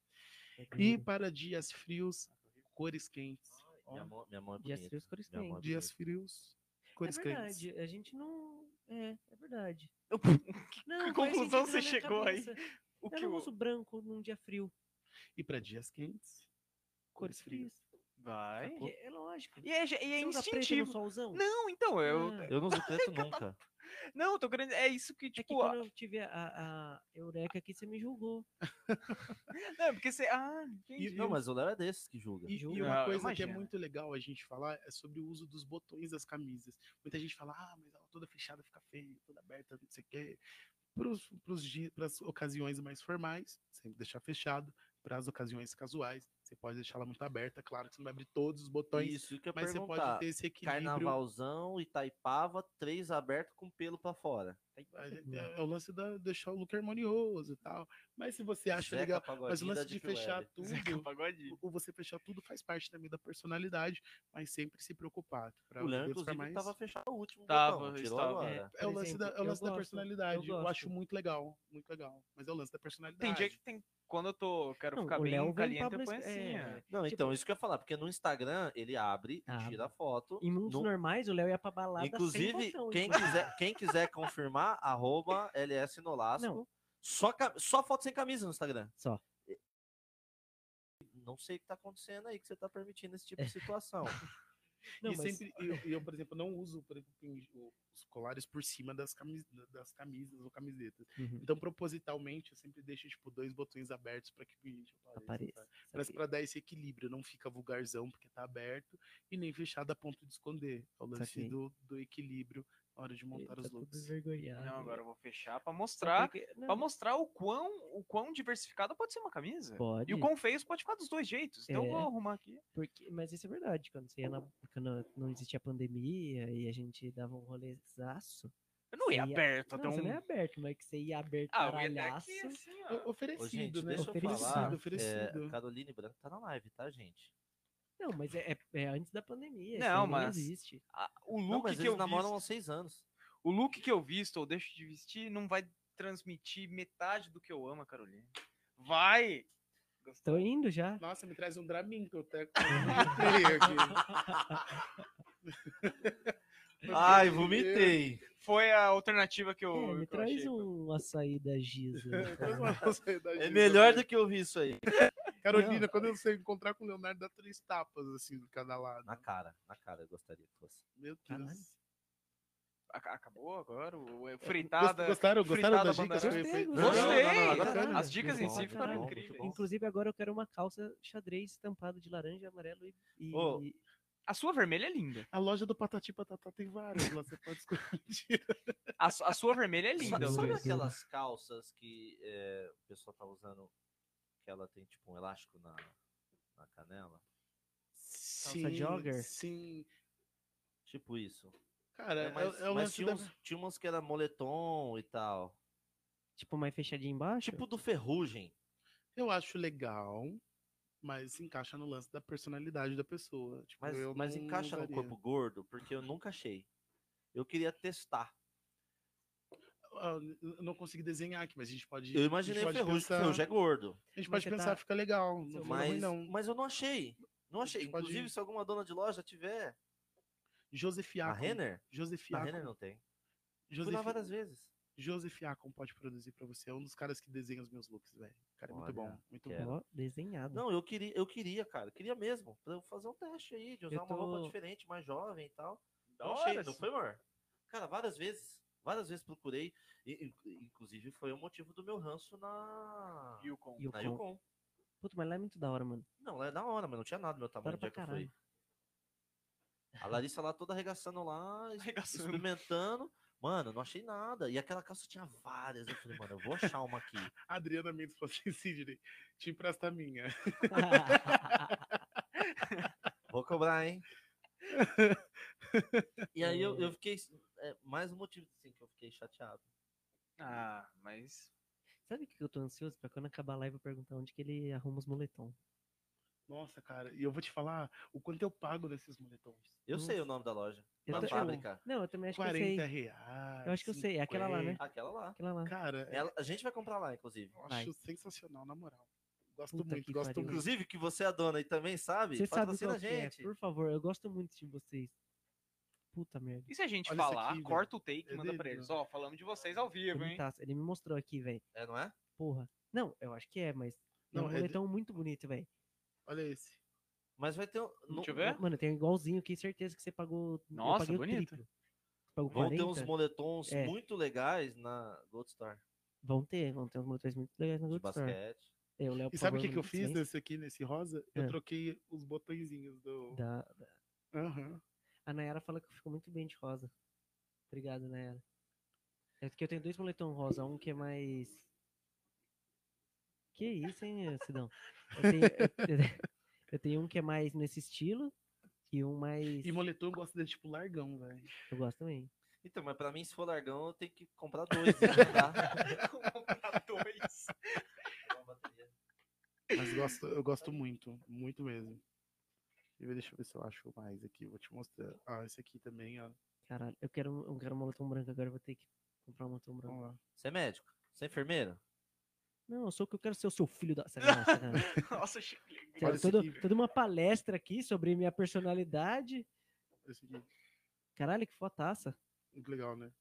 S3: É
S4: E
S3: duro.
S4: para dias frios, cores quentes.
S1: Minha
S4: Ó,
S1: mão, minha mão é
S3: Dias
S1: bonita.
S3: frios, cores
S1: Minha mão é
S3: quentes.
S4: dias frios, cores
S3: É
S4: quentes.
S3: verdade, a gente não... É, é verdade. Não,
S2: Que
S3: faz
S2: conclusão
S3: sentido
S2: você
S3: na minha
S2: chegou aí?
S3: cabeça.
S2: O
S3: Eu
S2: que
S3: É, não
S2: o...
S3: uso branco num dia frio,
S4: E para dias quentes,
S3: cores
S4: cores frias.
S3: frias.
S2: Vai.
S3: Porque É lógico.
S2: E é, ge- e é
S3: Você usa preto no
S2: instintivo.
S3: solzão?
S2: Não, então, eu.
S3: Ah.
S1: Eu não uso preto nunca.
S2: Não, eu tô querendo. É isso que,
S3: É que
S2: tipo. ah,
S3: quando eu tive a, a, a Eureka aqui, você me julgou.
S2: Não, porque você. Ah, entendi.
S1: Não, mas o Léo é desses que julga.
S4: E, e
S3: Jura?
S4: uma
S2: Ah,
S4: coisa que é
S2: imagina.
S4: muito legal a gente falar é sobre o uso dos botões das camisas. Muita gente fala, ah, mas ela toda fechada fica feia, toda aberta, não sei o quê. Para as ocasiões mais formais, sempre deixar fechado. Para as ocasiões casuais, você pode deixar ela muito aberta. Claro que você não vai abrir todos os botões,
S1: Isso que eu ia
S4: mas você
S1: perguntar.
S4: pode ter esse equilíbrio.
S1: Carnavalzão, Itaipava, três aberto com pelo pra fora.
S4: A gente-
S1: né?
S4: É, é o lance da deixar o look harmonioso e tal. Mas se você acha legal, mas o
S1: tá
S4: lance de fechar tudo,
S2: Zeca Pagodinho.
S4: ou você fechar tudo faz parte também da personalidade, mas sempre se preocupar. pra é
S1: O Léo,
S4: poder ficar
S1: inclusive, tava fechado o último
S2: Tava,
S1: botão, tirou
S2: estava.
S1: agora.
S4: É o lance, da, é o lance da personalidade. Eu, acho
S3: gosto.
S4: muito legal, muito legal. Mas é o lance da personalidade.
S2: Tem dia que tem. Quando eu tô. Quero
S3: Não,
S2: ficar
S3: o
S2: bem
S3: Léo vem
S2: caliente, eu
S3: Pablo
S2: ponho
S3: Esc-
S2: assim.
S3: é,
S2: ó.
S1: Não,
S3: Tipo-
S1: então, isso que eu ia falar, porque no Instagram ele abre,
S3: Ah,
S1: tira a foto.
S3: Em mundos
S1: no-
S3: normais, o Léo ia pra balada sem
S1: Inclusive,
S3: botão,
S1: quem
S3: inclusive.
S1: quiser, quem quiser confirmar, arroba LS Nolasco.
S3: Não,
S1: Só, ca- só foto sem camisa no Instagram.
S3: Só.
S1: Não sei o que tá acontecendo aí, que você tá permitindo esse tipo de situação.
S3: Não,
S4: e
S3: mas-
S4: sempre, e eu, e eu, por exemplo, não uso por exemplo, pin- o- os colares por cima das, camis, das camisas ou camisetas.
S3: Uhum.
S4: Então, propositalmente, eu sempre deixo tipo, dois botões abertos para que o cliente apareça.
S3: Apareça,
S2: tá,
S4: sabe? Mas para dar esse equilíbrio, não fica vulgarzão porque tá aberto e nem fechado a ponto de esconder. É o lance
S3: Saquei.
S4: do, do equilíbrio na hora de
S3: tá
S4: montar os looks.
S2: Não, agora eu vou fechar pra
S3: Pra
S2: mostrar. Pra
S3: Vamos.
S2: mostrar o quão, o quão diversificada pode ser uma camisa.
S3: é, Pode.
S2: E o quão feio pode ficar dos dois jeitos. Então eu vou
S3: É.
S2: arrumar aqui.
S3: Porque, mas isso é verdade, quando você ia na, quando não existia pandemia e a gente dava um rolezaço.
S2: Eu não ia
S3: Você ia-
S2: aberto,
S3: Não,
S2: até
S3: você
S2: um.
S3: não é aberto, mas que você ia aberto
S2: Ah, eu ia até
S3: caralhaço.
S2: aqui, assim, ó.
S4: O- Oferecido,
S1: Ô, gente,
S4: né?
S1: deixa eu
S4: oferecido,
S1: falar. é,
S4: oferecido.
S1: Caroline Branco tá na live, tá, gente?
S3: Não, mas é, é- é antes da pandemia. isso
S2: Não,
S3: aí
S2: mas-
S3: existe.
S2: Ah, o
S1: Não,
S2: look
S1: mas
S2: que
S1: eles
S2: eu
S1: namoram
S2: visto,
S1: há seis anos.
S2: o look que eu visto ou deixo de vestir não vai transmitir metade do que eu amo, a Carolina. Vai.
S3: Tô indo já.
S4: Nossa, me traz um Dramin que eu até vomitei aqui.
S1: Ai, vomitei.
S2: Foi a alternativa que eu,
S3: É, me
S2: que eu achei.
S3: traz um açaí da Giza.
S4: Traz uma sociedade
S1: É
S4: isso
S1: melhor
S4: também.
S1: do que eu vi isso aí.
S4: Carolina,
S3: Não.
S4: quando você encontrar com o Leonardo, dá três tapas assim de cada lado.
S1: Na cara, na cara, eu gostaria que fosse.
S4: Meu
S3: Caralho.
S4: Deus.
S2: Ac- Acabou agora? o- é Fritada.
S4: Gostaram,
S2: fritada
S4: gostaram das dicas? que eu
S2: bandeirante.
S3: Gostei,
S4: fui- Não, não, não,
S2: gostei.
S4: não,
S1: Agora-
S4: bacana.
S2: As dicas em
S1: Muito
S2: si
S1: bom,
S2: ficaram
S1: muito bom,
S2: incríveis.
S1: muito bom.
S3: Inclusive, agora eu quero uma calça xadrez estampada de laranja, amarelo e. e-
S1: Ô,
S3: e-
S2: A sua vermelha é linda.
S4: A loja do Patati Patatá tem várias, lá você pode escolher.
S2: A, su- a sua vermelha é
S1: Sa-
S2: linda,
S1: Sabe,
S2: Luiz.
S1: aquelas calças que é, o pessoal tá usando, que ela tem tipo um elástico na, na canela?
S4: Sim,
S3: jogger?
S4: Sim.
S1: Tipo isso.
S4: Cara,
S1: É,
S4: é,
S1: mas
S4: é o
S1: mas
S4: lance
S1: tinha,
S4: da-
S1: uns, tinha umas que era moletom e tal.
S3: Tipo, mais fechadinha embaixo?
S1: Tipo do ferrugem.
S4: Eu acho legal, mas encaixa no lance da personalidade da pessoa. Tipo,
S1: Mas,
S4: eu
S1: mas
S4: não
S1: encaixa no
S4: usaria.
S1: corpo gordo, porque eu nunca achei. Eu queria testar.
S4: Ah, Eu não consegui desenhar aqui, mas a gente pode.
S1: Eu imaginei
S4: a gente pode
S1: ferrugem, porque
S4: pensar,
S1: ferrugem é gordo.
S4: A gente
S3: Mas
S4: pode
S3: você
S4: pensar,
S3: tá-
S4: fica legal. Não fica ruim,
S1: Mas,
S4: não.
S1: mas eu não achei. Não
S4: A
S1: achei.
S4: gente pode-
S1: Inclusive, se alguma dona de loja tiver.
S4: Joseph
S1: A
S4: Acom.
S1: Renner?
S4: Joseph
S1: A
S4: Acom.
S1: Renner não tem. Fui lá
S4: Joseph,
S1: várias vezes.
S4: Joseph Acom pode produzir pra você. É um dos caras que desenha os meus looks, velho. O Cara, é muito
S1: Olha,
S4: bom. Muito
S1: quero.
S4: bom.
S3: Ó, desenhado.
S1: Não, eu queria, eu queria, cara. Queria mesmo. Pra eu fazer um teste aí, de usar uma roupa
S3: tô-
S1: diferente, mais jovem e tal.
S2: Da
S1: não
S2: hora, um
S1: achei, não
S2: sim.
S1: foi, amor? Cara, várias vezes. Várias vezes procurei. E, in- inclusive, foi o motivo do meu ranço na.
S2: Yukon.
S3: E o
S1: na
S3: com-
S1: Yukon.
S3: Puta, mas lá é muito da hora, mano.
S1: Não, lá é da hora, mas não tinha nada do meu
S3: Da
S1: tamanho
S3: hora
S1: no dia
S3: pra
S1: que eu fui.
S3: caralho.
S1: A Larissa lá toda arregaçando lá, es-
S2: Arregaçando.
S1: experimentando. Mano, não achei nada. E aquela calça tinha várias. Eu falei, mano, eu vou achar uma aqui.
S4: A Adriana Mendes falou assim, Sidney, te empresta a minha.
S1: Vou cobrar, hein? e aí eu, eu fiquei. é, mais um motivo assim, que eu fiquei chateado.
S2: Ah, mas.
S3: Sabe o que eu tô ansioso? Pra quando acabar a live eu perguntar onde que ele arruma os moletom.
S4: Nossa, cara, e eu vou te falar o quanto eu pago nesses moletons.
S1: Eu
S3: Nossa.
S1: sei o nome da loja.
S3: Hum. Eu
S1: da
S4: tô-
S3: ta-
S1: fábrica.
S3: Não, eu também acho que eu
S4: 40
S3: sei.
S4: reais.
S3: Eu acho que eu sei, é aquela lá, né?
S4: 50.
S1: Aquela lá.
S3: Aquela lá.
S4: Cara, é,
S2: É.
S1: Ela- a gente vai comprar lá, inclusive.
S4: eu
S3: Vai.
S4: acho sensacional, na moral. Gosto
S3: Puta
S4: muito,
S3: que
S4: gosto
S3: pariu.
S4: muito.
S1: Inclusive, que você é a dona e também sabe,
S3: Você sabe
S1: patrocina
S3: qual
S1: a
S3: que é,
S1: gente.
S3: por favor. Eu gosto muito de vocês. Puta merda.
S2: E se a gente
S4: Olha isso
S2: falar,
S4: aqui, velho.
S2: corta o take
S4: É
S2: e manda pra
S4: dele,
S2: eles.
S4: ó.
S2: Ó, falamos de vocês ao vivo, hein?
S3: Bonitaço. Ele me mostrou aqui, velho.
S1: É, não é?
S3: Porra. Não, eu acho que é, mas é
S4: Não,
S3: um
S4: é de-
S3: moletom muito bonito, velho.
S4: Olha esse.
S1: Mas vai ter. um- não-
S2: Deixa eu
S4: É?
S2: ver.
S3: Mano, tem um igualzinho aqui, certeza que você pagou. eu
S2: Nossa,
S3: paguei o
S2: bonito.
S3: triplo. Você pagou
S1: Vão
S3: 40?
S1: ter uns moletons
S3: É.
S1: muito legais na Gold Star
S3: Vão ter, vão ter uns moletões muito legais na
S1: de
S3: Gold Store.
S1: basquete.
S3: É, o Léo,
S4: E
S3: por
S4: sabe o
S3: favor,
S4: que, que eu
S3: manda
S4: fiz
S3: silêncio.
S4: nesse aqui, nesse rosa? Eu
S3: Ah.
S4: troquei os botõezinhos do.
S3: Da- da-
S4: Aham.
S3: A Nayara fala que ficou muito bem de rosa. Obrigado, Nayara. É que eu tenho dois moletons rosa, um que é mais. Que isso, hein, Sidão? Eu tenho, eu- eu tenho um que é mais nesse estilo e um mais.
S4: E moletom eu gosto desse tipo largão, velho.
S3: Eu gosto também.
S1: Então, mas pra mim, se for largão, eu tenho que comprar dois. né, tá?
S2: Comprar Um dois.
S1: Uma bateria.
S4: Mas gosto, eu gosto muito, muito mesmo. Deixa eu ver- Deixa eu ver se eu acho mais aqui, vou te mostrar. Ah, esse aqui também, ó.
S3: Caralho, eu quero, um- eu quero um moletom branco, agora eu vou ter que comprar um moletom branco.
S4: Vamos lá.
S1: Você é médico? Você é enfermeiro?
S3: Não, eu sou o que eu quero ser o seu filho da. Sacanagem, sacanagem.
S2: Nossa, Chico.
S3: Quero
S4: Olha esse
S3: todo-
S4: aqui.
S3: toda uma palestra aqui sobre minha personalidade.
S4: Esse aqui.
S3: Caralho, que fotaça.
S4: Muito legal, né?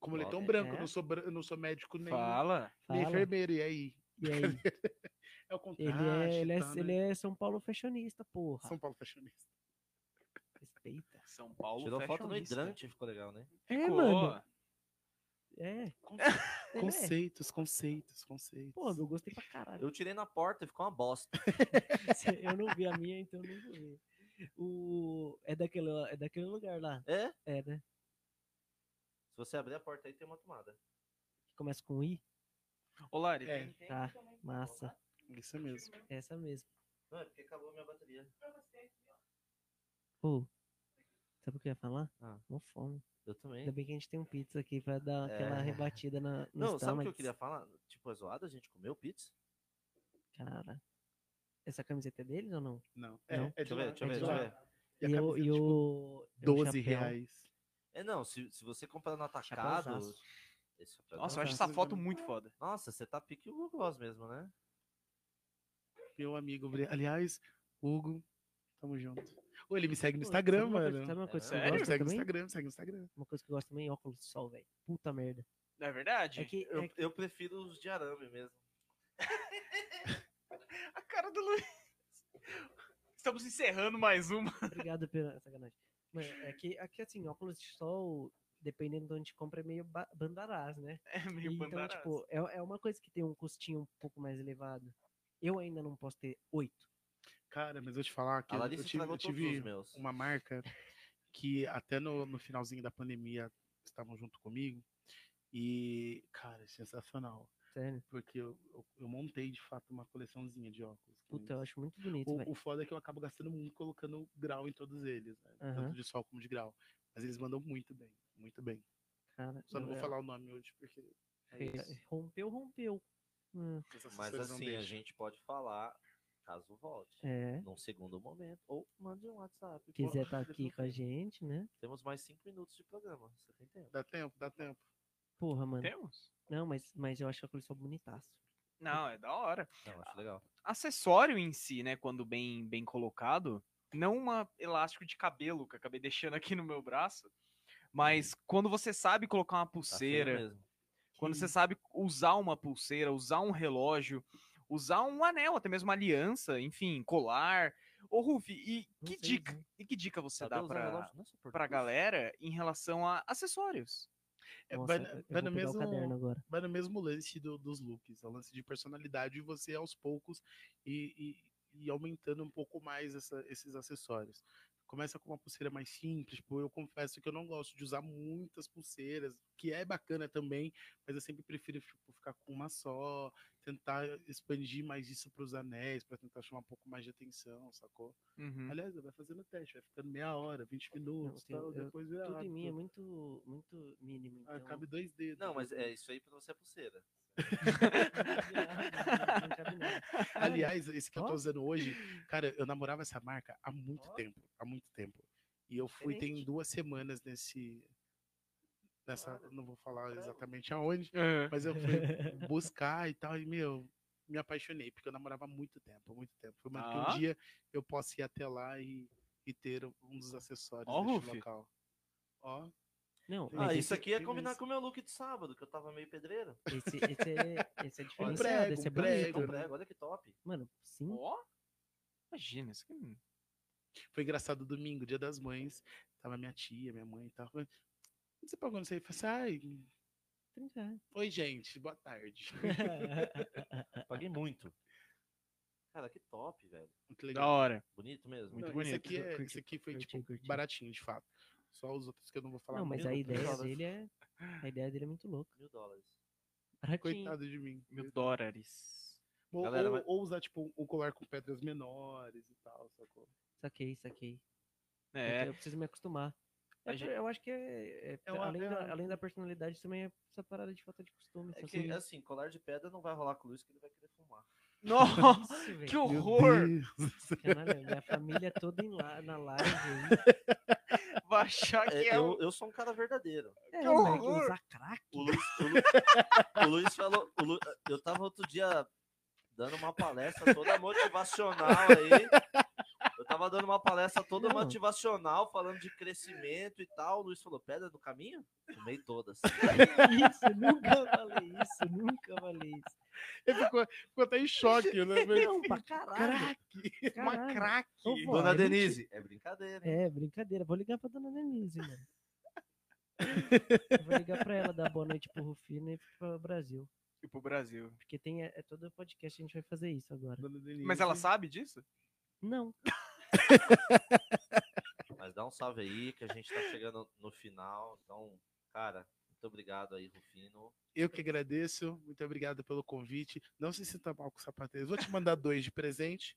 S4: Com moletom
S1: É.
S4: branco, eu não sou, bran- eu não sou médico nem,
S2: Fala.
S4: nem
S3: Fala.
S4: enfermeiro, e aí?
S3: E aí?
S4: É o contraste,
S3: Ele,
S1: Ah,
S3: é, ele, é,
S4: tá, né?
S3: ele é São Paulo fashionista, porra.
S4: São Paulo fashionista.
S3: Respeita.
S2: São Paulo.
S1: Tirou foto no
S2: fashionista.
S1: hidrante, ficou legal, né?
S3: É,
S2: Pô,
S3: mano. É. Ele é.
S4: Conceitos, conceitos, conceitos.
S3: Pô, eu gostei pra caralho.
S1: Eu tirei na porta e ficou uma bosta.
S3: Se Eu não vi a minha, então eu não vou ver. O... É, daquele, é daquele lugar lá.
S1: É? Se
S3: É, né?
S1: você abrir a porta aí, tem uma tomada.
S3: Que começa com I.
S2: Ô, Lari,
S4: É.
S2: tem-
S3: Tá, massa. É
S4: Isso mesmo.
S3: Essa mesmo.
S1: Não, é porque acabou a minha bateria.
S3: Pô, sabe o que eu ia falar?
S1: Ah.
S3: Mó fome.
S1: Eu também.
S3: Ainda bem que a gente tem um pizza aqui pra dar aquela
S1: É.
S3: rebatida na, no
S1: Não, sabe o que eu
S3: estômago.
S1: queria falar? Tipo, é zoado, a gente comeu pizza?
S3: Cara, essa camiseta é deles ou não?
S4: Não.
S3: Não?
S4: É, é
S1: Deixa eu ver,
S4: lá,
S1: deixa
S3: eu
S4: é
S3: ver, deixa
S4: de
S3: eu
S4: lá.
S1: ver.
S4: E, a
S3: E, o, e
S4: camiseta, tipo,
S3: o... e o
S4: 12
S3: chapéu.
S4: reais.
S1: É, não, se, se você comprar no atacado...
S3: Chapéuzaço.
S1: Esse chapéu-
S2: Nossa, eu
S4: Tá,
S2: acho essa
S4: tá.
S2: foto muito foda.
S1: Nossa, você tá pique o Google mesmo, né?
S4: Meu amigo. Bri- Aliás, Hugo, tamo junto. Ô, ele me segue no
S3: Pô,
S4: Instagram,
S3: sabe uma coisa-
S4: mano.
S3: Sabe uma coisa que eu
S2: Sério?
S4: Ele me
S3: gosto
S4: segue no
S3: também?
S4: Instagram, me segue no Instagram.
S3: Uma coisa que eu gosto também, é óculos de sol, velho. Puta merda.
S2: Não é verdade?
S3: É que,
S1: Eu,
S3: é que-
S1: eu prefiro os de arame mesmo.
S2: A cara do Luiz. Estamos encerrando mais uma.
S3: Obrigado pela sacanagem. Mano, é que, é que, assim, óculos de sol, dependendo de onde compra, é meio ba- bandarás, né?
S2: É meio
S3: Então,
S2: bandarás.
S3: tipo, é, é uma coisa que tem um custinho um pouco mais elevado. Eu ainda não posso ter oito.
S4: Cara, mas eu te falar que
S1: A
S4: eu,
S1: Larissa
S4: eu tive,
S1: estragou
S4: eu
S1: todos
S4: tive
S1: os meus.
S4: uma marca que até no, no finalzinho da pandemia estavam junto comigo. E, cara, sensacional.
S3: Sério.
S4: Porque eu, eu- eu montei de fato uma coleçãozinha de óculos. com
S3: Puta, eu
S4: eles.
S3: acho muito bonito,
S4: O,
S3: velho.
S4: o foda é que eu acabo gastando muito colocando grau em todos eles, né?
S3: Aham.
S4: tanto de sol como de grau. Mas eles mandam muito bem, muito bem.
S3: Cara,
S4: Só não vou
S3: é-
S4: falar o nome hoje porque. É
S3: é-
S4: isso.
S3: rompeu, rompeu. Hum,
S1: Mas
S4: Os assessores não
S1: assim, a
S4: deixam.
S1: gente pode falar caso volte.
S3: é.
S1: Num segundo momento. Ou mande um WhatsApp. pô.
S3: Quiser estar aqui com a gente, né?
S1: Temos mais cinco minutos de programa. Você tem tempo.
S4: Dá tempo, dá tempo.
S3: Porra, mano.
S2: Temos?
S3: Não, mas, mas eu acho que a coleção bonitaço.
S2: Não, é da hora.
S1: Não, acho legal. Tá
S2: Acessório em si, né? Quando bem, bem colocado, não uma elástico de cabelo que eu acabei deixando aqui no meu braço. Mas quando você sabe colocar uma
S1: Tá feio
S2: pulseira,
S1: mesmo.
S2: quando
S4: É,
S3: Que-
S2: você sabe usar uma pulseira, usar um relógio, usar um anel, até mesmo uma aliança, enfim, colar. Ô, Rufi, e
S3: não
S2: que
S3: sei né?
S2: dica,
S3: dizer.
S2: e que dica você
S1: Saber
S2: dá
S1: usar
S2: pra,
S1: relógio, nossa, por
S2: pra
S1: Deus.
S2: galera em relação a acessórios?
S4: É,
S3: Nossa,
S4: vai,
S3: eu-
S4: na-
S3: eu
S4: vai
S3: vou
S4: no
S3: pegar o
S4: mesmo,
S3: caderno agora.
S4: vai no mesmo lance do- dos looks, é o lance de personalidade e você aos poucos e, e, e aumentando um pouco mais essa- esses acessórios. Começa com uma pulseira mais simples, tipo, eu confesso que eu não gosto de usar muitas pulseiras, que é bacana também, mas eu sempre prefiro tipo, ficar com uma só, tentar expandir mais isso para os anéis, para tentar chamar um pouco mais de atenção, sacou?
S2: Uhum.
S4: Aliás, vai fazendo teste, vai ficando meia hora, 20 minutos,
S3: tenho-
S4: tal,
S3: eu-
S4: depois vira
S3: Tudo em mim é
S4: rápido.
S3: muito, muito mínimo. Então...
S4: Ah, cabe dois dedos.
S1: Não, mas
S4: né?
S1: é isso aí pra você é pulseira.
S3: Não cabe nada.
S4: Aliás, esse que eu tô
S3: Ó.
S4: usando hoje, cara, eu namorava essa marca há muito
S1: Ó.
S4: tempo, há muito tempo. E eu fui tem
S3: Diferente.
S4: duas semanas nesse nessa,
S1: Olha,
S4: não vou falar
S1: bravo.
S4: exatamente aonde, mas eu fui buscar e tal e meu, me apaixonei porque eu namorava há muito tempo, há muito tempo. Foi que
S2: Ah.
S4: um dia eu posso ir até lá e, e ter um dos acessórios
S2: Ó,
S4: deste
S2: Rufi.
S4: local. Ó,
S3: Não,
S4: Ah,
S1: Ah,
S3: mas
S1: isso
S3: esse,
S1: aqui é
S4: tem
S1: combinar
S4: mesmo.
S1: com o meu look de sábado, que eu tava meio pedreiro.
S3: esse, esse é, esse é diferenciado.
S4: prego,
S3: esse é bonito.
S4: um prego.
S1: Com
S4: né?
S1: prego, olha que top.
S3: Mano, sim.
S2: Ó, imagina, isso aqui.
S4: foi engraçado domingo, dia das mães, tava minha tia, minha mãe e tal. falando, "Onde Você pagou, não sei, eu falei assim, ai, oi gente, boa tarde.
S3: É,
S1: Paguei muito. Cara, que top, velho.
S4: Muito
S2: Da
S4: legal.
S2: hora.
S1: Bonito mesmo.
S2: Muito
S4: Não,
S2: bonito.
S4: Esse aqui, é-
S3: Curti,
S4: esse aqui foi
S3: curti,
S4: tipo
S3: curti.
S4: baratinho, de fato. Só os outros que eu não vou falar.
S3: Não, mas
S4: muito,
S3: a
S1: Meu
S3: ideia
S1: Deus.
S3: dele é. A ideia dele é muito louca.
S1: Mil dólares.
S3: Baratinho.
S4: Coitado de mim.
S2: Mil dólares.
S4: Ou,
S1: Galera,
S4: ou-
S1: vai-
S4: ou usar, tipo, um colar com pedras menores e tal, sacou?
S3: Saquei, saquei.
S2: É,
S3: Então, Eu preciso me acostumar.
S2: A
S3: É,
S2: gente-
S3: Eu acho que é. é-
S4: É uma-
S3: além,
S4: é
S3: da,
S4: uma-
S3: além da personalidade, também é essa parada de falta de costume.
S1: É
S3: sabe?
S1: que, assim, colar de pedra não vai rolar com luz que ele vai querer fumar.
S2: Nossa,
S3: Isso, velho.
S2: que
S4: Meu
S2: horror!
S4: Deus.
S3: Sacanagem, Minha família é toda em la- na live aí.
S2: Vai achar que
S1: É,
S2: é o.
S1: eu, eu sou um cara verdadeiro.
S3: É,
S2: Que
S3: mas que
S2: horror!
S3: usar crack?
S1: O Luiz, o Lu- o Luiz falou. o Lu- eu tava outro dia dando uma palestra toda motivacional aí. Eu tava tava dando uma palestra toda
S3: Não.
S1: motivacional, falando de crescimento e tal. O Luiz falou: pedra do caminho? Tomei todas.
S3: isso, eu nunca falei isso, eu nunca falei isso.
S4: Ele ficou, ficou até em choque, né?
S3: Não, pra caralho.
S4: Craque!
S2: um,
S4: Uma
S3: Caralho.
S4: craque!
S3: Ô, vó,
S1: Dona
S3: é mentira.
S1: Denise, é brincadeira, hein?
S3: É, brincadeira. Vou ligar pra dona Denise, mano. Eu Vou ligar pra ela, dar boa noite pro Rufino e pro Brasil.
S2: E pro Brasil.
S3: Porque tem. É, é todo podcast a gente vai fazer isso agora.
S4: Dona Denise.
S2: Mas ela sabe disso?
S3: Não.
S1: Mas dá um salve aí, que a gente tá chegando no final. Então, cara, muito obrigado aí, Rufino.
S4: Eu que agradeço, muito obrigado pelo convite. Não se sinta mal com os sapateiros. Vou te mandar dois de presente.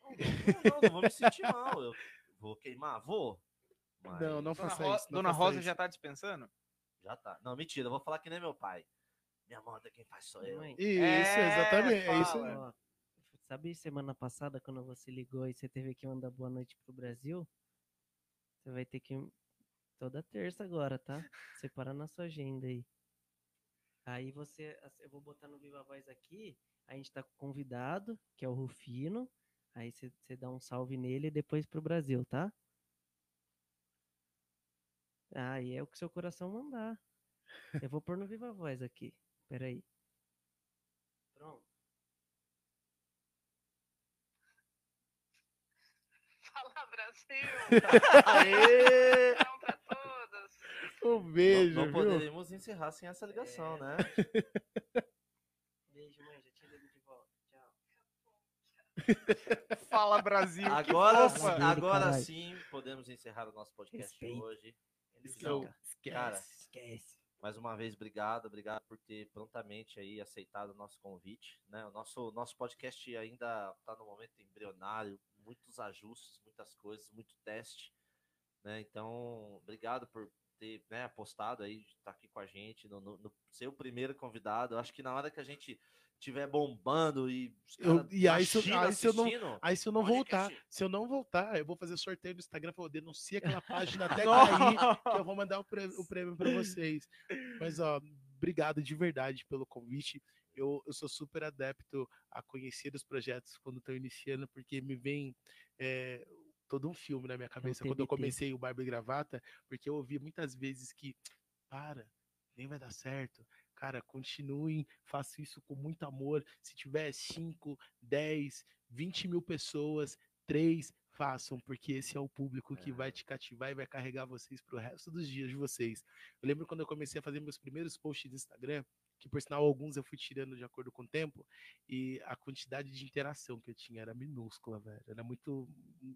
S1: Não, não, não, não vou me sentir mal. Eu vou queimar? Vou. Mas
S4: Não,
S2: Dona,
S4: não faça
S2: Ro-
S4: isso. não
S2: Dona
S4: faça
S2: Rosa
S4: isso.
S2: já tá dispensando?
S1: Já tá. Não, mentira, eu vou falar que nem meu pai. Minha moda, quem faz sou eu.
S3: Mãe,
S4: Isso,
S2: É,
S4: exatamente. É isso.
S2: fala.
S4: aí.
S3: ó, sabe semana passada, quando você ligou e você teve que mandar boa noite pro Brasil? Você vai ter que. Toda terça agora, tá? Separa na sua agenda aí. Aí você. Eu vou botar no Viva Voz aqui. A gente tá com o convidado, que é o Rufino. Aí você você dá um salve nele e depois pro Brasil, tá? Ah, e é o que seu coração mandar. Eu vou pôr no Viva Voz aqui. Peraí. Pronto.
S5: Fala Brasil,
S1: Aê!
S5: não pra todos.
S4: Um beijo,
S1: não, não
S4: viu?
S1: poderíamos encerrar sem essa ligação, né?
S3: Beijo, mãe. Já te ligo de volta. Tchau.
S2: Fala, Brasil. que
S1: Agora,
S2: fofa.
S1: sim-
S3: Caralho,
S1: agora
S3: caralho.
S1: sim, podemos encerrar o nosso podcast de
S3: Respeito.
S1: hoje.
S3: Eles
S1: Então,
S3: ligam. Esquece.
S1: cara.
S3: Esquece.
S1: Mais uma vez, obrigado, obrigado por ter prontamente aí aceitado o nosso convite. Né? O nosso, nosso podcast ainda está no momento embrionário, muitos ajustes, muitas coisas, muito teste. Né? Então, obrigado por ter né, apostado aí, de estar aqui com a gente, no, no, no ser o primeiro convidado. Eu acho que na hora que a gente tiver bombando e os
S4: Eu-
S1: caras
S4: e
S1: na
S4: aí se eu-
S1: China
S4: aí se eu não-
S1: assistindo,
S4: Aí se eu não voltar,
S1: Podcast.
S4: se eu não voltar, eu vou fazer sorteio no Instagram, vou denuncia aquela página até cair, que
S2: Nossa.
S4: eu vou mandar o prêmio, o prêmio pra vocês. Mas, ó, obrigado de verdade pelo convite. Eu, eu sou super adepto a conhecer os projetos quando estão iniciando, porque me vem é, todo um filme na minha cabeça quando eu
S3: TBT.
S4: comecei o Barba e Gravata, porque eu ouvi muitas vezes que, para, nem vai dar certo. Cara, continuem, faço isso com muito amor. Se tiver 5, 10, 20 mil pessoas, três, façam, porque esse é o público que vai te cativar e vai carregar vocês pro resto dos dias de vocês. Eu lembro quando eu comecei a fazer meus primeiros posts no Instagram, que por sinal alguns eu fui tirando de acordo com o tempo, e a quantidade de interação que eu tinha era minúscula, velho. Era muito.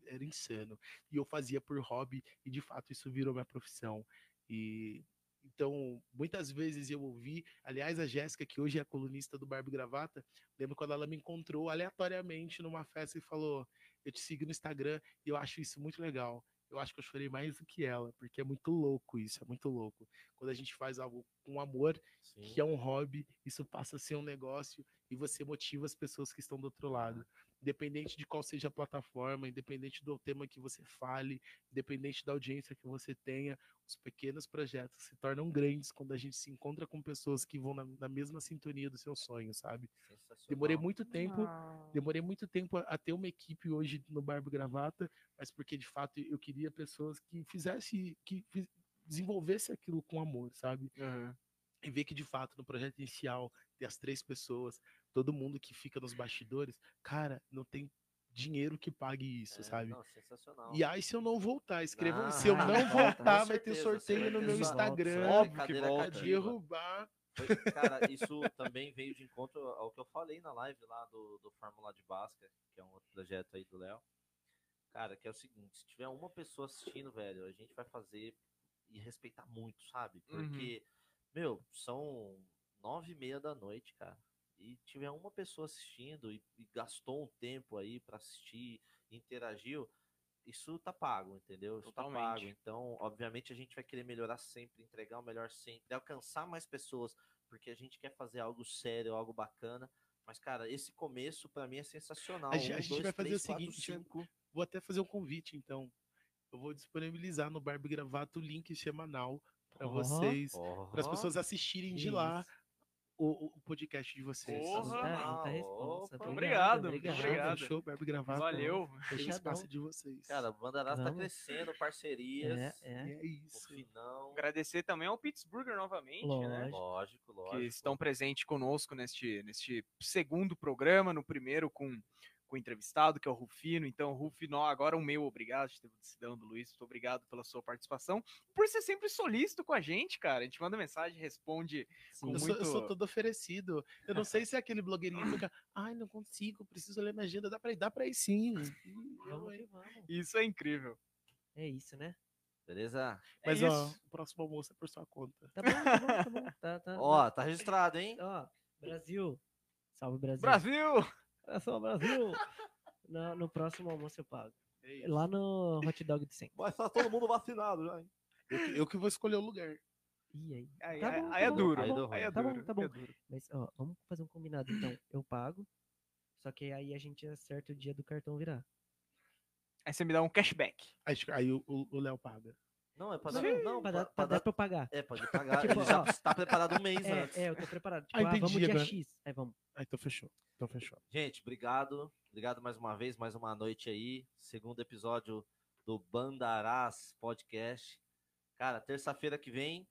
S4: Era insano. E eu fazia por hobby, e de fato isso virou minha profissão. E. Então, muitas vezes eu ouvi, aliás, a Jéssica, que hoje é a colunista do Barba e Gravata, lembro quando ela me encontrou aleatoriamente numa festa e falou: Eu te sigo no Instagram e eu acho isso muito legal. Eu acho que eu chorei mais do que ela, porque é muito louco isso, é muito louco. Quando a gente faz algo com amor, que é um hobby, isso passa a ser um negócio e você motiva as pessoas que estão do outro lado. Independente de qual seja a plataforma, independente do tema que você fale, independente da audiência que você tenha, os pequenos projetos se tornam grandes quando a gente se encontra com pessoas que vão na, na mesma sintonia do seu sonho, sabe?
S1: Sensacional.
S4: Demorei muito tempo Demorei muito tempo a- a ter uma equipe hoje no Barba e Gravata, mas porque de fato eu queria pessoas que fizesse, que fi- desenvolvesse aquilo com amor, sabe?
S2: Uhum.
S4: E ver que de fato no projeto inicial tem as três pessoas, todo mundo que fica nos bastidores, cara, não tem dinheiro que pague isso,
S1: É,
S4: sabe?
S1: não, Ah, sensacional.
S4: E aí se eu não voltar, escrevam,
S1: Não,
S4: se eu
S3: vai,
S4: não
S3: vai,
S4: voltar,
S1: com
S4: vai ter
S1: certeza, você
S4: sorteio
S1: vai
S4: no
S1: ter
S4: meu
S1: sorteio.
S4: Instagram.
S1: Isso é
S2: Óbvio que
S1: brincadeira
S2: volta.
S4: pra
S1: cativa.
S4: derrubar.
S1: Foi- Cara, isso também veio de encontro ao que eu falei na live lá do, do Fórmula de Basca, que é um outro projeto aí do Léo. Cara, que é o seguinte, se tiver uma pessoa assistindo, velho, a gente vai fazer e respeitar muito, sabe?
S2: Uhum.
S1: Porque, meu, são nove e meia da noite, cara. E tiver uma pessoa assistindo e, e gastou um tempo aí pra assistir, interagiu, isso tá pago, entendeu? Isso tá pago.
S2: Totalmente.
S1: Então, obviamente, a gente vai querer melhorar sempre, entregar o melhor sempre, alcançar mais pessoas, porque a gente quer fazer algo sério, algo bacana. Mas, cara, esse começo pra mim é sensacional.
S4: A gente- a
S1: Um,
S4: gente
S1: dois,
S4: vai fazer
S1: três,
S4: o
S1: quatro,
S4: seguinte,
S1: cinco.
S4: Vou até fazer um convite, então. Eu vou disponibilizar no Barba e Gravata o link semanal para
S3: Ó,
S4: vocês, para as
S1: Ó,
S4: pessoas assistirem de
S3: que
S4: lá o, o podcast de vocês.
S2: Porra!
S3: Tá, aí tá a
S1: Ah,
S3: resposta.
S1: opa.
S2: Obrigado,
S4: Obrigado.
S2: Obrigado.
S4: Show, Bebe Gravata.
S2: Valeu.
S4: Deixa o
S3: Fechadão.
S4: espaço de vocês.
S1: Cara, o Bandarás tá
S3: Vamos.
S1: crescendo, parcerias.
S3: É, é.
S4: é
S1: O
S4: isso.
S1: finão.
S2: Agradecer também ao Pittsburgher novamente, né?
S3: Lógico.
S1: Lógico, lógico.
S2: que estão presentes conosco neste, neste segundo programa, no primeiro com, com o entrevistado, que é o Rufino. Então, Rufino, agora o meu obrigado, Cidão do Luiz, muito obrigado pela sua participação, por ser sempre solícito com a gente, cara. A gente manda mensagem, responde.
S3: Sim.
S2: com
S4: Eu, sou, eu sou
S2: muito-
S4: todo oferecido. Eu não sei se é aquele blogueirinho que fica, ai, não consigo, preciso ler minha agenda. Dá pra ir, dá pra ir sim.
S3: Vamos que vamos.
S2: Isso é incrível.
S3: É isso, né?
S1: Beleza?
S2: É
S4: Mas, ó,
S2: isso.
S4: o próximo almoço é por sua conta.
S3: Tá bom, tá bom, tá bom. Tá, tá,
S1: Ó, tá registrado, hein?
S3: ó, Brasil. Salve, Brasil.
S2: Brasil!
S3: É só Brasil. No, no próximo almoço eu pago.
S4: É isso.
S3: Lá no Hot Dog de 100.
S1: Mas tá todo mundo vacinado já, hein?
S4: Eu, que- eu que vou escolher o lugar.
S3: Ih, aí.
S2: Aí,
S3: Tá
S2: aí-
S3: bom,
S2: aí
S3: tá
S2: é
S3: bom,
S2: duro.
S1: tá bom,
S2: Aí é
S3: tá bom,
S2: duro.
S3: tá bom.
S2: é duro.
S3: Mas, ó, vamos fazer um combinado. Então, eu pago. Só que aí a gente acerta o dia do cartão virar.
S2: Aí você me dá um cashback.
S4: Aí, aí o- o o Léo paga.
S1: Não, é pra dar.
S3: Sim.
S1: Não,
S3: Pra
S1: pra,
S3: dar pra,
S1: pra
S3: dar
S1: dar-
S3: pra eu pagar.
S1: É, pode pagar.
S3: Tipo,
S1: Ele já
S3: ó,
S1: está preparado um mês antes.
S3: É, é, eu tô preparado. Tipo,
S4: Ah,
S3: ah, vamos
S4: entendi
S3: dia
S4: agora.
S3: X. Aí vamos.
S4: Ah, então fechou. Então fechou.
S1: Gente, obrigado. Obrigado mais uma vez, mais uma noite aí. Segundo episódio do Bandarás Podcast. Cara, terça-feira que vem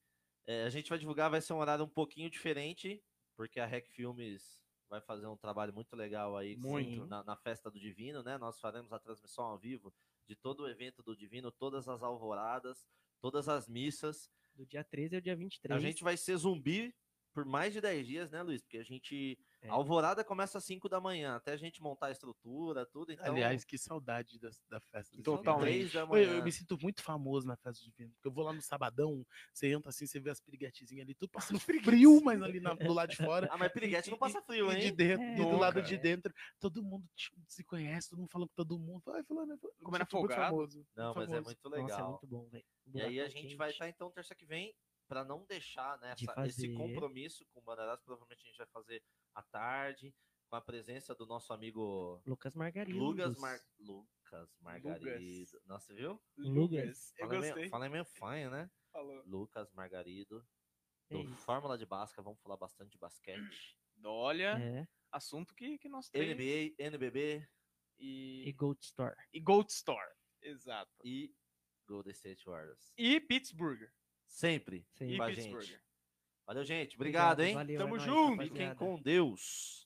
S1: eh, a gente vai divulgar, vai ser um horário um pouquinho diferente, porque a Rec Filmes vai fazer um trabalho muito legal aí
S2: Muito.
S1: Na, na festa do Divino, né? Nós faremos a transmissão ao vivo de todo o evento do Divino, todas as alvoradas, todas as missas.
S3: Do dia 13 ao dia 23.
S1: A gente vai ser zumbi por mais de 10 dias, né, Luiz? Porque a gente.
S3: É.
S1: A alvorada começa às 5 da manhã, até a gente montar a estrutura, tudo. Então,
S4: Aliás, que saudade da, da festa. do
S2: Totalmente.
S4: Divino.
S1: 3 da
S4: Oi, Eu,
S1: manhã.
S4: eu me sinto muito famoso na festa do Divino, porque eu vou lá no sabadão, você entra assim, você vê as piriguetezinhas ali, tudo passando frio, mas ali na- do lado de fora.
S1: Ah, mas piriguete não passa frio,
S4: E, de
S1: hein?
S4: dentro,
S3: É,
S4: e do lado
S2: nunca,
S4: de
S3: é.
S4: dentro, todo mundo te- se conhece, todo mundo falando com todo mundo. Ai, fulano, é fulano. Eu me
S2: Como era
S4: sinto muito
S2: folgado.
S4: famoso,
S1: Não,
S4: muito
S1: mas é
S4: famoso.
S1: muito
S3: Nossa, é
S1: legal.
S3: muito bom, velho. Um
S1: E aí a
S3: buracão
S1: gente
S3: quente.
S1: vai estar então terça que vem para não deixar né,
S3: De
S1: essa- esse
S3: fazer.
S1: compromisso com o Bandeirás, provavelmente a gente vai fazer à tarde, com a presença do nosso amigo
S3: Lucas Margarido.
S1: Lucas, Mar... Lucas Margarido. Nossa, viu?
S3: Lucas.
S2: Eu
S1: Fala
S2: gostei.
S1: meio, fala meio fanha, né?
S2: Falou.
S1: Lucas Margarido,
S3: É
S1: do
S3: isso.
S1: Então, Fórmula de Basca, vamos falar bastante de basquete.
S2: Olha,
S3: É.
S2: assunto que, que nós temos.
S1: NBA, NBB
S3: E
S2: E,
S3: Gold Store.
S2: e Gold Store. Exato.
S1: e Golden State Warriors.
S2: E Pittsburgher.
S1: Sempre
S3: Sim.
S1: com a
S2: E Pittsburgher.
S1: gente. Valeu, gente. Obrigado, hein?
S3: Valeu,
S2: Tamo
S3: é nóis,
S2: junto.
S1: Fiquem
S3: rapaziada.
S1: com Deus.